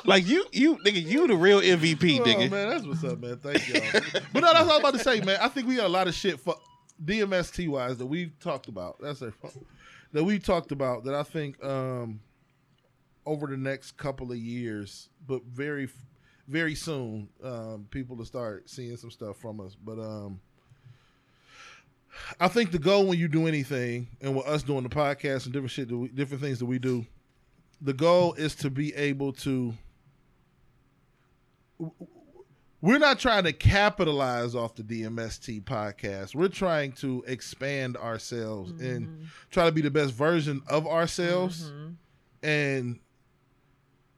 C: like you, you nigga, you the real MVP,
E: Oh,
C: nigga.
E: man, that's what's up, man. Thank y'all. but no, that's all I'm about to say, man. I think we got a lot of shit for DMST wise that we've talked about. That's it. That we talked about that I think um, over the next couple of years, but very, very soon, um, people will start seeing some stuff from us. But um, I think the goal when you do anything, and with us doing the podcast and different shit, that we, different things that we do, the goal is to be able to we're not trying to capitalize off the DMST podcast. We're trying to expand ourselves and try to be the best version of ourselves and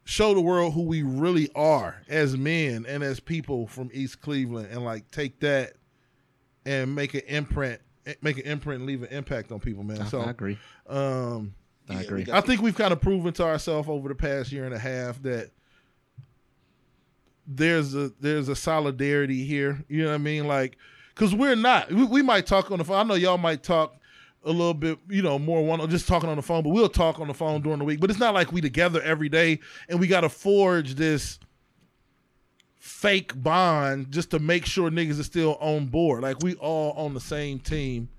E: show the world who we really are as men and as people from East Cleveland and like take that and make an imprint make an imprint and leave an impact on people, man. so
B: I agree.
E: um
B: I agree.
E: I think we've kind of proven to ourselves over the past year and a half that there's a there's a solidarity here. You know what I mean? Like, because we're not. We, we might talk on the phone. I know y'all might talk a little bit, you know, more one just talking on the phone. But we'll talk on the phone during the week. But it's not like we together every day, and we got to forge this fake bond just to make sure niggas are still on board. Like we all on the same team,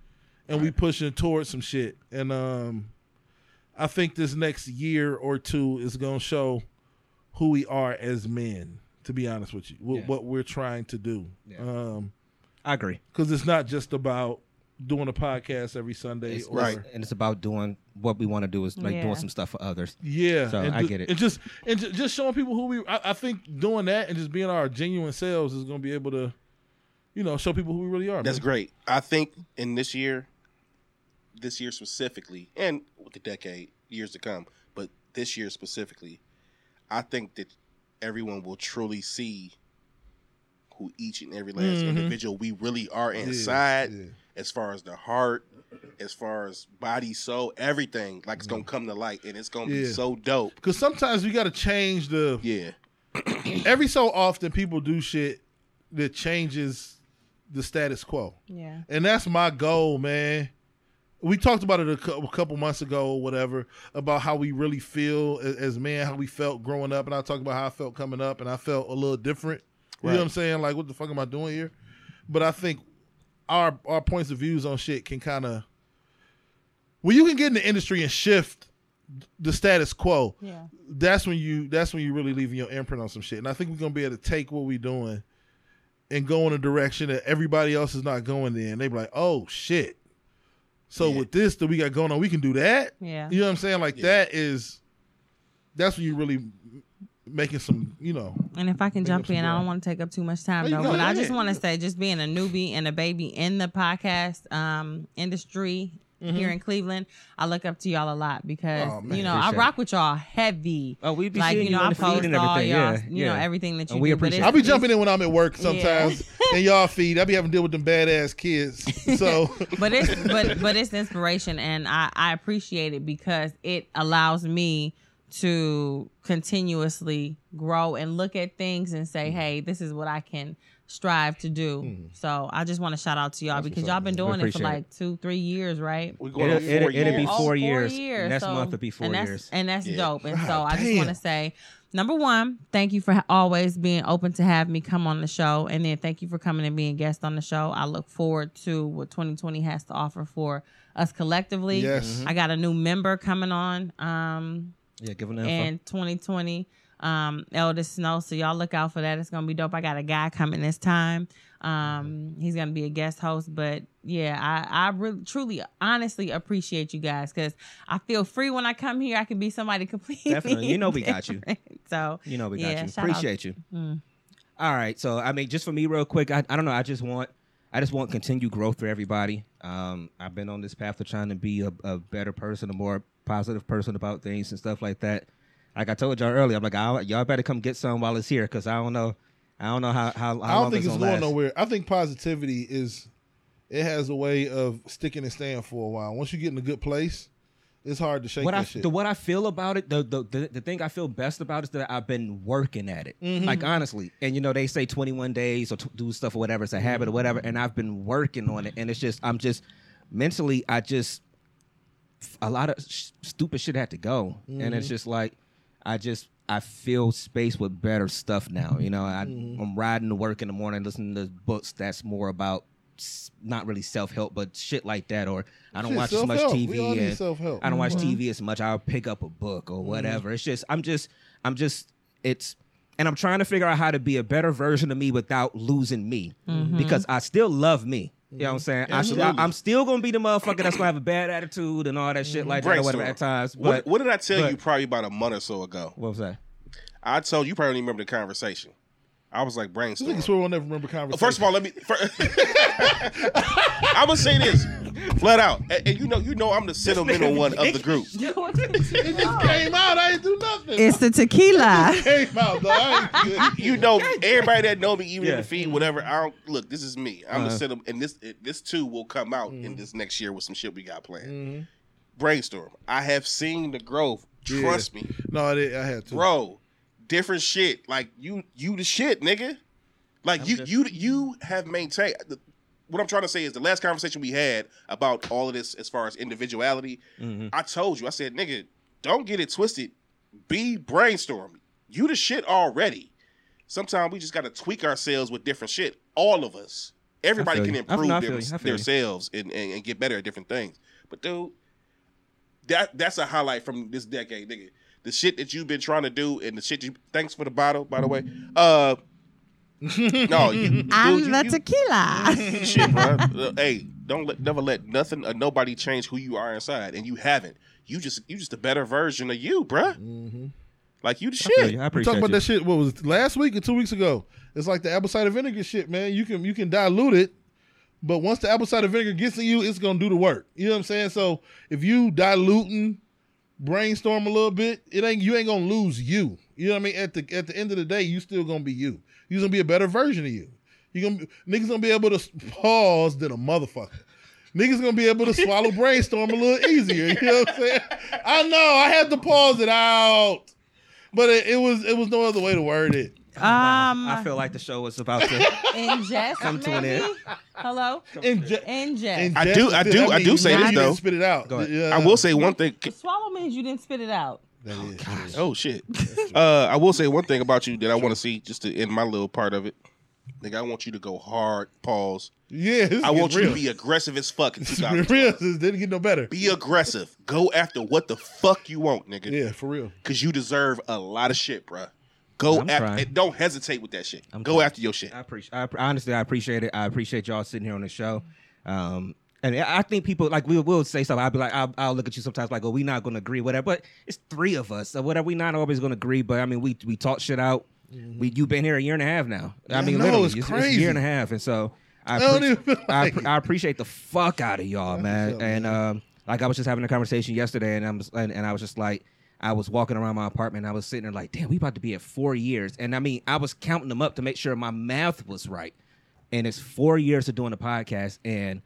E: and we pushing towards some shit. And um, I think this next year or two is going to show who we are as men. To be honest with you, what,
B: Yeah.
E: what we're trying to do,
B: Yeah.
E: because
B: I agree.
E: it's not just about doing a podcast every Sunday,
B: It's,
E: or,
C: Right.
B: And it's about doing what we want to do is like
D: Yeah.
B: doing some stuff for others.
E: Yeah,
B: So,
E: and
B: I
E: ju-
B: get it.
E: And just and ju- just showing people who we. I, I think doing that and just being our genuine selves is going to be able to, you know, show people who we really are.
C: That's
E: man.
C: great. I think in this year, this year specifically, and with the decade, years to come, but this year specifically, I think that everyone will truly see who each and every last individual we really are
E: Mm-hmm. Yeah,
C: inside
E: yeah.
C: as far as the heart, as far as body, soul, everything. Like it's gonna
B: Mm-hmm.
C: come to light and it's gonna be
E: Yeah.
C: so dope.
E: Because sometimes you got to change the.
C: Yeah.
E: Every so often, people do shit that changes the status quo.
D: Yeah.
E: And that's my goal, man. We talked about it a cou- a couple months ago or whatever about how we really feel a- as men, how we felt growing up. And I talked about how I felt coming up and I felt a little different. You know what I'm saying? Like, what the fuck am I doing here? But I think our our points of views on shit can kind of. Well, you can get in the industry and shift the status quo
D: Yeah.
E: that's when you that's when you really leaving your imprint on some shit. And I think we're gonna be able to take what we're doing and go in a direction that everybody else is not going in. They be like, oh shit. So
C: Yeah.
E: with this that we got going on, we can do that.
D: Yeah.
E: You know what I'm saying? Like that is that's when you really m- making some, you know.
D: And if I can jump
E: up some
D: in, I
E: ground.
D: don't want to take up too much time
E: No, you
D: though.
E: go
D: But I
E: ahead.
D: just want to say, just being a newbie and a baby in the podcast um, industry here in Cleveland, I look up to y'all a lot because
E: Mm-hmm. Oh, man.
D: you know I
B: Appreciate
D: rock with y'all heavy.
B: Oh, we be
D: like
B: seeing
D: you know
B: you on
D: I
B: the feed
D: post
B: and
D: all y'all,
B: everything. Yeah,
D: you know
B: yeah.
D: everything that you
B: And
D: do.
B: we
D: but
B: appreciate
D: it's-
B: it.
E: I'll be jumping in when I'm at work sometimes and y'all feed. I'll be having to deal with them badass kids. So
D: but it's but but it's inspiration and I, I appreciate it because it allows me to continuously grow and look at things and say hey this is what i can strive to do so i just want to shout out to y'all because y'all been doing it for
B: appreciate
D: like two three years right
C: We're going
B: It'll,
C: on
B: it'll,
C: four
B: it'll be
C: years.
D: Oh,
B: four years. Next
D: so-
B: month will be four
D: and that's,
B: years.
D: and that's
C: Yeah.
D: dope. And so
E: God
D: I just
E: damn.
D: want to say, number one, thank you for ha- always being open to have me come on the show, and then thank you for coming and being guest on the show. I look forward to what 2020 has to offer for us collectively.
E: Yes.
B: Mm-hmm.
D: I got a new member coming on. Um,
B: yeah, give them the info.
D: and 2020 um eldest snow so y'all look out for that it's gonna be dope i got a guy coming this time um he's gonna be a guest host but yeah i i really truly honestly appreciate you guys because i feel free when i come here i can be somebody completely
B: Definitely. You know we got you.
D: different. so
B: You know, we got
D: Yeah,
B: you.
D: shout out. Mm.
B: Appreciate you. All right. So, I mean, just for me, real quick, I, I don't know. I just want, I just want continued growth for everybody. Um, I've been on this path of trying to be a, a better person, a more positive person about things and stuff like that. Like I told y'all earlier, I'm like, I, y'all better come get some while it's here because I don't know, I don't know how how, how
E: I
B: long
E: don't think it's
B: gonna
E: going
B: last.
E: nowhere. I think positivity is it has a way of sticking and staying for a while. Once you get in a good place, it's hard to shake
B: what
E: that
B: I
E: shit.
B: the what I feel about it, the, the the the thing I feel best about is that I've been working at it,
E: Mm-hmm.
B: like honestly. And you know they say 21 days or t- do stuff or whatever, it's a
E: Mm-hmm.
B: habit or whatever. And I've been working on it, and it's just I'm just mentally I just a lot of sh- stupid shit had to go, and
E: Mm-hmm.
B: it's just like I just I fill space with better stuff now. You know, I,
E: Mm-hmm.
B: I'm riding to work in the morning, listening to books that's more about s- not really self help, but shit like that. Or I don't
E: Shit,
B: watch as much
E: self-help.
B: TV.
E: We all need
B: and
E: self-help.
B: I don't watch
D: Mm-hmm.
B: TV as much. I'll pick up a book or whatever. It's just I'm just I'm just it's. And I'm trying to figure out how to be a better version of me without losing me,
D: Mm-hmm.
B: because I still love me. You know what I'm saying? I still,
E: Absolutely.
B: I'm still gonna be the motherfucker that's gonna have a bad attitude and all that shit like that or whatever
C: Brainstorm.
B: at times. But
C: What, what did I tell
B: but-
C: you probably about a month or so ago?
B: what was that?
C: I told you, you probably don't even remember the conversation. I was like
E: I think
C: brainstorm.
E: it's where we'll never remember conversation.
C: First of all, let me. fir- I'm gonna say this flat out, and, and you know, you know, I'm the sentimental one of the group.
E: it just came out. I didn't do nothing.
D: it's the tequila
E: came out. Though. I ain't good.
C: You know, everybody that know me, even in
B: Yeah. Uh-huh.
C: the feed, whatever. I don't look. This is me. I'm the sentimental, and this it- this too will come out
B: Mm-hmm.
C: in this next year with some shit we got planned.
E: Mm-hmm.
C: Brainstorm. I have seen the growth. Trust me,
E: No, I, did, I had to.
C: bro. Different shit. Like you, you the shit, nigga. Like you, you, you have maintained. The, what I'm trying to say is the last conversation we had about all of this, as far as individuality,
B: Mm-hmm.
C: I told you. I said, nigga, don't get it twisted. Be brainstorm. You the shit already. Sometimes we just gotta tweak ourselves with different shit. All of us. Everybody
B: feel
C: can
B: you. I-
C: improve
B: no, I feel
C: their,
B: you. I feel you.
C: themselves and, and, and get better at different things. But dude, that that's a highlight from this decade, nigga. The shit that you've been trying to do and the shit you thanks for the bottle, by the way. Uh no, you,
D: i'm
C: dude, you-
D: the
C: you-
D: tequila
C: shit, bro. hey, don't let never let nothing or nobody change who you are inside, and you haven't. You just you just a better version of you, bruh. Like you the
B: Mm-hmm. I
C: shit.
B: feel you. I
E: We
B: appreciate
E: talked about
B: you.
E: that shit. What was it, last week or two weeks ago? It's like the apple cider vinegar shit, man. You can you can dilute it, but once the apple cider vinegar gets in you, it's gonna do the work. You know what I'm saying? So if you diluting, brainstorm a little bit, it ain't you ain't gonna lose you. You know what I mean? At the at the end of the day, you still gonna be you. You're gonna be a better version of you. You gonna be- niggas gonna be able to s- pause than a motherfucker. niggas gonna be able to swallow brainstorm a little easier. You know what I'm saying? I know I had to pause it out, but it, it was it was no other way to word it.
D: Um,
B: I feel like the show is about to.
D: ingest.
B: Come to an
D: maybe?
B: end.
D: Hello,
E: Inje-
D: ingest.
C: I do- I
E: that
C: do- I
E: means
C: do say
E: you
D: this,
E: didn't
C: though.
E: Spit it out.
B: Go ahead.
E: Yeah.
C: I will say one thing.
D: Swallow means you didn't spit it out.
E: That is true.
C: Oh shit. Uh, I will say one thing about you that I want to see just to end my little part of it. Nigga, I want you to go hard. Pause.
E: Yeah, this
C: I want
E: real.
C: you to be aggressive as fuck in
E: This is
C: 2000.
E: real. This didn't get no better.
C: Be aggressive. Go after what the fuck you want, nigga.
E: Yeah, for real.
C: Cause you deserve a lot of shit, bruh. Go
B: I'm
C: after.
B: trying.
C: and Don't hesitate with that shit.
B: I'm
C: go
B: trying.
C: after your shit.
B: I appreciate. I, honestly, I appreciate it. I appreciate y'all sitting here on the show. Um, and I I think people like we will say something. I'll be like, I'll, I'll look at you sometimes like, oh, we not going to agree, whatever. But it's three of us, so whatever. We not always going to agree, but I mean, we we talk shit out. We you been here a year and a half now. I
E: Mm-hmm. I
B: mean,
E: know,
B: literally,
E: it's
B: it's, it's a
E: crazy.
B: year and a half, and so I
E: I don't
B: appreci-
E: even feel
B: I,
E: like
B: appre-
E: it.
B: I appreciate the fuck out of y'all, man.
E: feel,
B: And um, like I was just having a conversation yesterday, and I'm just- and, and I was just like, I was walking around my apartment, and I was sitting there like, damn, we about to be at four years, and I mean, I was counting them up to make sure my math was right, and it's four years of doing the podcast, and.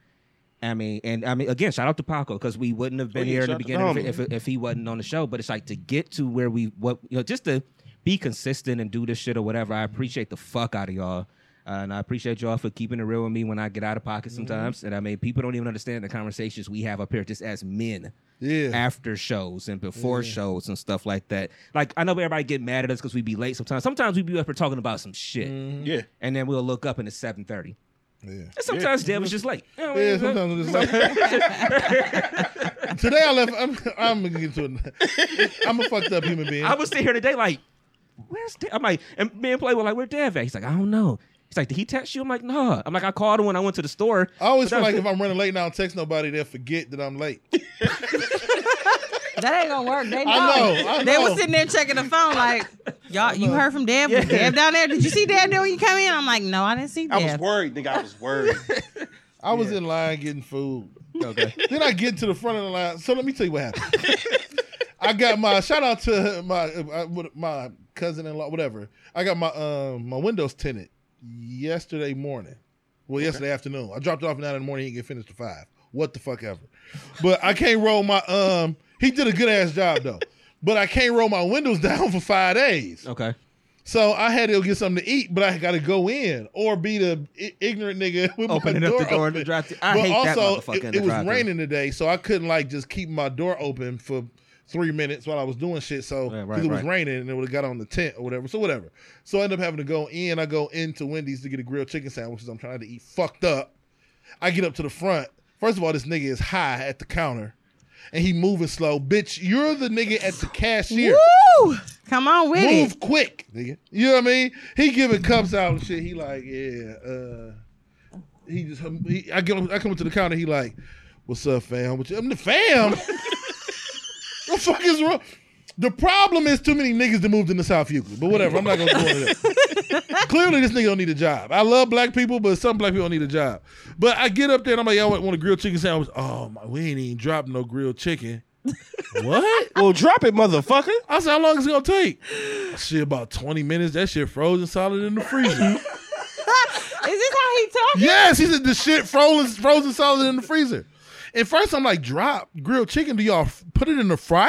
B: I mean, and I mean, again, shout out to Paco because we wouldn't have been
C: yeah,
B: here in
C: shout
B: the
C: out to
B: beginning
C: Tommy.
B: if, if, if he wasn't on the show. But it's like to get to where we, what you know, just to be consistent and do this shit or whatever. I appreciate the fuck out of y'all, uh, and I appreciate y'all for keeping it real with me when I get out of pocket sometimes. And I mean, people don't even understand the conversations we have up here just as men
E: Yeah.
B: after shows and before shows and stuff like that. Like I know everybody get mad at us because we be late sometimes. Sometimes we be up here talking about some shit,
C: Yeah.
B: and then we'll look up and it's seven thirty.
E: Yeah.
B: And sometimes Dev is just late. You know what I mean?
E: Yeah, sometimes I'm just like today I left. I'm, I'm gonna get to it. I'm a fucked up human being.
B: I was sitting here today, like, where's Dev? I'm like, and me and Play were like, where Dev at? He's like, I don't know. He's like, did he text you? I'm like, nah. I'm like, I called him when I went to the store.
E: I always
B: But
E: feel like
B: that-
E: if I'm running late and I don't text nobody, they'll forget that I'm late.
D: That ain't gonna work. They know.
E: know, I
D: They
E: know.
D: were sitting there checking the phone, like, y'all. You heard from Deb? Was Deb down there? Did you see Deb there when you come in? I'm like, no, I didn't see
C: I was
D: Deb.
C: worried, nigga. I was worried.
E: I was in line getting food.
B: Okay.
E: Then I get to the front of the line. So let me tell you what happened. I got my shout out to my uh, my cousin in law, whatever. I got my um my windows tinted yesterday morning. Well, yesterday afternoon. I dropped it off at nine in the morning. He didn't get finished at five. What the fuck ever. But I can't roll my um. He did a good ass job though. But I can't roll my windows down for five days.
B: Okay.
E: So I had to go get something to eat, but I got to go in or be the i- ignorant nigga with
B: Opening
E: my
B: up
E: door
B: the door in
E: open.
B: the drive-thru. I
E: but
B: hate that
E: also,
B: motherfucker in
E: it,
B: the
E: it was
B: drive-thru.
E: raining today, so I couldn't like just keep my door open for three minutes while I was doing shit. So
B: Yeah, right,
E: 'cause it was
B: right.
E: raining and it would have got on the tent or whatever. So whatever. So I ended up having to go in. I go into Wendy's to get a grilled chicken sandwich. 'cause I'm trying to eat fucked up. I get up to the front. First of all, this nigga is high at the counter, and he moving slow. Bitch, you're the nigga at the cashier
D: Woo! Come on with
E: move
D: it.
E: quick, nigga. You know what I mean? He giving cups out and shit. He like, yeah. Uh, he just, he, I get, I come up to the counter. He like, what's up, fam? What you, I'm the fam. the fuck is wrong? The problem is too many niggas that moved into South Euclid. But whatever, I'm not gonna go into that. Clearly, this nigga don't need a job. I love black people, but some black people don't need a job. But I get up there and I'm like, y'all want want a grilled chicken sandwich? Oh my, we ain't even dropped no grilled chicken. what?
C: well, drop it, motherfucker.
E: I said, how long is it gonna take? Shit, about 20 minutes. That shit frozen solid in the freezer.
D: Is this how he talks?
E: yes, he said the shit frozen frozen solid in the freezer. At first, I'm like, drop grilled chicken. Do y'all f- put it in the fryer?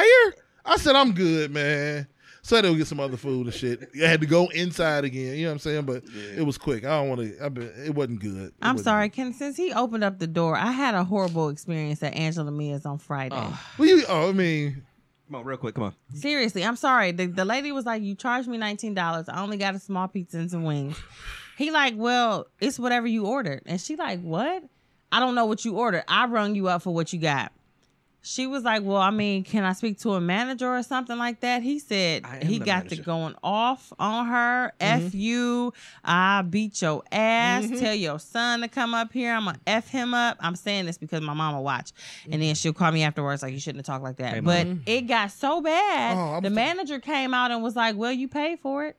E: I said, I'm good, man. So they'll get some other food and shit. I had to go inside again. You know what I'm saying? But it was quick. I don't want to. It wasn't good. It
D: I'm
E: wasn't
D: sorry, Ken. Since he opened up the door, I had a horrible experience at Angela Mia's on Friday.
E: good. Well, you. Oh, I mean,
B: Come on, real quick. Come on.
D: Seriously, I'm sorry. The, the lady was like, "You charged me nineteen dollars. I only got a small pizza and some wings." He like, "Well, it's whatever you ordered," and she like, "What? I don't know what you ordered. I rung you up for what you got." She was like, "Well, I mean, can I speak to a manager or something like that?" He said
B: I am
D: he
B: the
D: got to
B: manager. Mm-hmm.
D: going off on her. F you. I beat your ass. Tell your son to come up here. I'm gonna f him up. I'm saying this because my mama watch, and then she'll call me afterwards like you shouldn't have talked like that.
B: Mm-hmm. Hey, Mom.
D: but it got so bad.
E: Oh, I'm
D: the
E: so-
D: manager came out and was like, "Well, you paid for it,"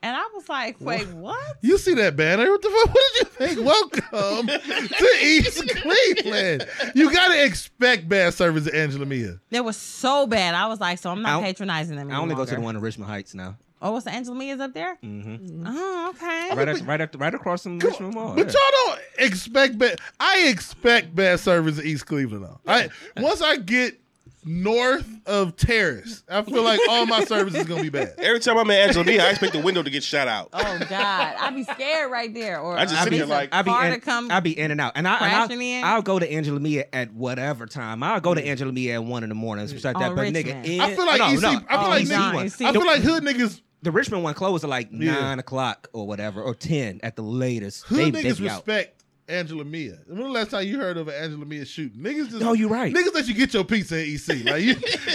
D: and I was like, "Wait, what?"
E: You see that banner? What the fuck? What did you think? Welcome to East Cleveland. You gotta expect bad service at Angela Mia.
D: It was so bad. I was like, "So I'm
B: I
D: not
B: don't-
D: patronizing them."
B: I only go to the
D: anymore.
B: one in Richmond Heights now.
D: Oh, so Angela Mea's up there?
B: Mm-hmm.
D: Oh, okay.
B: Right, at, right, at, right across from
E: Come
B: Richmond Mall.
E: on. But
B: yeah.
E: y'all don't expect bad. I expect bad service in East Cleveland. Though. I once I get north of Terrace, I feel like all my service is gonna be bad.
C: Every time I'm at Angela Mia, I expect the window to get shot out.
D: Oh God, I'd be scared right there. Or
C: I just
D: uh,
C: sit there
D: it's a
C: like-
B: I be
D: car
B: in,
D: to come.
B: I be in and out, and I
D: crashing
B: will
D: in?
B: I'll go to Angela Mia at whatever time. I'll go to Angela Mia at one in the morning, and stuff like that.
D: Oh,
B: but nigga,
D: Richmond.
B: in-
E: I feel like
B: no,
E: EC,
B: no, E
E: I feel
D: Oh,
E: like E
D: it's
E: niggas,
D: not.
B: one.
D: It's
E: I feel like hood niggas.
B: the Richmond one closed at like
E: Yeah.
B: nine o'clock or whatever, or ten at the latest.
E: Hood
B: they,
E: niggas
B: they be out.
E: respect Angela Mia. When the last time you heard of an Angela Mia shooting? Niggas just
B: No, you right.
E: Niggas let you get your pizza at EC. Like you,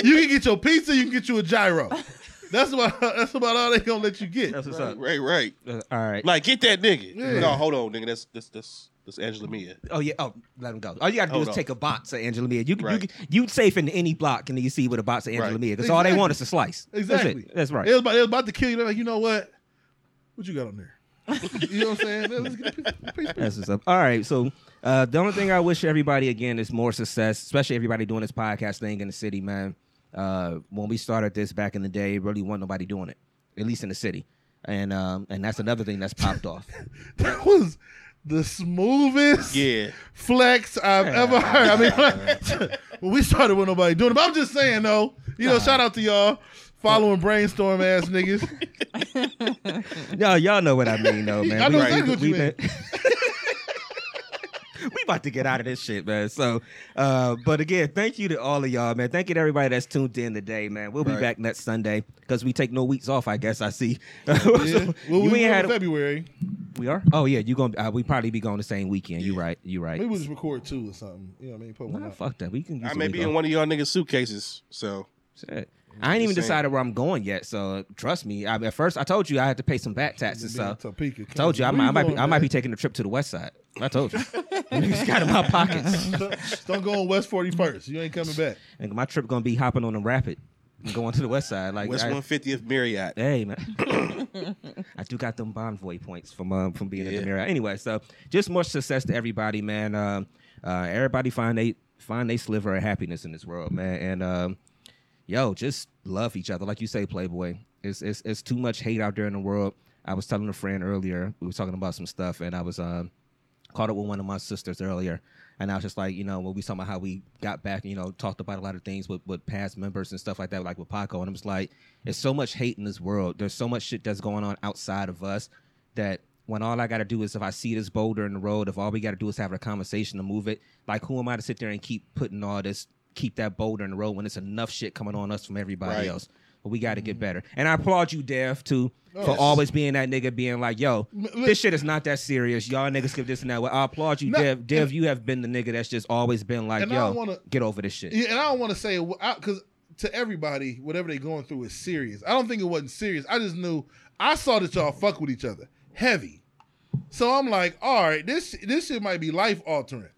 E: you can get your pizza. You can get you a gyro. That's about that's about all they gonna let you get.
B: That's what's up.
C: Right, right.
B: Uh, All right.
C: Like, get that nigga.
E: Yeah.
C: No, hold on, nigga. That's that's that's that's Angela Mia.
B: Oh yeah. Oh, let him go. All you gotta do
C: Hold
B: is
C: on.
B: take a box of Angela Mia. You can you
C: Right.
B: can- you safe in any block and you see with a box of Angela
C: Right.
B: Mia because all they
E: Exactly.
B: want is a slice.
E: Exactly.
B: That's, it. That's right.
E: They was, about, they was about to kill you. They're like, you know what? What you got on there? you know what I'm saying? Man, let's get a piece- a piece of
B: That's what's up. All right. So uh, the only thing I wish everybody again is more success, especially everybody doing this podcast thing in the city, man. Uh, when we started this back in the day, really wasn't nobody doing it, at least in the city. And um, and that's another thing that's popped off.
E: That was the smoothest
C: Yeah.
E: flex I've ever heard. I mean, like, well, we started with nobody doing it. But I'm just saying, though, you know, shout out to y'all following brainstorm ass niggas.
B: Y'all, y'all know what I mean, though, man.
E: I know
B: We-
E: exactly
B: we-
E: what you
B: we
E: mean.
B: been- we about to get out of this shit, man. So, uh, but again, thank you to all of y'all, man. Thank you to everybody that's tuned in today, man. We'll be
C: Right.
B: back next Sunday because we take no weeks off. I guess I see.
E: Yeah.
B: So,
E: Well,
B: you
E: we
B: ain't
E: had
B: had-
E: February.
B: we are. Oh yeah, you gonna uh, we probably be going the same weekend. You right. You right.
E: Maybe we'll just record two or something. You know what I mean? Put one
B: Nah,
E: out.
B: fuck that. We can. Use
C: I
B: a
C: may
B: week
C: be
B: off.
C: in one of y'all niggas' suitcases. So
B: Shit. I ain't even
C: Just saying.
B: decided where I'm going yet, so trust me. I, at first, I told you I had to pay some back taxes. So
E: Topeka,
B: told you I,
E: Kansas.
B: might- I
E: Where
B: might be,
E: going,
B: I might
E: man?
B: be taking a trip to the west side. I told you, niggas got in my pockets.
E: Don't- Don't go on West 41st. You ain't coming back.
B: And my trip gonna be hopping on a rapid and going to the west side. Like,
C: West
B: I-
C: One Fiftieth Marriott.
B: hey man, I do got them Bonvoy points from um, from being in
C: Yeah.
B: the mirror. Anyway, so just more success to everybody, man. Um, uh, everybody find they find they sliver of happiness in this world, man. And um, yo, just love each other, like you say, Playboy. It's it's it's too much hate out there in the world. I was telling a friend earlier. We were talking about some stuff, and I was um caught up with one of my sisters earlier, and I was just like, you know, when we talking about how we got back, you know, talked about a lot of things with, with past members and stuff like that, like with Paco, and I'm just like, there's so much hate in this world. There's so much shit that's going on outside of us that when all I got to do is if I see this boulder in the road, if all we got to do is have a conversation to move it, like who am I to sit there and keep putting all this, keep that boulder in the road when it's enough shit coming on us from everybody
C: Right.
B: else? But we got to get better. And I applaud you, Dev, too, for
E: Yes.
B: always being that nigga, being like, yo,
E: look-
B: this shit is not that serious. Y'all niggas give this and that. Well, I applaud you,
E: No,
B: Dev. Dev,
E: and-
B: you have been the nigga that's just always been like,
E: And I
B: yo,
E: don't wanna-
B: get over this shit.
E: Yeah, and I don't want to say because to everybody, whatever they're going through is serious. I don't think it wasn't serious. I just knew I saw that y'all fuck with each other heavy, so I'm like, all right, this this shit might be life altering,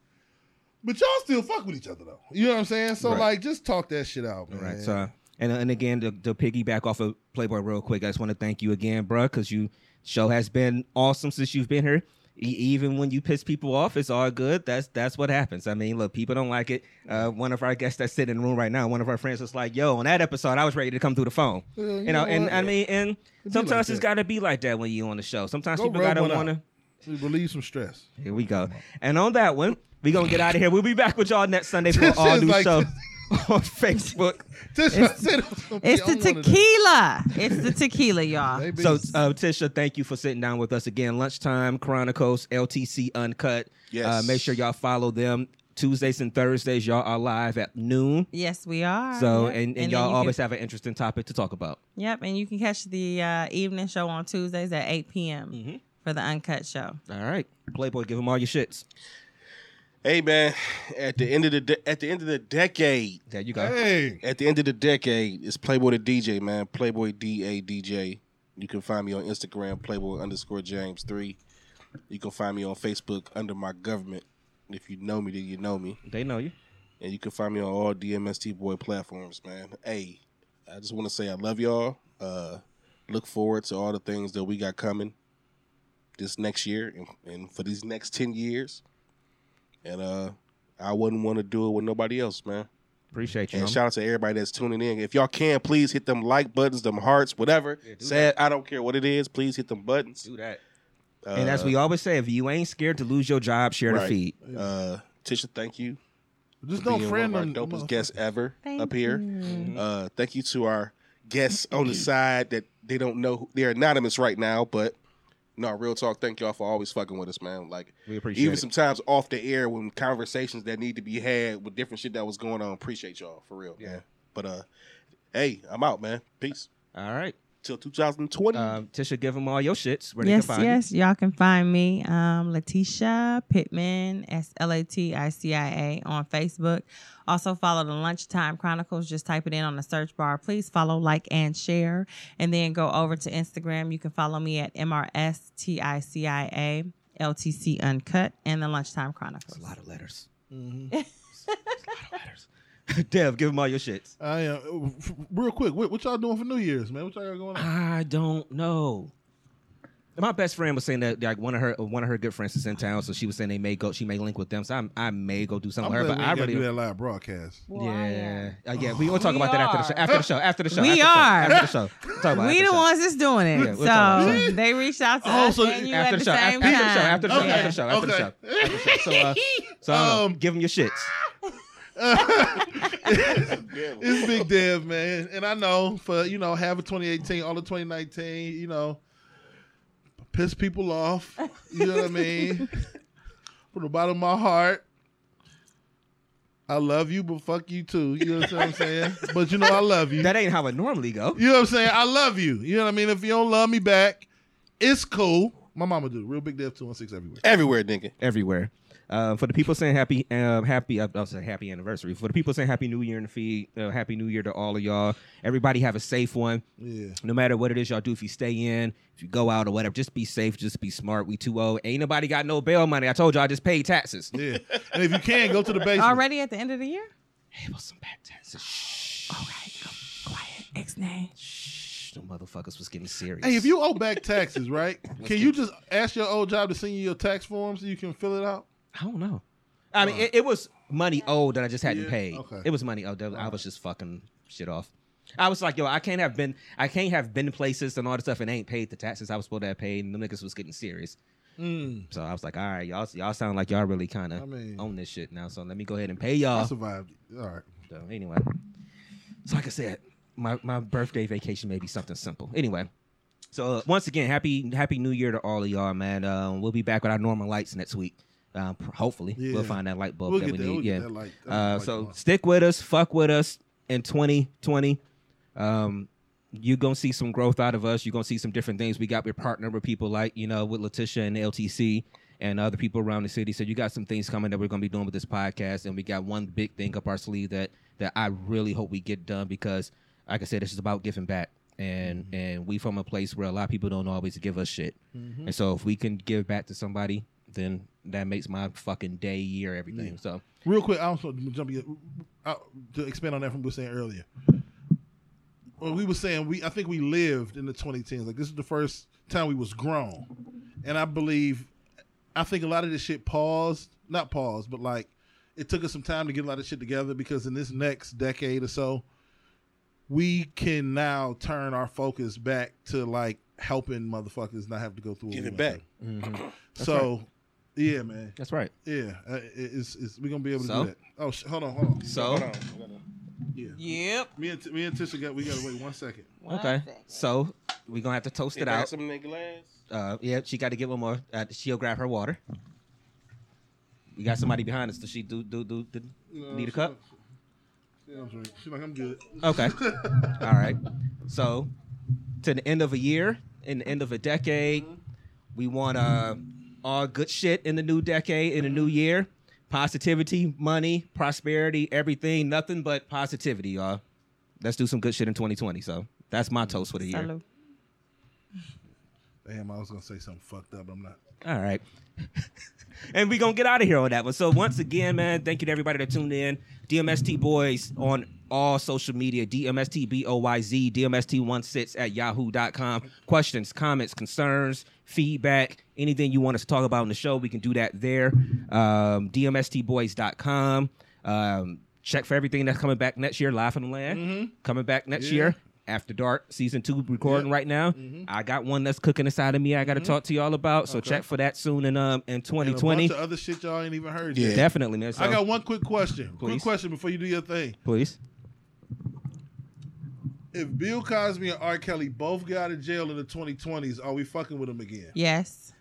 E: but y'all still fuck with each other though. You know what I'm saying? So
B: Right.
E: like, just talk that shit out, man.
B: Right. So, and uh, and again, to, to piggyback off of Playboy real quick, I just want to thank you again, bruh, because you show has been awesome since you've been here. E- even when you piss people off, it's all good. That's that's what happens. I mean, look, people don't like it. Uh, one of our guests that's sitting in the room right now, one of our friends was like, "Yo, on that episode, I was ready to come through the phone."
E: Yeah,
B: you,
E: you
B: know,
E: know
B: and
E: what?
B: I mean, and
E: like
B: sometimes it's got
E: that.
B: to be like that when you on the show. Sometimes
E: Go
B: people
E: rub
B: gotta
E: one out.
B: want to.
E: To relieve some stress.
B: Here we go. And on that one, we gonna get out of here. We'll be back with y'all next Sunday for an
E: This
B: all
E: is
B: new
E: like-
B: show on Facebook.
E: Just- I said it was gonna be
D: It's the
E: on one of them.
D: tequila. It's the tequila, y'all.
E: Maybe
B: So,
E: it's-
B: uh, Tisha, thank you for sitting down with us again. Lunchtime Chronicles, LTC Uncut.
C: Yes.
B: Uh, make sure y'all follow them. Tuesdays and Thursdays, y'all are live at noon.
D: Yes, we are.
B: So,
D: Yep.
B: and, and,
D: then
B: y'all
D: you
B: always
D: can,
B: have an interesting topic to talk about.
D: Yep, and you can catch the uh, evening show on Tuesdays at 8 p.m.
B: Mm-hmm.
D: for the Uncut Show.
B: All right. Playboy, give them all your shits.
C: Hey man, at the end of the de- at the end of the decade,
B: There you go.
E: hey,
C: at the end of the decade, it's Playboy the DJ, man. Playboy D A DJ. You can find me on Instagram, Playboy underscore James three. You can find me on Facebook under my government. If you know me, then you know me.
B: They know you.
C: And you can find me on all DMST boy platforms, man. Hey, I just want to say I love y'all. Uh, look forward to all the things that we got coming this next year and, and for these next ten years. And uh, I wouldn't want to do it with nobody else, man.
B: Appreciate you.
C: And
B: homie.
C: shout out to everybody that's tuning in. If y'all can, please hit them like buttons, them hearts, whatever.
B: do
C: Sad, I don't care what it is. Please hit them buttons.
B: Do that.
C: Uh,
B: and as we always say, if you ain't scared to lose your job, share the
C: right.
B: feed.
C: Uh, Tisha, thank you.
E: Just
C: for
E: don't
C: being
E: friend
C: one
E: them.
C: of our dopest
E: motherfucker.
C: guests ever
D: Thank
C: up here.
B: Mm-hmm.
D: you.
C: Uh, thank you to our guests on the side that they don't know who- they're anonymous right now, but no, real talk. Thank y'all for always fucking with us, man. Like
B: We appreciate
C: even
B: it.
C: sometimes off the air when conversations that need to be had with different shit that was going on. Appreciate y'all for real. Yeah. Man. But uh, hey, I'm out, man. Peace
B: All right.
C: till 2020.
B: Um, Tisha, give them all your shits. Where they
D: yes,
B: can find
D: yes. Y'all can find me, um, Letitia Pittman, S L A T I C I A, on Facebook. Also follow the Lunchtime Chronicles. Just type it in on the search bar. Please follow, like, and share. And then go over to Instagram. You can follow me at M R S T I C I A, L T C Uncut, and the Lunchtime Chronicles.
B: you. A lot of letters.
C: Mm-hmm.
B: a lot of letters. Dev, give them all your shits.
E: I am uh, real quick. What, what y'all doing for New Year's, man? What y'all got going on?
B: I don't know. My best friend was saying that like one of her one of her good friends is in town, so she was saying they may go, she may link with them. So I'm, I may go do
E: I'm
B: something
E: glad
B: with her,
E: we
B: but
E: ain't
B: I
E: gotta Oh, do
B: really
E: that live broadcast.
B: yeah, uh, yeah. We will talk about that after the show.
D: We
B: After the show. After the show. after the
D: We are.
B: show, After the show. We'll talk about it
D: We
B: after
D: the
B: show.
D: ones that's doing it.
B: Yeah, we'll talk about
D: so
B: it.
D: they reached out to
E: Oh,
D: us
E: so
D: and you
B: after
D: at
B: the
D: the
B: show.
D: same
B: After,
D: time.
B: after the show. After the show. After the show.
E: Okay.
B: After the show. After the show. So, uh, so uh,
E: Um,
B: give them your shits.
E: It's Big Dev, man. And I know for, you know, half of 2018, all of 2019, you know, piss people off. You know what I mean? From the bottom of my heart, I love you, but fuck you too. You know what I'm saying? But you know, I love you.
B: That ain't how it normally go.
E: You know what I'm saying? I love you. You know what I mean? If you don't love me back, it's cool. My mama do. Real Big Dev 216 everywhere.
C: Everywhere, nigga.
B: everywhere. Um, for the people saying happy, um, happy, I was saying happy anniversary. For the people saying happy New Year in the feed, uh, happy New Year to all of y'all. Everybody have a safe one.
E: Yeah.
B: No matter what it is y'all do, if you stay in, if you go out or whatever, just be safe, just be smart. We too old. Ain't nobody got no bail money. I told y'all I just paid taxes.
E: Yeah. And if you can, go to the basement.
D: Already at the end of the year?
B: Hey, what's some back taxes? Shh,
D: Quiet. X name.
B: shh, them motherfuckers was getting serious.
E: Hey, if you owe back taxes, right? can you just ask your old job to send you your tax form so you can fill it out?
B: I don't know. I mean, it, it was money owed that I just hadn't
E: Yeah,
B: paid.
E: okay.
B: It was money owed. That I was just fucking shit off. I was like, yo, I can't have been, I can't have been places and all this stuff and ain't paid the taxes I was supposed to have paid, and the niggas was getting serious. So I was like, all right, y'all, y'all sound like y'all really kind of
E: Hmm. I mean-
B: own this shit now. So let me go ahead and pay
E: I
B: y'all.
E: survived. All right.
B: So anyway, so like I said, my, my birthday vacation may be something simple. Anyway, so uh, once again, happy happy New Year to all of y'all, man. Um, we'll be back with our normal lights next week. Um, pr- hopefully, we'll
E: Yeah.
B: find that light bulb
E: We'll
B: that
E: get
B: we
E: that.
B: need.
E: We'll
B: yeah.
E: get that light. That
B: Uh,
E: light
B: so
E: bulb.
B: stick with us, fuck with us in 2020. Um, you're gonna see some growth out of us. You're gonna see some different things. We got we're partnered with people like you know with Letitia and LTC and other people around the city. So you got some things coming that we're gonna be doing with this podcast, and we got one big thing up our sleeve that that I really hope we get done because, like I said, this is about giving back. And and we from a place where a lot of people don't always give us shit, and so if we can give back to somebody, then that makes my fucking day, year, everything. So
E: Real quick, I also jump you out to expand on that from what we were saying earlier. Well, we were saying we I think we lived in the 2010s. Like this is the first time we was grown, and I believe, I think a lot of this shit paused, not paused, but like it took us some time to get a lot of shit together because in this next decade or so, we can now turn our focus back to like helping motherfuckers not have to go through. what
C: Give
E: we
C: it
E: went
C: back.
E: through. So, yeah, man.
B: that's right.
E: Yeah, uh, it- it's, it's we're gonna be able to
B: So?
E: do that. Oh, sh- hold on, hold on.
B: So
E: Yeah,
D: Yep.
E: me and T- me and Tisha got we gotta wait one second.
B: okay, so we're gonna have to toast it out.
C: Some nigga last.
B: Uh, yeah, she got to get one more. Uh, she'll grab her water. We got somebody behind us. Does she do do do? do need a
E: Uh, she-
B: cup?
E: Yeah, I'm sorry. She's like, I'm good.
B: Okay. All right. So, to the end of a year and the end of a decade,
E: Mm-hmm.
B: we want uh, all good shit in the new decade, in the new
E: Mm-hmm.
B: year. Positivity, money, prosperity, everything, nothing but positivity, y'all. Let's do some good shit in 2020. So, that's my toast for the year.
D: Salute.
E: Damn, I was gonna say something fucked up. but I'm not.
B: All right. and we're going to get out of here on that one. So, once again, man, thank you to everybody that tuned in. DMST Boys on all social media DMST B O Y Z, DMST16 at yahoo.com. Questions, comments, concerns, feedback, anything you want us to talk about in the show, we can do that there. Um, DMSTBoys.com. Um, Check for everything that's coming back next year. Live from the land coming back next year. After Dark season two recording right now.
E: Mm-hmm.
B: I got one that's cooking inside of me. I got to talk to y'all about. So check for that soon in um in
E: And a
B: 2020.
E: bunch of other shit y'all ain't even heard
C: Yeah.
E: yet.
B: Definitely, man. So,
E: I got one quick question. Quick
B: Please.
E: question before you do your thing.
B: please.
E: If Bill Cosby and R. Kelly both got out of jail in the 2020s, are we fucking with them again?
D: Yes.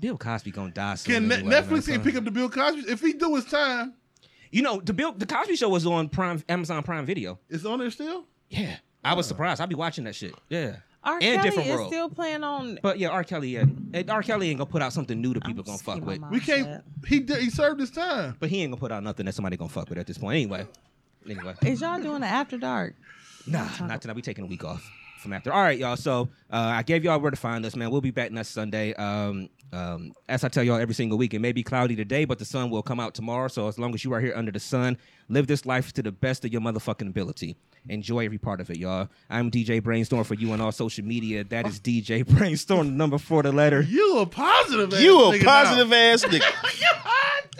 B: Bill Cosby gonna die soon.
E: Can Ne-
B: anyway, man,
E: Netflix
B: so-
E: can pick up the Bill Cosby? If he do his time,
B: You know, the Bill the Cosby Show was on Prime Amazon Prime Video.
E: it's on there still.
B: Yeah, I was surprised. I'd be watching that shit. Yeah,
D: R.
B: and
D: Kelly
B: different
D: is
B: world.
D: still playing on.
B: but yeah, R. Kelly. Yeah, And R. Kelly ain't gonna put out something new that people gonna fuck
D: Excuse
B: with.
D: my
E: We
D: mom,
E: can't. He did, he served his time.
B: But he ain't gonna put out nothing that somebody gonna fuck with at this point. Anyway, anyway,
D: but- Is y'all doing the after dark?
B: nah, not tonight. We taking a week off from after. All right, y'all. So uh, I gave y'all where to find us, man. We'll be back next Sunday. Um, um, as I tell y'all every single week, it may be cloudy today, but the sun will come out tomorrow. So as long as you are here under the sun, live this life to the best of your motherfucking ability. Enjoy every part of it, y'all. I'm DJ Brainstorm for you on all social media. That is DJ Brainstorm, the number for the letter.
E: You a positive. ass
C: You a
E: nigga
C: positive
E: now.
C: ass nigga.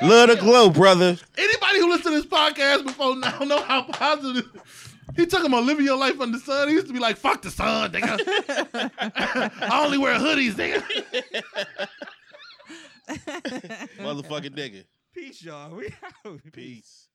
C: Love the glow, brother.
E: Anybody who listened to this podcast before now know how positive. He took him on living your life under the sun. He used to be like, "Fuck the sun, nigga. I only wear hoodies, nigga."
C: Motherfucking nigga.
B: Peace, y'all. We out.
C: Peace.